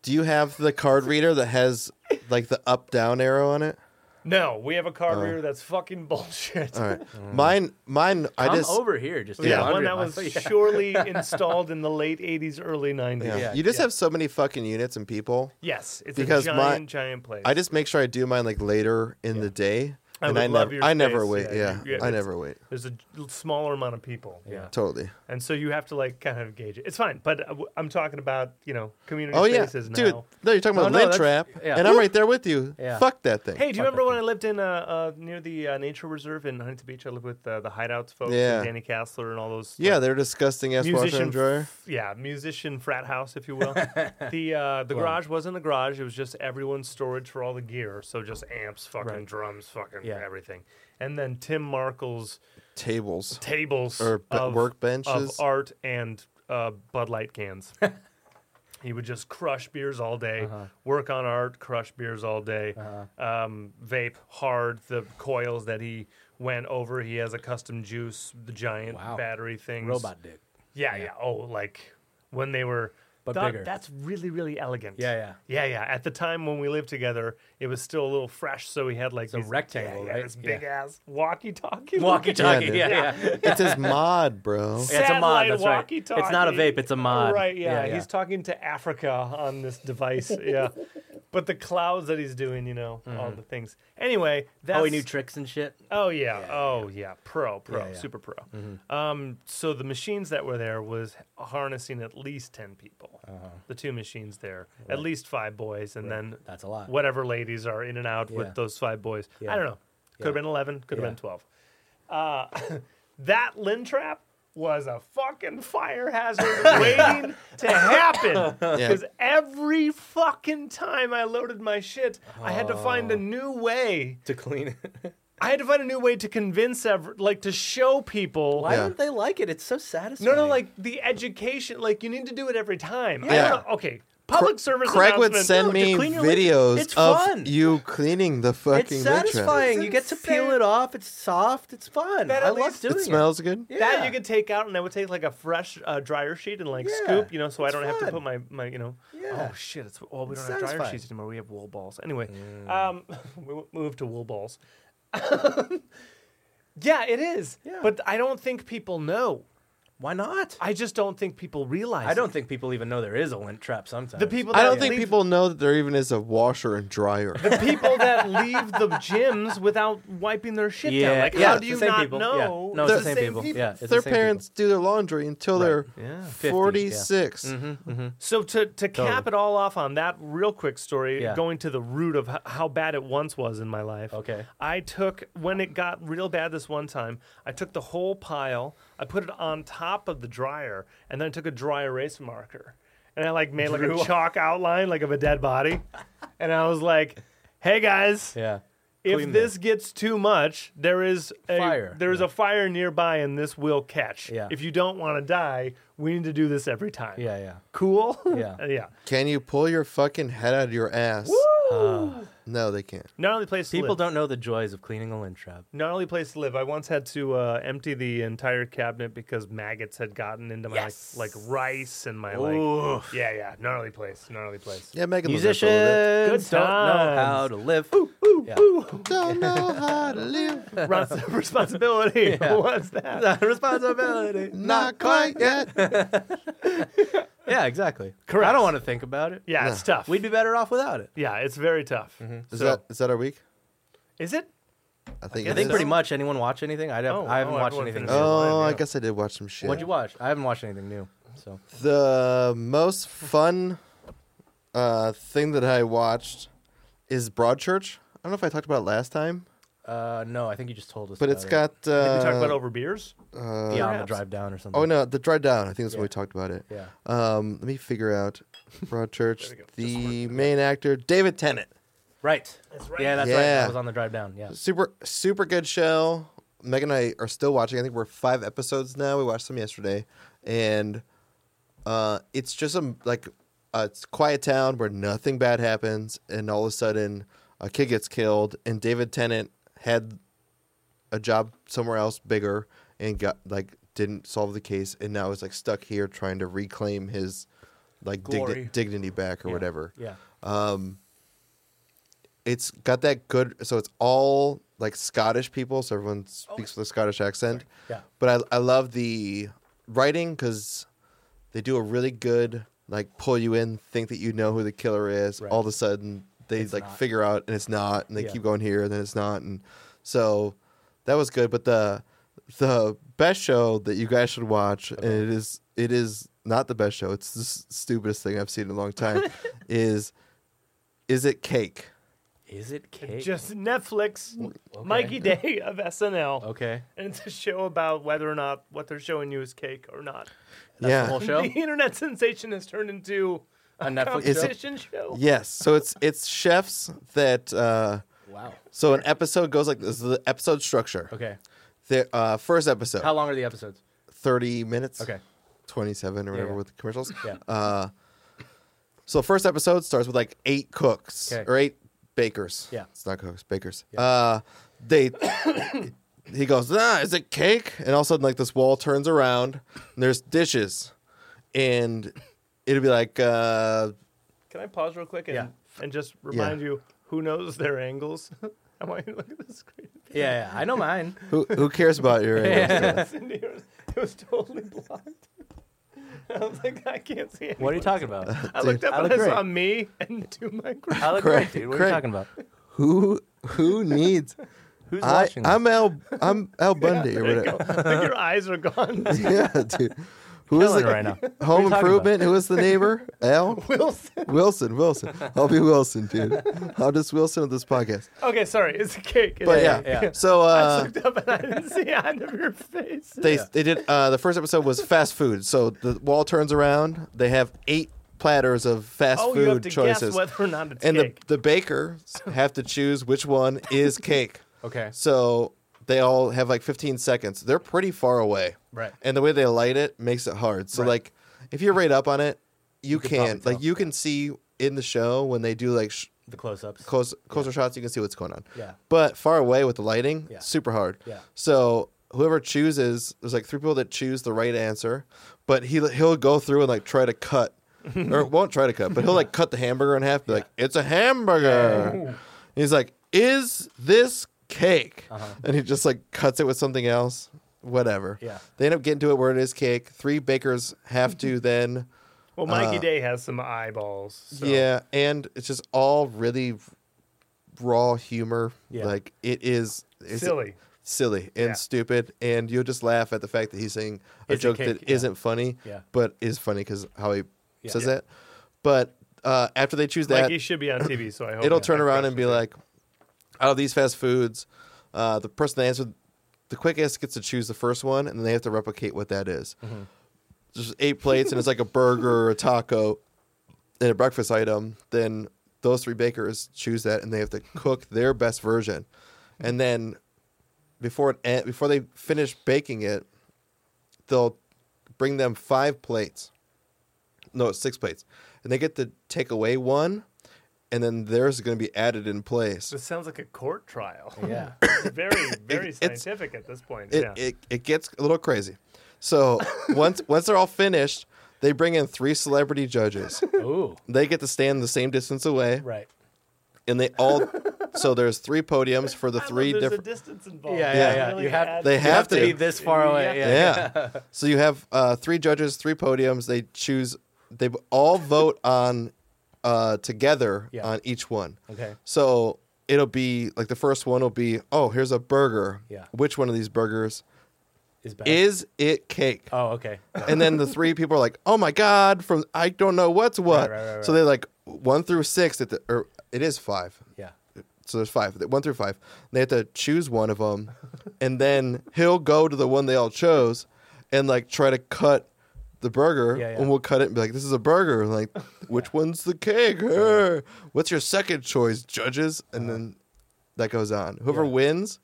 S3: Do you have the card reader that has like the up down arrow on it?
S1: No, we have a car
S3: Oh.
S1: reader that's fucking bullshit.
S3: All right. Mine. Mine.
S2: Mm.
S3: I
S2: Come
S3: just.
S2: over here. Just do
S1: Yeah,
S2: laundry
S1: one that
S2: on my-
S1: was
S2: Yeah.
S1: surely installed in the late '80s, early '90s.
S3: Yeah.
S2: Yeah,
S3: you just
S2: yeah.
S3: have so many fucking units and people.
S1: Yes, it's
S3: Because
S1: a
S3: my-
S1: giant, giant place.
S3: I just make sure I do mine like later in the day,
S1: I
S3: and
S1: would
S3: I
S1: love
S3: never,
S1: your
S3: I never
S1: space,
S3: wait.
S1: yeah,
S3: Yeah,
S1: you- yeah,
S3: I
S1: it's-
S3: never wait.
S1: There's a smaller amount of people.
S2: Yeah.
S3: Totally.
S1: and so you have to like kind of gauge it. It's fine, but uh, I'm talking about you know community
S3: Oh yeah,
S1: spaces
S3: dude.
S1: now.
S3: No, you're talking
S2: No,
S3: about
S2: no,
S3: lint
S2: that's-
S3: trap,
S2: yeah.
S3: and I'm right there with you.
S2: Yeah.
S3: Fuck that thing.
S1: Hey, do you
S2: Fuck
S1: remember
S2: that
S1: when I lived in uh, uh, near the uh, nature reserve in Huntington Beach? I lived with uh, the Hideouts folks,
S3: Yeah.
S1: and Danny Castler, and all those
S3: yeah,
S1: like,
S3: they're disgusting ass washer
S1: musician,
S3: and dryer.
S1: yeah, musician frat house, if you will. the uh, the garage wasn't a garage; it was just everyone's storage for all the gear. So just amps, fucking
S2: Right.
S1: drums, fucking
S2: Yeah.
S1: everything. And then Tim Markle's
S3: Tables.
S1: tables
S3: Or be-
S1: of, of
S3: workbenches.
S1: art and uh, Bud Light cans. he would just crush beers all day, work on art, crush beers all day, um, vape hard the coils that he went over. He has a custom juice, the giant
S2: Wow.
S1: battery things.
S2: robot dick.
S1: Yeah, yeah, Oh, like when they were.
S2: But
S1: Doc,
S2: bigger.
S1: That's really, really elegant.
S2: Yeah, yeah.
S1: yeah, yeah. At the time when we lived together, it was still a little fresh, so we had like
S2: a
S1: these-
S2: rectangle,
S1: yeah, yeah,
S2: right?
S1: This
S2: Yeah.
S1: big ass walkie-talkie.
S2: Walkie-talkie.
S3: dude.
S2: Yeah, yeah.
S3: it's his mod, bro.
S2: Yeah, it's a mod, that's
S1: satellite
S2: right. It's not a
S1: walkie-talkie.
S2: vape, it's a mod.
S1: Right, yeah.
S2: Yeah, yeah.
S1: He's talking to Africa on this device. yeah. But the clouds that he's doing, you know, all the things. Anyway, that's
S2: Mm-hmm. Oh, he knew tricks and shit.
S1: Oh yeah. oh yeah. Pro, pro,
S2: Yeah, Mm-hmm. yeah.
S1: super pro. Um, so the machines that were there was harnessing at least ten people.
S2: Uh-huh.
S1: The two machines there, at least five boys, and then
S2: That's a lot.
S1: whatever ladies are in and out
S2: Yeah.
S1: with those five boys. I
S2: Yeah.
S1: don't know. Could have
S2: Yeah.
S1: been eleven. Could have
S2: Yeah.
S1: been twelve. Uh, that lin trap was a fucking fire hazard waiting to happen because every fucking time I loaded my shit, I had to
S2: Oh.
S1: find a new way
S2: To clean it.
S1: I had to find a new way to convince, ever, like to show people.
S2: Why
S3: Yeah.
S2: don't they like it? It's so satisfying.
S1: No, no, like the education. Like you need to do it every time. I
S3: Yeah.
S1: don't know. Okay, Public service
S3: Craig would
S1: announcement.
S3: send
S2: No,
S3: me
S2: just clean your lips.
S3: videos
S2: It's
S3: of
S2: fun.
S3: you cleaning the fucking
S2: It's
S3: lid trap.
S2: satisfying.
S1: It's
S2: You get to peel
S1: insane.
S2: it off. It's soft. It's fun.
S1: That
S2: I
S1: at
S2: love
S1: least-
S2: doing
S3: It smells good.
S2: Yeah.
S1: That you could take out, and I would take like a fresh uh, dryer sheet and like
S2: Yeah,
S1: scoop, you know, so I
S2: it's
S1: don't have to
S2: fun.
S1: put my, my you know.
S2: Yeah.
S1: Oh shit! It's oh we
S2: It's
S1: don't have dryer
S2: satisfying.
S1: sheets anymore. We have wool balls. Anyway,
S3: Mm.
S1: um, we will move to wool balls. yeah, it is.
S2: Yeah.
S1: But I don't think people know.
S2: Why not?
S1: I just don't think people realize.
S2: I don't
S1: it.
S2: think people even know there is a lint trap sometimes.
S1: the people. That
S3: I don't think
S1: leave-
S3: people know that there even is a washer and dryer.
S1: The people that leave the gyms without wiping their shit down.
S2: Yeah,
S1: Like,
S2: yeah,
S1: how
S2: it's
S1: do
S2: the
S1: you
S2: same
S1: not
S2: people.
S1: know?
S2: Yeah. No, it's the same people. Yeah, it's the
S3: Their
S2: same people.
S3: parents do their laundry until they're
S1: Yeah.
S2: 50, yeah. Mm-hmm.
S3: 46.
S1: So to to cap it all off on that real quick story,
S2: Yeah.
S1: going to the root of h- how bad it once was in my life.
S2: Okay.
S1: I took when it got real bad this one time. I took the whole pile, I put it on top of the dryer, and then I took a dry erase marker, and I like made like a chalk outline like of a dead body, and I was like, "Hey guys,
S2: Yeah.
S1: if
S2: Clean
S1: this gets too much, there is a
S2: Fire.
S1: there is a fire nearby, and this will catch.
S2: Yeah.
S1: If you don't want to die, we need to do this every time.
S2: Yeah, yeah.
S1: Cool.
S2: Yeah.
S1: yeah.
S3: Can you pull your fucking head out of your ass? No, they can't.
S1: Uh, Not only place to
S2: People
S1: live.
S2: don't know the joys of cleaning a lint trap.
S1: Not only place to live. I once had to uh, empty the entire cabinet because maggots had gotten into my
S2: Yes.
S1: like, like rice and my like. Yeah, yeah. Gnarly place. Gnarly place.
S3: Yeah, Megan lives
S2: Musicians
S3: up a little
S1: Good
S2: don't know
S1: times.
S2: how to live. Yeah.
S3: bit. Don't know how to live.
S1: Ron- responsibility. What's that?
S2: Responsibility.
S3: Not quite yet.
S2: Yeah, exactly. I
S1: Correct.
S2: don't want to think about it.
S1: Yeah, it's tough.
S2: We'd be better off without it.
S1: yeah, it's very tough.
S3: Is
S2: Mm-hmm.
S1: So-
S3: that is that our week?
S1: Is it?
S3: I think.
S2: I
S3: it
S2: think
S3: is.
S2: pretty much anyone watch anything. I, don't-
S1: Oh,
S2: I haven't
S1: oh,
S2: watched
S1: everyone
S2: anything.
S1: finished
S2: new.
S1: it.
S3: Oh,
S1: Yeah.
S3: I guess I did watch some shit.
S2: What'd you watch? I haven't watched anything new. So
S3: The most fun uh, thing that I watched is Broadchurch. I don't know if I talked about it last time,
S2: uh, no, I think you just told us.
S3: but
S2: about
S3: it's
S2: it.
S3: got.
S1: Did
S3: Uh,
S1: we talk about over beers?
S3: uh,
S2: yeah, on the
S1: perhaps.
S2: drive down or something.
S3: Oh no, the drive down. I think that's when
S2: Yeah.
S3: we talked about it.
S2: Yeah.
S3: Um, let me figure out Broadchurch.
S1: There we go. Just
S3: the main actor, David Tennant.
S2: Right.
S1: right.
S2: Yeah, that's right.
S3: Yeah.
S2: That was on the drive down. Yeah.
S3: Super, super good show. Megan and I are still watching. I think we're five episodes now. We watched some yesterday, and uh, it's just a like a quiet town where nothing bad happens, and all of a sudden a kid gets killed, and David Tennant had a job somewhere else bigger and got like didn't solve the case, and now is like stuck here trying to reclaim his like
S2: Glory.
S3: digni- dignity back or whatever
S2: Yeah.
S3: it's got that good so it's all like scottish people so everyone speaks with a scottish accent
S2: Yeah.
S3: but i, I love the writing because they do a really good like pull you in think that you know who the killer is
S2: Right.
S3: all of a sudden they like
S2: not.
S3: figure out and it's not and they
S2: Yeah.
S3: keep going here and then it's not and so that was good but the the best show that you guys should watch and it is it is not the best show it's the s- stupidest thing i've seen in a long time is is it cake
S2: Is it cake?
S1: Just Netflix, Mikey Day of SNL.
S2: okay.
S1: And it's a show about whether or not what they're showing you is cake or not.
S2: That's
S3: yeah
S2: the whole show.
S1: The internet sensation has turned into
S2: A Netflix
S3: Is
S2: show.
S3: it-
S1: competition show.
S3: Yes. So it's it's chefs that uh
S2: Wow.
S3: so an episode goes like this is the episode structure.
S2: Okay.
S3: The uh first episode
S2: How long are the episodes?
S3: 30 minutes.
S2: Okay.
S3: 27 or whatever
S2: yeah.
S3: with the commercials.
S2: Yeah.
S3: Uh so first episode starts with like eight cooks
S2: Okay.
S3: or eight bakers.
S2: Yeah.
S3: It's not cooks, bakers. Uh they he goes, "Ah, is it cake?" And all of a sudden like this wall turns around and there's dishes and it'll be like uh
S1: Can I pause real quick and,
S2: Yeah.
S1: and just remind you who knows their angles? I want you to look at the screen.
S2: Yeah, yeah. I know mine.
S3: who, who cares about your
S1: It's in here. It was totally blocked. I was like, I can't see it.
S2: What are you talking about?
S1: I looked up
S2: I
S1: and
S2: look
S1: I saw
S2: great.
S1: me and two microphones.
S2: I look
S3: Craig,
S2: great, dude. What are
S3: Craig.
S2: you talking about?
S3: who who needs
S2: Who's
S3: I,
S2: watching this?
S3: I'm Al I'm Al Bundy or whatever.
S1: like your eyes are gone.
S3: Yeah, dude. Who is
S2: Killing
S3: the
S2: right now. What are you
S3: Home
S2: talking
S3: Improvement? Who is the neighbor? Al
S1: Wilson.
S3: Wilson. Wilson. I'll be Wilson, dude. I'll just Wilson of this podcast.
S1: Okay, sorry. It's a cake. It
S3: But
S1: is.
S3: yeah,
S2: yeah.
S3: so
S1: I
S3: uh,
S1: looked up and I didn't see either of your face.
S3: they
S2: Yeah.
S3: they did uh, the first episode was fast food. So the wall turns around. They have eight platters of fast
S1: oh,
S3: food
S1: you have to
S3: choices,
S1: guess whether or not it's
S3: and the
S1: cake.
S3: the bakers have to choose which one is cake.
S2: Okay.
S3: So they all have like 15 seconds. They're pretty far away.
S2: Right.
S3: And the way they light it makes it hard. So
S2: Right.
S3: like if you're right up on it, you,
S2: could
S3: can
S2: probably
S3: like
S2: tell.
S3: you can see in the show when they do like sh-
S2: the close-ups.
S3: close closer shots, you can see what's going on.
S2: Yeah.
S3: But far away with the lighting,
S2: Yeah.
S3: super hard.
S2: Yeah.
S3: So whoever chooses, there's like three people that choose the right answer, but he he'll go through and like try to cut, or won't try to cut, but he'll like cut the hamburger in half. Be like, it's a hamburger. And he's like, is this cake?
S2: Uh-huh.
S3: And he just like cuts it with something else. Whatever.
S2: Yeah.
S3: They end up getting to it where it is cake. Three bakers have to then.
S1: Well, Mikey Day has some eyeballs. So.
S3: uh, Yeah, and it's just all really raw humor.
S2: Yeah.
S3: Like it is it's
S1: Silly.
S3: silly and
S1: Yeah.
S3: stupid, and you'll just laugh at the fact that he's saying a
S2: It's a
S3: joke
S2: cake,
S3: that
S2: yeah.
S3: not funny,
S2: Yeah.
S3: but is funny because how he
S2: Yeah.
S3: says
S2: Yeah.
S3: that. But uh, after they choose that,
S1: Mikey should be on TV, so I hope
S3: it'll
S1: that
S3: turn around
S1: question-
S3: and be like, out of these fast foods, uh, the person that answered the quickest gets to choose the first one, and then they have to replicate what that is.
S1: Mm-hmm.
S3: Just eight plates, and it's like a burger or a taco and a breakfast item. Then those three bakers choose that, and they have to cook their best version. And then before it en- before they finish baking it, they'll bring them five plates. No, it's six plates, and they get to take away one, and then theirs is going to be added in place.
S1: This sounds like a court trial.
S2: Yeah.
S1: It's very, very
S3: it's-
S1: scientific at this point.
S3: It,
S1: yeah.
S3: it it gets a little crazy. So once once they're all finished, they bring in three celebrity judges.
S2: Ooh.
S3: They get to stand the same distance away,
S2: Right.
S3: and they all. So there's three podiums for the
S1: I love
S3: three
S1: there's
S3: different.
S1: a distance involved.
S2: Yeah,
S1: They
S3: yeah, yeah.
S1: really
S2: You have-
S1: add-
S3: they
S2: You
S3: have
S2: to.
S3: to.
S2: be this far
S1: You
S2: away.
S1: have
S2: Oh. Yeah.
S3: yeah. so you have uh, three judges, three podiums. They choose. They all vote on uh, together
S2: Yeah.
S3: on each one.
S2: Okay.
S3: So it'll be like the first one will be, oh, here's a burger.
S2: Yeah.
S3: Which one of these burgers
S2: Is bad.
S3: is it cake?
S2: oh, okay.
S3: and then the three people are like, "Oh my god!" From I don't know what's
S2: right,
S3: what.
S2: right,
S3: So
S2: right.
S3: they're like one through six. At the or it is five.
S2: Yeah.
S3: So there's five. One through five. They have to choose one of them, and then he'll go to the one they all chose, and like try to cut the burger.
S2: Yeah, yeah.
S3: And we'll cut it and be like, "This is a burger." And, like, which one's the cake? Err. What's your second choice, judges? And then that goes on. Whoever
S2: Uh-huh. Yeah.
S3: wins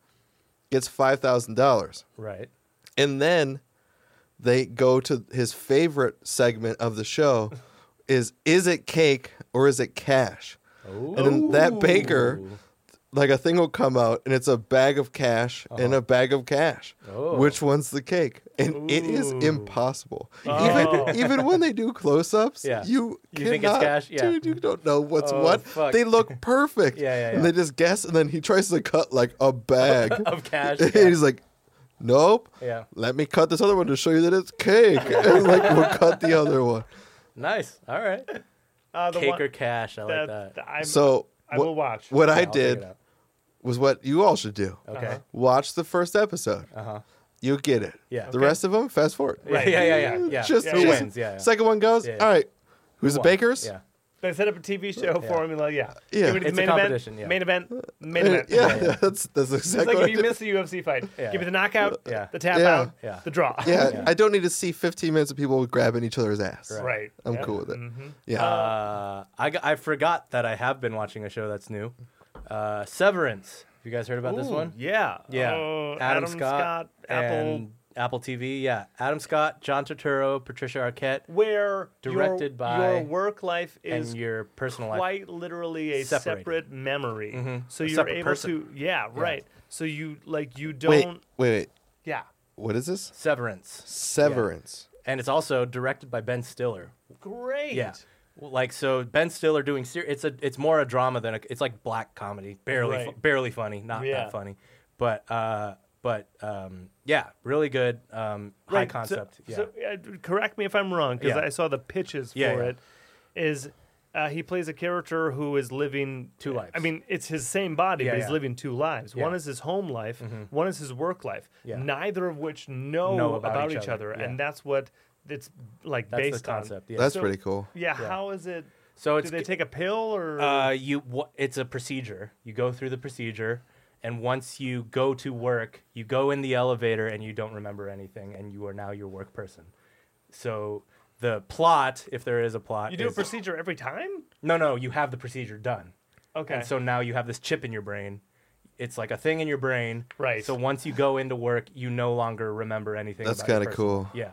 S3: gets five thousand dollars
S2: Right.
S3: and then they go to his favorite segment of the show is is it cake or is it cash
S2: Ooh.
S3: and then that baker like a thing will come out and it's a bag of cash and a bag of cash
S2: Uh-huh. Oh.
S3: which one's the cake and it is
S1: Ooh.
S3: impossible
S1: Oh.
S3: even even when they do close-ups
S2: Yeah.
S3: you
S2: You think it's
S3: cannot-
S2: cash? Yeah.
S3: dude you don't know what's
S2: Oh,
S3: what
S2: fuck.
S3: they look perfect
S2: Yeah, yeah,
S3: and
S2: yeah.
S3: they just guess and then he tries to cut like a bag
S2: of cash.
S3: and
S2: Yeah.
S3: he's like, "Nope.
S2: Yeah.
S3: Let me cut this other one to show you that it's cake." and like we'll cut the other one.
S2: Nice. All right.
S1: Uh, the
S2: Cake
S1: one-
S2: or cash. I like
S1: that-
S2: that.
S1: I'm,
S3: So
S1: I
S3: wha-
S1: will watch.
S3: what I
S2: I'll figure it
S3: did
S2: out.
S3: was what you all should do.
S1: Uh-huh.
S2: Okay.
S3: Watch the first episode.
S2: Uh huh.
S3: You get it.
S2: Yeah. Okay.
S3: The rest of them, fast forward.
S1: Right.
S2: Yeah, yeah, yeah, yeah. yeah.
S3: Just
S2: who
S3: just-
S2: wins? Yeah. yeah.
S3: Second one goes.
S2: Yeah, yeah.
S3: All right. Who's
S2: Who
S3: the
S2: won?
S3: bakers?
S2: Yeah.
S1: They set up a TV show
S2: Yeah.
S1: formula. Yeah.
S3: Yeah.
S1: Give me the
S2: It's a
S1: main
S2: competition,
S1: event.
S2: yeah.
S1: Main event. Main
S3: Yeah,
S1: event.
S3: yeah, that's that's
S1: It's
S3: exactly.
S1: like
S3: what
S1: if
S3: I
S1: you
S3: did.
S1: miss a UFC fight,
S2: Yeah.
S1: give me the knockout,
S2: Yeah.
S1: the tap
S3: Yeah.
S1: out,
S2: Yeah.
S1: the draw.
S3: yeah,
S2: Yeah.
S3: I don't need to see 15 minutes of people grabbing each other's ass.
S2: Right.
S1: Right.
S3: I'm
S1: Yeah.
S3: cool with it.
S1: Mhm.
S3: Yeah,
S2: Uh, I, g- I forgot that I have been watching a show that's new. Uh, Severance. Have you guys heard about this
S1: Ooh,
S2: one?
S1: Yeah.
S2: Yeah.
S1: Oh,
S2: Adam, Scott,
S1: Apple.
S2: and Apple TV. Yeah. Adam Scott, John Turturro, Patricia Arquette,
S1: Where your-
S2: directed by-
S1: your work life is
S2: and your personal life.
S1: quite literally a
S2: Separated. Mm-hmm.
S1: separate memory. So
S2: A
S1: you're
S2: separate
S1: able
S2: person.
S1: to, yeah, right. So you like you don't,
S3: wait, wait, wait.
S1: yeah.
S3: What is this?
S2: Severance.
S3: Severance.
S2: And it's also directed by Ben Stiller.
S1: Great.
S2: Yeah. Well, Like so, Ben Stiller doing ser- it's a it's more a drama than a, it's like black comedy, barely fu-
S1: Right.
S2: barely funny, not
S1: Yeah.
S2: that funny, but uh, but um, yeah, really good, um, high
S1: Right, so-
S2: concept. yeah.
S1: So, uh, correct me if I'm wrong, because
S2: Yeah.
S1: I saw the pitches
S2: Yeah,
S1: for
S2: yeah.
S1: it. Is uh, he plays a character who is living
S2: Two lives.
S1: I mean, it's his same body,
S2: Yeah,
S1: but he's
S2: yeah.
S1: living two lives. One
S2: Yeah. Mm-hmm.
S1: is his home life, one is his work life.
S2: Yeah.
S1: Neither of which know,
S2: Know
S1: about, each, other,
S2: yeah.
S1: and that's what it's like
S2: That's
S1: based
S2: the concept.
S1: on.
S2: Yeah.
S3: That's
S1: So-
S3: pretty cool.
S1: Yeah,
S2: Yeah.
S1: How is it?
S2: so
S1: do
S2: it's
S1: they take a pill or?
S2: uh, you wha- it's a procedure. You go through the procedure, and once you go to work, you go in the elevator and you don't remember anything, and you are now your work person. So the plot, if there is a plot,
S1: you do a
S2: is-
S1: procedure every time.
S2: no, no, you have the procedure done.
S1: Okay.
S2: And so now you have this chip in your brain. It's like a thing in your brain.
S1: Right.
S2: So once you go into work, you no longer remember anything.
S3: That's
S2: about your
S3: kinda
S2: person.
S3: cool.
S2: Yeah.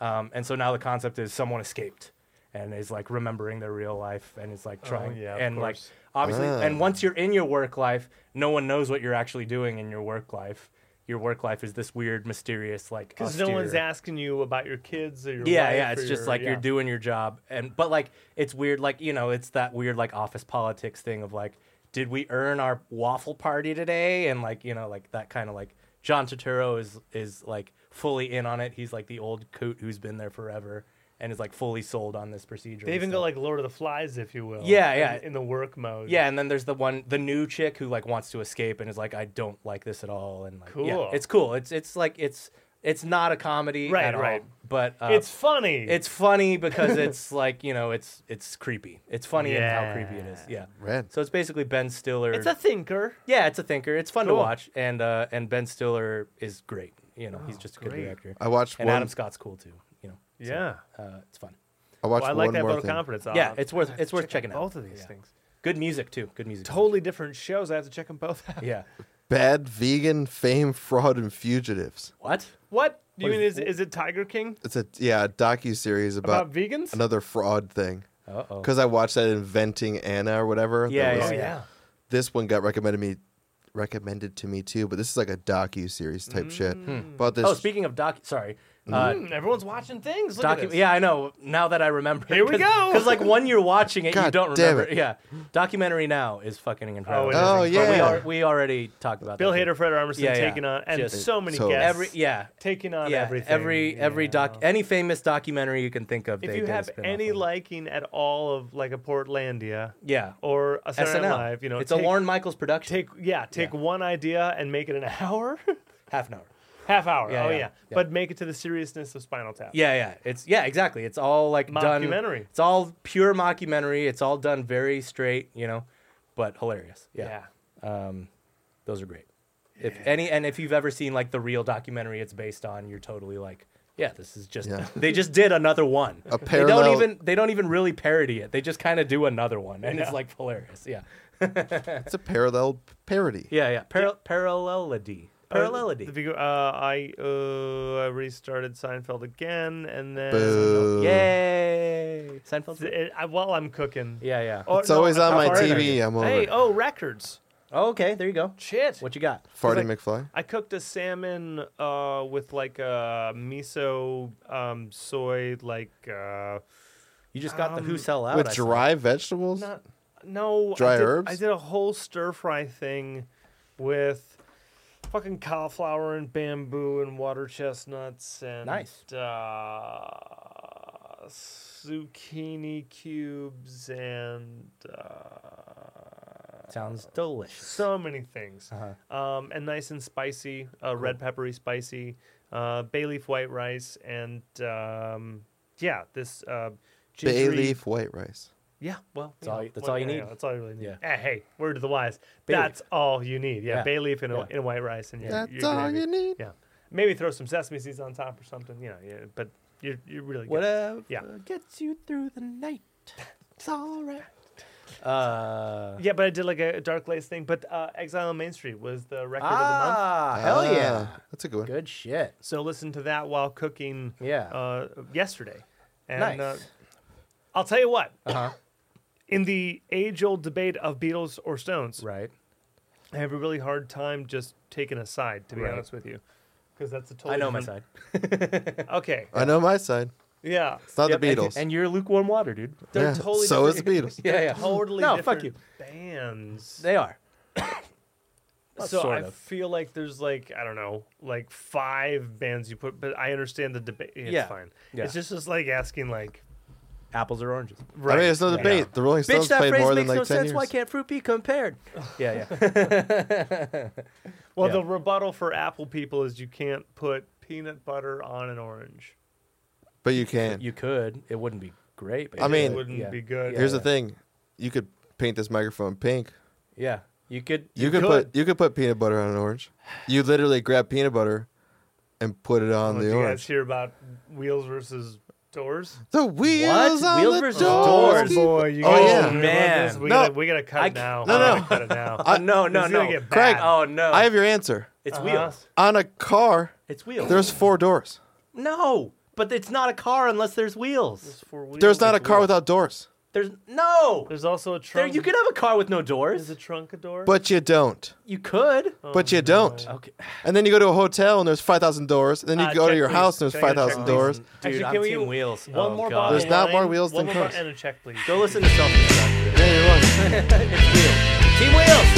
S2: Um, and so now the concept is someone escaped, and is like remembering their real life and is like trying
S1: Oh, yeah, of
S2: and like
S1: course.
S2: obviously
S3: Ah.
S2: and once you're in your work life no one knows what you're actually doing in your work life your work life is this weird mysterious like
S1: Because no one's
S2: austere-
S1: asking you about your kids or your
S2: yeah
S1: wife
S2: yeah
S1: or
S2: it's just
S1: your-
S2: like
S1: yeah.
S2: you're doing your job and but like it's weird like you know it's that weird like office politics thing of like did we earn our waffle party today and like you know like that kind of like john Turturro is is like fully in on it he's like the old coot who's been there forever and is like fully sold on this procedure
S1: They
S2: and
S1: even
S2: stuff.
S1: go like Lord of the Flies, if you will.
S2: Yeah,
S1: in-
S2: yeah.
S1: In, the work mode.
S2: yeah, and then there's the one, the new chick who like wants to escape and is like, I don't like this at all, and like,
S1: Cool.
S2: yeah, it's cool. It's it's like it's it's not a comedy
S1: Right,
S2: at all,
S1: right.
S2: but uh,
S1: It's funny.
S2: it's funny because it's like you know it's it's creepy. It's funny in how creepy it is.
S1: Yeah.
S2: Yeah.
S3: Red.
S2: So it's basically Ben Stiller.
S1: it's a thinker.
S2: yeah, it's a thinker. It's fun
S1: Cool.
S2: to watch, and uh, and Ben Stiller is great. You know, he's just a good
S1: Oh, great.
S2: director.
S3: I watched
S2: and
S3: one.
S2: Adam Scott's cool too. You know. So,
S1: Yeah.
S2: uh, it's fun.
S3: I watched
S1: Well, I like
S3: one
S1: that
S3: more
S1: vote of
S3: thing.
S1: confidence. I'll-
S2: yeah,
S1: I'll
S2: it's worth
S1: have to
S2: it's worth
S1: check
S2: checking
S1: out
S2: out.
S1: both of these
S2: Yeah.
S1: things.
S2: Good music too. Good music.
S1: Totally different shows. I have to check them both out.
S2: Yeah.
S3: Bad vegan fame, fraud, and fugitives.
S2: What?
S1: What? Do you
S2: What
S1: mean
S2: is-
S1: is, is it Tiger King
S3: It's a yeah docu series about,
S1: about vegans?
S3: another fraud thing.
S2: Uh oh.
S3: Because I watched that inventing Anna or whatever. that
S2: Yeah,
S3: was-
S1: Oh
S2: yeah.
S1: yeah.
S3: This one got recommended me, recommended to me too. But this is like a docu series type shit. About this.
S2: Oh, speaking of doc, sorry. Uh,
S1: Mm, everyone's watching things. Look at
S2: docu-
S1: this.
S2: yeah, I know. Now that I remember,
S1: Here we go.
S2: Because like when you're watching it, you
S3: God
S2: don't
S3: damn
S2: remember.
S3: it.
S2: Yeah, documentary now is fucking incredible.
S1: it is
S3: Oh,
S2: But we,
S3: yeah.
S2: are, we already talked about
S1: Bill
S2: that.
S1: Hader, Fred Armisen
S2: Yeah, yeah.
S1: taking on, and
S2: Just-
S1: so many
S3: So-
S1: guests.
S2: Every yeah,
S1: taking on
S2: yeah.
S1: everything.
S2: Every every
S1: yeah.
S2: doc, any famous documentary you can think of.
S1: If
S2: they
S1: you
S2: did a
S1: have
S2: spin-off
S1: any
S2: of.
S1: liking at all of like a Portlandia
S2: yeah,
S1: or a Saturday Night
S2: SNL,
S1: Live, you know,
S2: it's
S1: take,
S2: a Warren Michaels production.
S1: Take yeah, take one idea and make it an hour,
S2: half an hour.
S1: half hour.
S2: Yeah,
S1: oh yeah.
S2: yeah, yeah.
S1: but make it to the seriousness of Spinal Tap.
S2: Yeah, yeah. It's yeah, exactly. It's all like done.
S1: Mockumentary.
S2: It's all pure mockumentary. It's all done very straight, you know, but hilarious.
S1: yeah.
S2: Yeah. Um, those are great. If any, and if you've ever seen like the real documentary it's based on, you're totally like, yeah, this is just
S3: Yeah.
S2: they just did another one. They
S3: A parallel-
S2: don't even they don't even really parody it. They just kind of do another one, and it's like hilarious. Yeah,
S3: it's a parallel parody.
S2: yeah, yeah. Par- Parallelity.
S1: Uh,
S2: Parallelity.
S1: the, uh, I uh, I restarted Seinfeld again, and then
S3: Boo.
S2: Yay! Seinfeld's great.
S1: It- I- while I'm cooking.
S2: Yeah, yeah.
S1: Or-
S3: It's always on
S1: I'm
S3: my
S1: already-
S3: TV. I'm over.
S1: Hey,
S3: it.
S1: oh records,
S2: Oh, okay, there you go.
S1: shit.
S2: What you got?
S3: Farty McFly.
S1: I cooked a salmon uh, with like a miso um, soy like uh,
S2: You just got the who sell out.
S3: With
S2: I saw.
S3: dry vegetables.
S1: not no I
S3: Dry
S1: did,
S3: herbs?
S1: I did a whole stir fry thing with fucking cauliflower and bamboo and water chestnuts and
S2: Nice.
S1: uh, zucchini cubes and uh,
S2: Sounds Oh, delicious. Uh-huh.
S1: so many things. Um, and nice and spicy, uh, red peppery spicy, uh, bay leaf white rice, and um, yeah, this uh,
S3: Bay
S1: gingery-
S3: leaf white rice.
S1: Yeah, well, that's
S2: all you- that's all you need.
S1: that's all you really need.
S2: Yeah.
S1: Eh, hey, word to the wise.
S2: Bay leaf.
S1: that's all you need. Yeah,
S2: Yeah.
S1: bay leaf and, a,
S2: Yeah.
S1: and white rice, and yeah,
S3: That's all you need.
S1: Yeah, maybe throw some sesame seeds on top or something. You know, yeah, but you're you're really good.
S2: Whatever
S1: Yeah.
S2: gets you through the night. It's all right. Uh,
S1: Yeah, but I did like a, a dark lace thing. But uh, Exile on Main Street was the record of the month.
S2: ah, hell yeah.
S3: Ah, That's a good one.
S2: Good shit.
S1: So listen to that while cooking.
S2: Yeah.
S1: Uh, yesterday, and
S2: nice.
S1: uh, I'll tell you what.
S2: Uh-huh.
S1: In the age-old debate of Beatles or Stones,
S2: right.
S1: I have a really hard time just taking a side. To be
S2: Right.
S1: honest with you, because that's a totally.
S2: I know my
S1: different-
S2: side.
S1: Okay.
S3: I know my side.
S1: Yeah.
S3: It's not
S2: Yep,
S3: the
S2: and-
S3: Beatles.
S2: And, you're lukewarm water, dude.
S1: They're
S3: Yeah,
S1: totally.
S3: so is the
S1: different-
S3: Beatles.
S2: Yeah, yeah.
S1: Totally.
S2: No, fuck you.
S1: different Bands.
S2: They are.
S1: so
S2: sort
S1: I
S2: of.
S1: feel like there's like I don't know, like five bands you put, but I understand the debate. It's
S2: Yeah.
S1: fine.
S2: Yeah.
S1: It's just, just like asking like.
S2: Apples or oranges.
S1: Right.
S3: I mean, it's no
S1: yeah.
S3: debate. The Rolling Stones
S2: Bitch, that
S3: played
S2: phrase
S3: more than
S2: makes
S3: like
S2: no
S3: 10
S2: sense.
S3: years.
S2: Why can't fruit be compared? yeah, yeah.
S1: Well,
S2: Yeah.
S1: the rebuttal for Apple people is you can't put peanut butter on an orange.
S3: But you can.
S2: you could. It wouldn't be great. But
S3: I
S2: you
S3: mean-
S1: It
S2: could.
S1: wouldn't
S2: Yeah.
S1: be good.
S2: Yeah.
S3: Here's the thing. You could paint this microphone pink.
S2: Yeah. You could.
S3: You, could,
S1: could.
S3: put you could put peanut butter on an orange. You literally grab peanut butter and put it on
S1: Well,
S3: the
S1: did Oh, you guys
S3: orange.
S1: hear about wheels versus doors?
S3: The wheels on
S2: Wheels
S3: the
S2: versus
S3: doors.
S2: doors.
S1: boy, you
S3: Oh,
S1: guys
S3: yeah.
S1: really love
S2: Man.
S1: this? we
S3: No.
S1: gotta we gotta cut
S2: I
S1: it
S2: c-
S1: now.
S3: no,
S1: We
S3: no.
S1: gotta cut it now.
S2: Uh, no, no,
S1: This is gonna
S2: no.
S1: get
S3: Craig,
S1: bad.
S2: Oh no.
S3: I have your answer.
S2: it's
S1: Uh-huh.
S2: wheels.
S3: On a car,
S2: It's wheels.
S3: there's four doors.
S2: No, But it's not a car unless there's wheels.
S1: There's four wheels.
S3: There's not a
S1: There's
S3: car
S1: wheels.
S3: without doors,
S2: There's no.
S1: There's also a
S2: There,
S1: trunk.
S2: you could have a car with no
S1: Is
S2: doors.
S1: the trunk a Um, door?
S3: but you don't.
S2: You could.
S1: Oh,
S3: But you don't.
S2: Okay.
S3: And then you go to a hotel and there's five thousand doors. And then you
S1: Ah,
S3: go to
S1: check,
S3: your
S1: please.
S3: house
S1: Can
S3: and
S1: I
S3: there's
S1: get a
S3: five thousand
S1: check,
S3: doors.
S1: please?
S2: Dude,
S1: Actually,
S2: I'm
S1: can we
S2: Team Wheels.
S1: One
S2: Oh,
S1: more
S2: God.
S1: bottle
S3: There's not
S1: of
S3: more
S1: wine,
S3: wheels
S1: one
S3: than
S1: more
S3: cars.
S1: and a check, please.
S2: Go listen to self destruct.
S3: Yeah, you're right.
S2: Team Wheels.